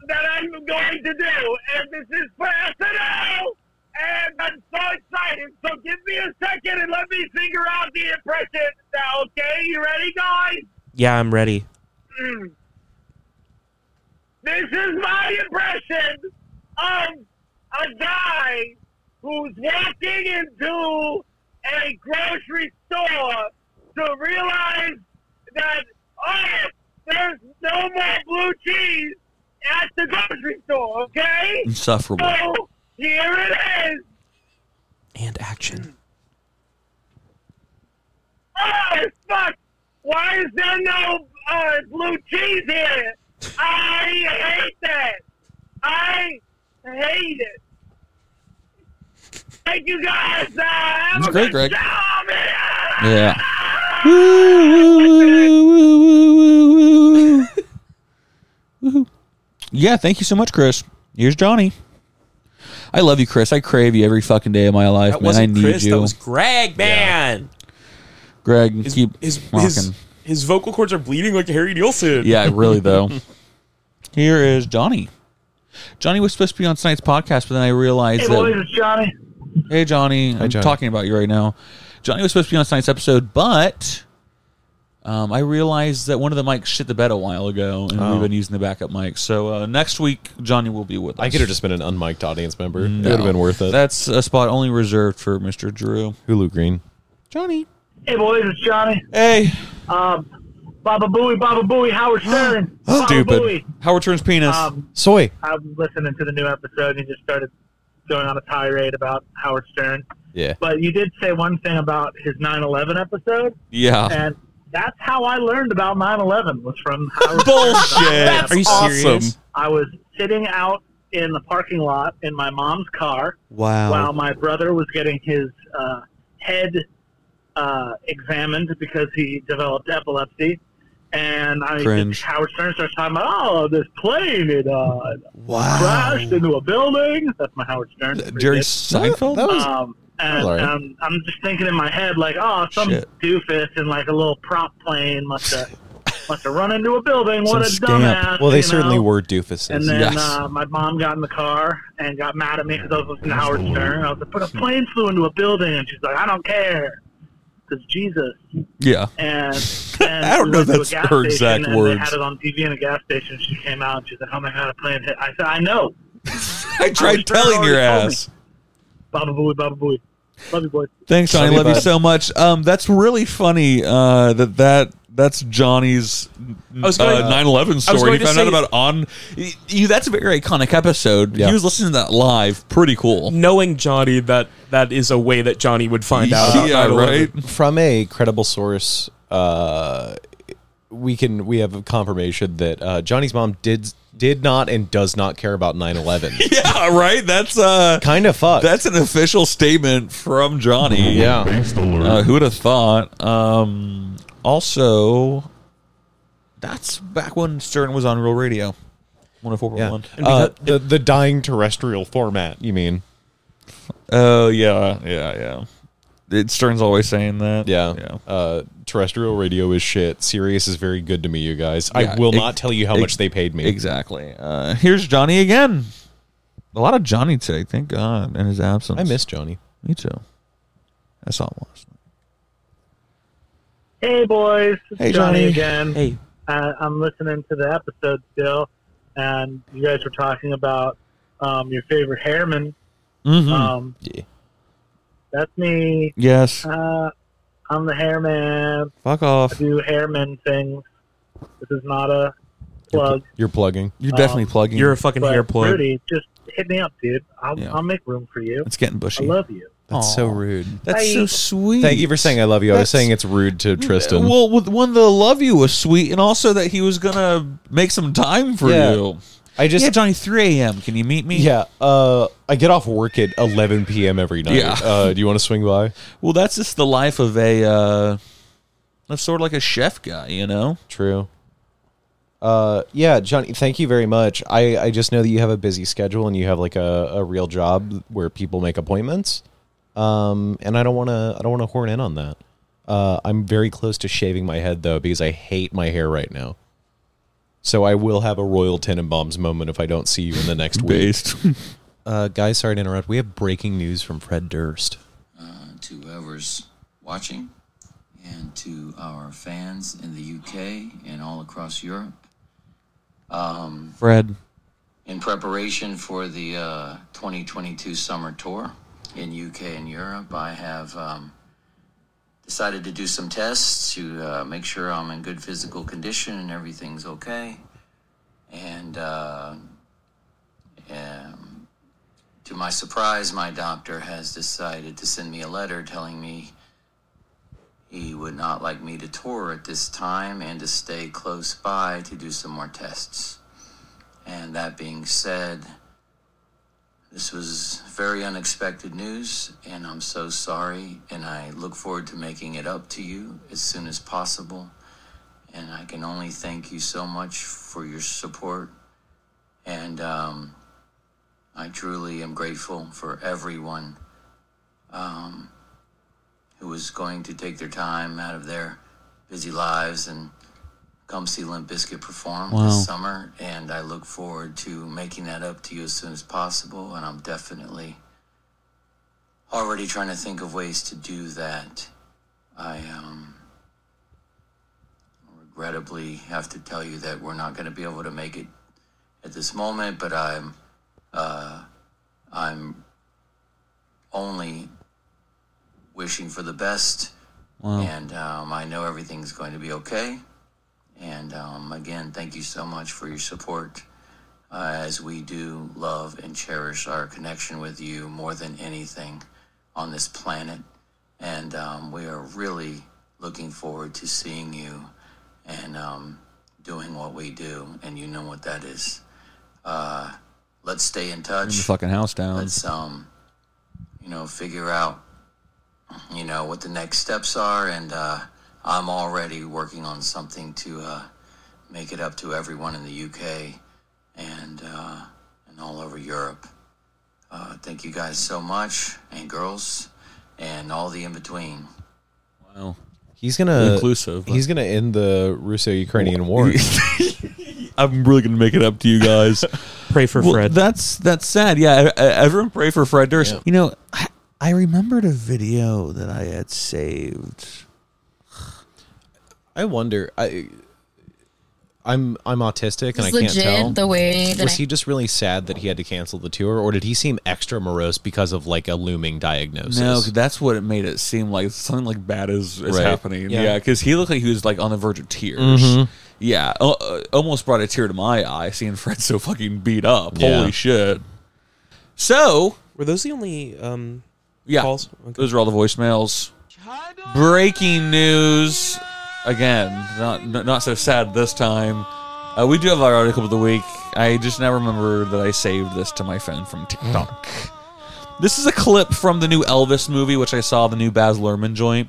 S5: that I'm going to do. And this is personal. And I'm so excited. So give me a second and let me figure out the impression now, okay? You ready, guys?
S2: Yeah, I'm ready.
S5: Mm. This is my impression of a guy who's walking into a grocery store to realize that, oh, there's no more blue cheese at the grocery store, okay?
S1: Insufferable.
S5: So here it is.
S2: And action.
S5: Oh, fuck! Why is there no uh, blue cheese here? I hate that. I hate it. Thank you guys. Uh, have
S1: It's
S5: a
S1: great,
S5: good
S1: Greg.
S5: job. Yeah.
S1: Yeah. Woo-hoo. Yeah, thank you so much, Chris. Here's Johnny. I love you, Chris. I crave you every fucking day of my life,
S6: That
S1: man. I
S6: wasn't
S1: need
S6: Chris.
S1: you.
S6: That was Greg, man.
S1: Greg,
S6: His,
S1: keep
S6: his,
S1: walking.
S6: his, his vocal cords are bleeding like Harry Nielsen.
S1: yeah, really though. Here is Johnny. Johnny was supposed to be on tonight's podcast, but then I realized that
S5: it's Johnny.
S1: Hey Johnny, I'm
S3: Johnny.
S1: talking about you right now. Johnny was supposed to be on tonight's episode, but um, I realized that one of the mics shit the bed a while ago, and we've been using the backup mic. So uh, next week, Johnny will be with us.
S3: I could have just been an unmiked audience member. It would have been worth it.
S1: That's a spot only reserved for Mr. Drew.
S3: Hulu Green.
S1: Johnny.
S5: Hey, boys, it's Johnny. Um,
S1: Hey.
S5: Baba Booey, Baba Booey, Howard Stern. Baba
S3: Stupid.
S5: Booey.
S1: Howard turns penis.
S5: Um,
S3: Soy.
S5: I was listening to the new episode and you just started going on a tirade about Howard Stern.
S3: Yeah.
S5: But you did say one thing about his 9/11 episode,
S1: yeah.
S5: and that's how I learned about 9/11 was from Howard.
S6: Bullshit. Are you serious?
S5: I was sitting out in the parking lot in my mom's car
S1: Oh.
S2: Wow.
S5: while my brother was getting his uh, head uh, examined because he developed epilepsy. And I
S1: Cringe.
S5: Howard Stern starts talking about, oh, this plane, it uh, crashed into a building. That's my Howard Stern.
S1: Jerry Seinfeld?
S3: That was
S5: Um, and
S3: All right.
S5: um, I'm just thinking in my head, like, oh, some
S1: Shit.
S5: doofus in like a little prop plane must have must have run into a building. What a
S1: Some scamp.
S5: dumbass!
S3: well, they
S5: you
S3: certainly
S5: know?
S3: were doofuses.
S5: And then
S1: Yes.
S5: uh, my mom got in the car and got mad at me because I was listening to Howard Stern. I was like, but a plane flew into a building, and she's like, I don't care, because Jesus.
S1: yeah.
S5: And, and I
S1: don't know if that's her exact
S5: and
S1: words.
S5: They had it on TV in a gas station. She came out and she's like, oh my god, a plane hit. I said, I know,
S1: I tried
S5: Howard Stern
S1: telling your
S5: already told
S1: ass.
S5: Baba Booey, Baba Booey, love you boys.
S1: Thanks, Johnny.
S3: Love you,
S1: Love you
S3: bud.
S1: so much. Um, that's really funny. Uh, that that that's Johnny's
S6: I was going-
S1: uh, 9/11
S6: I was
S1: story.
S6: going
S1: He
S6: to
S1: found out
S6: say-
S1: about on. y- You, that's a very iconic episode.
S3: Yeah.
S1: He was listening to that live. Pretty cool.
S6: Knowing Johnny, that that is a way that Johnny would find out. about
S1: yeah,
S6: 9/11.
S1: right.
S3: from a credible source, uh, we can we have confirmation that uh, Johnny's mom did did not and does not care about 9-11.
S1: Yeah, right. That's uh,
S3: kind of fucked.
S1: that's an official statement from Johnny.
S3: yeah.
S7: Thanks to Lou.
S1: Uh, who would have thought? Um, also, that's back when Stern was on Real Radio, one hundred four point
S3: Yeah.
S1: one.
S3: Uh, the, the dying terrestrial format, you mean?
S1: Oh yeah, yeah, yeah. It, Stern's always saying that.
S3: Yeah.
S1: yeah.
S3: Uh, terrestrial radio is shit. Sirius is very good to me, you guys.
S1: Yeah,
S3: I will
S1: ex-
S3: not tell you how
S1: ex-
S3: much they paid me.
S1: Exactly. Uh, here's Johnny again. A lot of Johnny today. Thank God in his absence.
S3: I miss Johnny.
S1: Me too. I saw him last night.
S5: Hey, boys. It's
S1: Hey, Johnny.
S5: Johnny. again.
S2: Hey,
S5: Uh, I'm listening to the episode still, and you guys were talking about um, your favorite hairman.
S1: Mm-hmm.
S5: Um,
S3: Yeah.
S5: That's me.
S1: yes.
S5: Uh, I'm the hairman.
S1: Fuck off.
S5: Do hairman things. This is not a plug.
S3: You're plugging.
S1: You're definitely plugging.
S6: You're a fucking
S5: But
S6: hair plug.
S5: Rudy, just hit me up, dude. I'll,
S1: Yeah.
S5: I'll make room for you.
S1: it's getting
S5: I
S1: bushy.
S5: love you.
S3: That's so
S1: Aw.
S3: rude.
S1: That's so sweet.
S3: Thank you for saying I love you. I
S1: That's-
S3: was saying it's rude to Tristan.
S1: Well, with one, the love you was sweet, and also that he was gonna make some time for
S3: Yeah.
S1: you.
S3: I just
S1: yeah, Johnny, 3 a.m. Can you meet me?
S3: Yeah, uh, I get off work at 11 p.m. every night.
S1: Yeah.
S3: Uh, do you want to swing by?
S1: Well, that's just the life of a. Uh, that's sort of like a chef guy, you know.
S3: True. Uh, yeah, Johnny, thank you very much. I, I just know that you have a busy schedule and you have like a, a real job where people make appointments. Um, and I don't want to I don't want to horn in on that. Uh, I'm very close to shaving my head though because I hate my hair right now. So I will have a Royal Tenenbaums moment if I don't see you in the next week.
S1: Based.
S3: Uh, guys, sorry to interrupt. We have breaking news from Fred Durst.
S7: uh, to whoever's watching and to our fans in the UK and all across Europe.
S1: Fred.
S7: In preparation for the uh, 2022 summer tour in UK and Europe, I have um, decided to do some tests to uh, make sure I'm in good physical condition and everything's okay. And uh, um, to my surprise, my doctor has decided to send me a letter telling me he would not like me to tour at this time and to stay close by to do some more tests. And that being said, this was very unexpected news, and I'm so sorry. And I look forward to making it up to you as soon as possible. And I can only thank you so much for your support. And um, I truly am grateful for everyone um, who is going to take their time out of their busy lives and come see Limp Bizkit perform
S1: Wow.
S7: this summer. And I look forward to making that up to you as soon as possible. And I'm definitely already trying to think of ways to do that. I um, regrettably have to tell you that we're not going to be able to make it at this moment, but I'm uh, I'm only wishing for the best, and um, I know everything's going to be okay. And um, again, thank you so much for your support. Uh, as we do love and cherish our connection with you more than anything on this planet, and um, we are really looking forward to seeing you and um, doing what we do, and you know what that is. Uh, let's stay in touch
S1: Turn the fucking house down.
S7: let's um you know figure out you know what the next steps are and uh i'm already working on something to uh make it up to everyone in the uk and uh and all over europe uh thank you guys so much and girls and all the in between
S1: Wow.
S3: He's gonna
S1: Inclusive, but-
S3: He's gonna end the Russo-Ukrainian war.
S1: I'm really gonna make it up to you guys.
S6: Pray for
S1: Well,
S6: Fred.
S1: That's that's sad. Yeah, e- e- everyone pray for Fred Durst. You know, I, I remembered a video that I had saved.
S3: I wonder. I, I'm I'm autistic and I
S8: It's
S3: can't
S8: legit
S3: tell.
S8: the way that
S3: was
S8: I-
S3: he just really sad that he had to cancel the tour, or did he seem extra morose because of like a looming diagnosis?
S1: No, 'cause that's what it made it seem like something like bad is, is
S3: Right.
S1: happening.
S3: Yeah. Mm-hmm.
S1: Yeah, because he looked like he was like on the verge of tears. Yeah, uh, uh, almost brought a tear to my eye seeing Fred so fucking beat up.
S3: Yeah.
S1: Holy shit! So
S6: Were those the only um,
S1: yeah,
S6: calls? Okay.
S1: those are all the voicemails. Breaking news again. Not n- not so sad this time. Uh, we do have our article of the week. I just now remember that I saved this to my phone from TikTok. This is a clip from the new Elvis movie, which I saw the new Baz Luhrmann joint.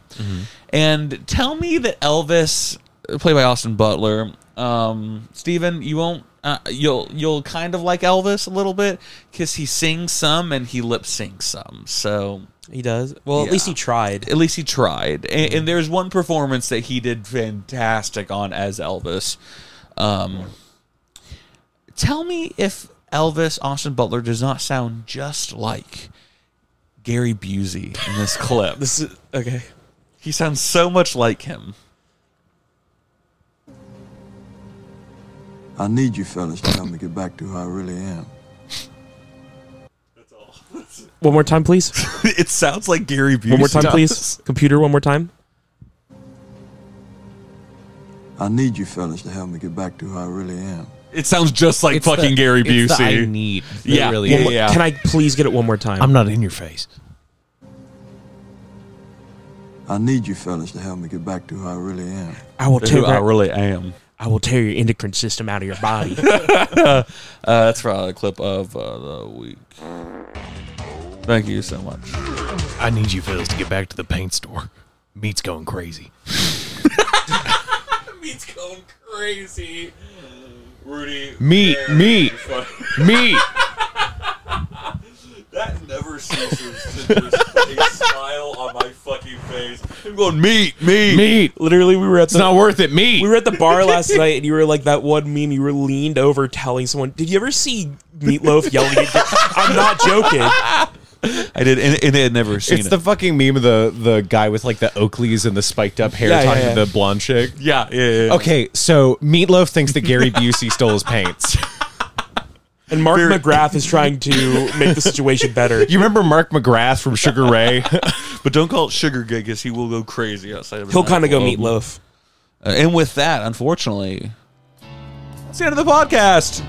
S1: And tell me that Elvis, uh, played by Austin Butler, um, Steven, you won't. Uh, you'll you'll kind of like Elvis a little bit because he sings some and he lip syncs some. So
S6: He does. Well, at least
S1: Yeah.
S6: he tried.
S1: at least he tried. And, and there's one performance that he did fantastic on as Elvis. Um, tell me if Elvis Austin Butler does not sound just like Gary Busey in this clip.
S6: This is okay.
S1: he sounds so much like him.
S9: I need you fellas to help me get back to who I really am.
S6: One more time, please.
S1: it sounds like Gary Busey.
S6: One more time, please. Computer, one more time.
S9: I need you fellas to help me get back to who I really am.
S1: It sounds just like
S3: It's the-
S1: fucking Gary Busey.
S3: it's the I need. that
S1: Yeah,
S3: really
S1: yeah,
S3: is.
S1: yeah.
S6: Can I please get it one more time?
S3: I'm not in your face.
S9: I need you fellas to help me get back to who I really am.
S6: I will
S1: Who
S6: tear.
S1: I
S6: that-
S1: really am.
S6: I will tear your endocrine system out of your body.
S1: Uh, that's for a clip of uh, the week. Thank you so much.
S3: I need you fellas to get back to the paint store. Meat's going crazy.
S1: Meat's going crazy. Rudy.
S3: Meat,
S1: very
S3: meat,
S1: funny.
S3: meat.
S1: That never ceases to just a smile on my fucking
S6: face.
S1: I'm going meat, meat,
S3: Meat.
S6: Literally, we were at
S3: It's
S6: the
S3: not worth it. Meat.
S6: we were at the bar last night, and you were like that one meme. You were leaned over telling someone, "Did you ever see Meatloaf yelling?" at Dick?" I'm not joking.
S1: I did, and, and they had never seen
S3: it's
S1: it.
S3: the fucking meme of the the guy with like the Oakleys and the spiked up hair
S6: Yeah, yeah,
S3: talking
S6: yeah.
S3: to the blonde chick.
S1: yeah, yeah, yeah.
S3: Okay, so Meatloaf thinks that Gary Busey stole his paints.
S6: And Mark McGrath is trying to make the situation better.
S3: You remember Mark McGrath from Sugar Ray?
S1: But don't call it sugar gig, because he will go crazy outside of. his
S6: He'll kind of go
S1: nightclub.
S6: Meatloaf.
S1: Uh, and with that, unfortunately, that's the end of the podcast.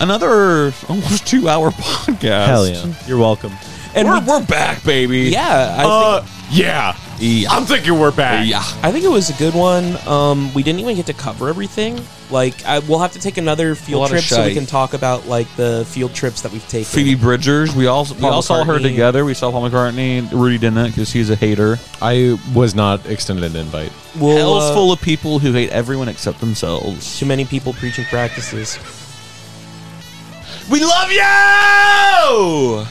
S1: Another almost two-hour podcast.
S3: You're welcome.
S6: And
S1: we're,
S6: we-
S1: we're back, baby.
S6: yeah, I
S3: Uh, yeah.
S1: Yeah.
S3: I'm thinking we're back.
S1: yeah.
S6: I think it was a good one. Um, we didn't even get to cover everything. Like, I, we'll have to take another
S1: A lot
S6: field
S1: of
S6: trip so we
S1: shite.
S6: can talk about like the field trips that we've taken.
S1: Phoebe Bridgers. We all we
S6: Paul
S1: all saw her
S6: McCartney.
S1: together. We saw Paul McCartney. Rudy didn't because he's a hater.
S3: I was not extended an invite.
S6: We'll,
S1: Hell's
S6: uh,
S1: full of people who hate everyone except themselves.
S6: too many people preaching practices.
S1: We love you.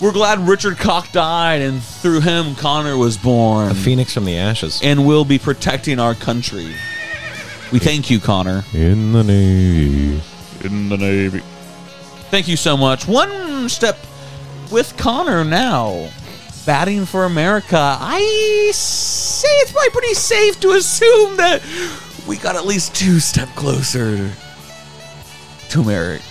S1: We're glad Richard Koch died, and through him, Connor was born,
S3: Phoenix from the ashes.
S1: and will be protecting our country. We thank you, Connor.
S3: In the Navy.
S1: Thank you so much. One step with Connor now. Batting for America. I say it's probably pretty safe to assume that we got at least two step closer to America.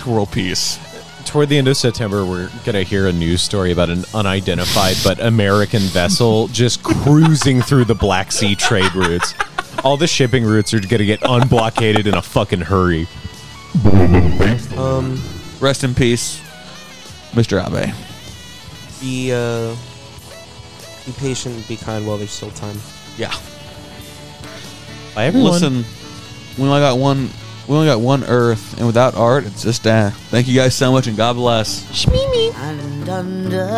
S1: To world peace.
S3: Toward the end of September, we're going to hear a news story about an unidentified but American vessel just cruising through the Black Sea trade routes. All the shipping routes are going to get unblockaded in a fucking hurry.
S1: Rest in peace, Mr. Abe.
S6: Be uh, be patient. and Be kind while there's still time.
S1: Yeah.
S3: Bye, everyone.
S1: Listen, we only got one. We only got one Earth, and without art, it's just uh. Thank you guys so much, and God bless.
S8: And under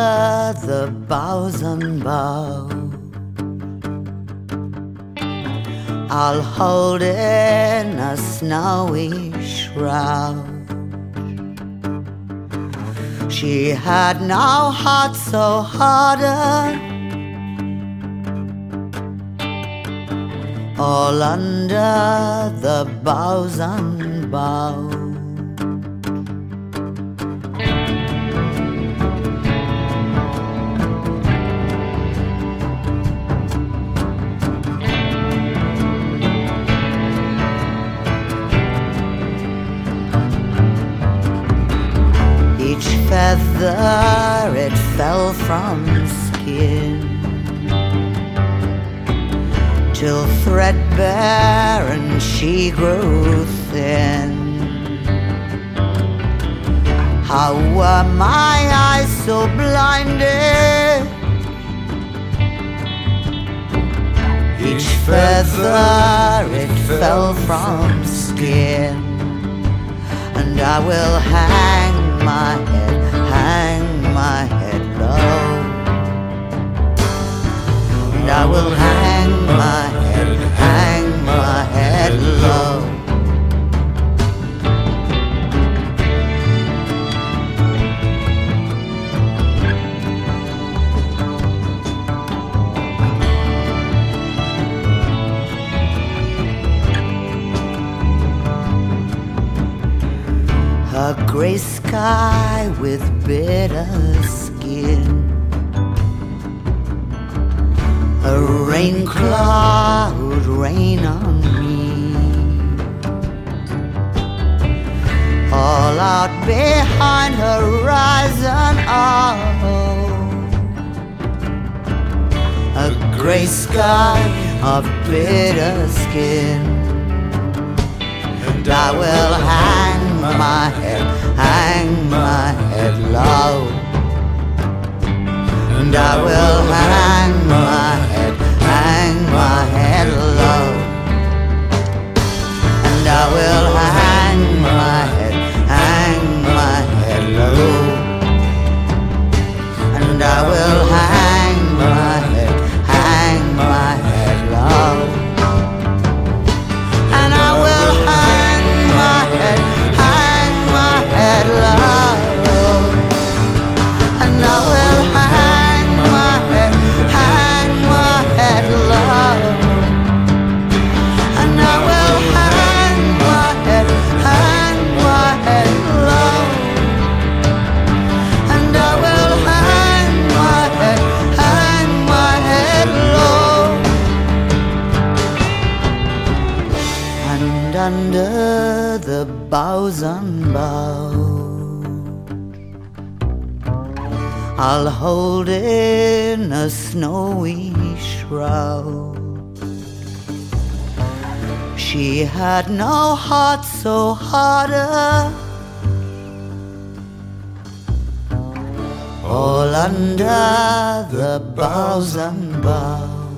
S8: the boughs unbowed, I'll hold in a snowy shroud. She had no heart so harder, all under the boughs unbowed. Each feather it fell from skin Till threadbare and she grew thin How were my eyes so blinded Each feather it fell from skin and I will hang my head, hang my head low. And I will hang my head, hang my head low. A gray sky with bitter skin. A rain cloud rain on me. All out behind horizon. Oh, a gray sky of bitter skin and I will hang my head, hang my head low. And I will hang my head, hang my head low. And I will hang my head, hang my head low. And I will hang my head, hang my head low and I will hang my head, hang my head low, and I will hang my under the boughs unbowed. I'll hold in a snowy shroud. She had no heart so harder. All under the boughs unbowed.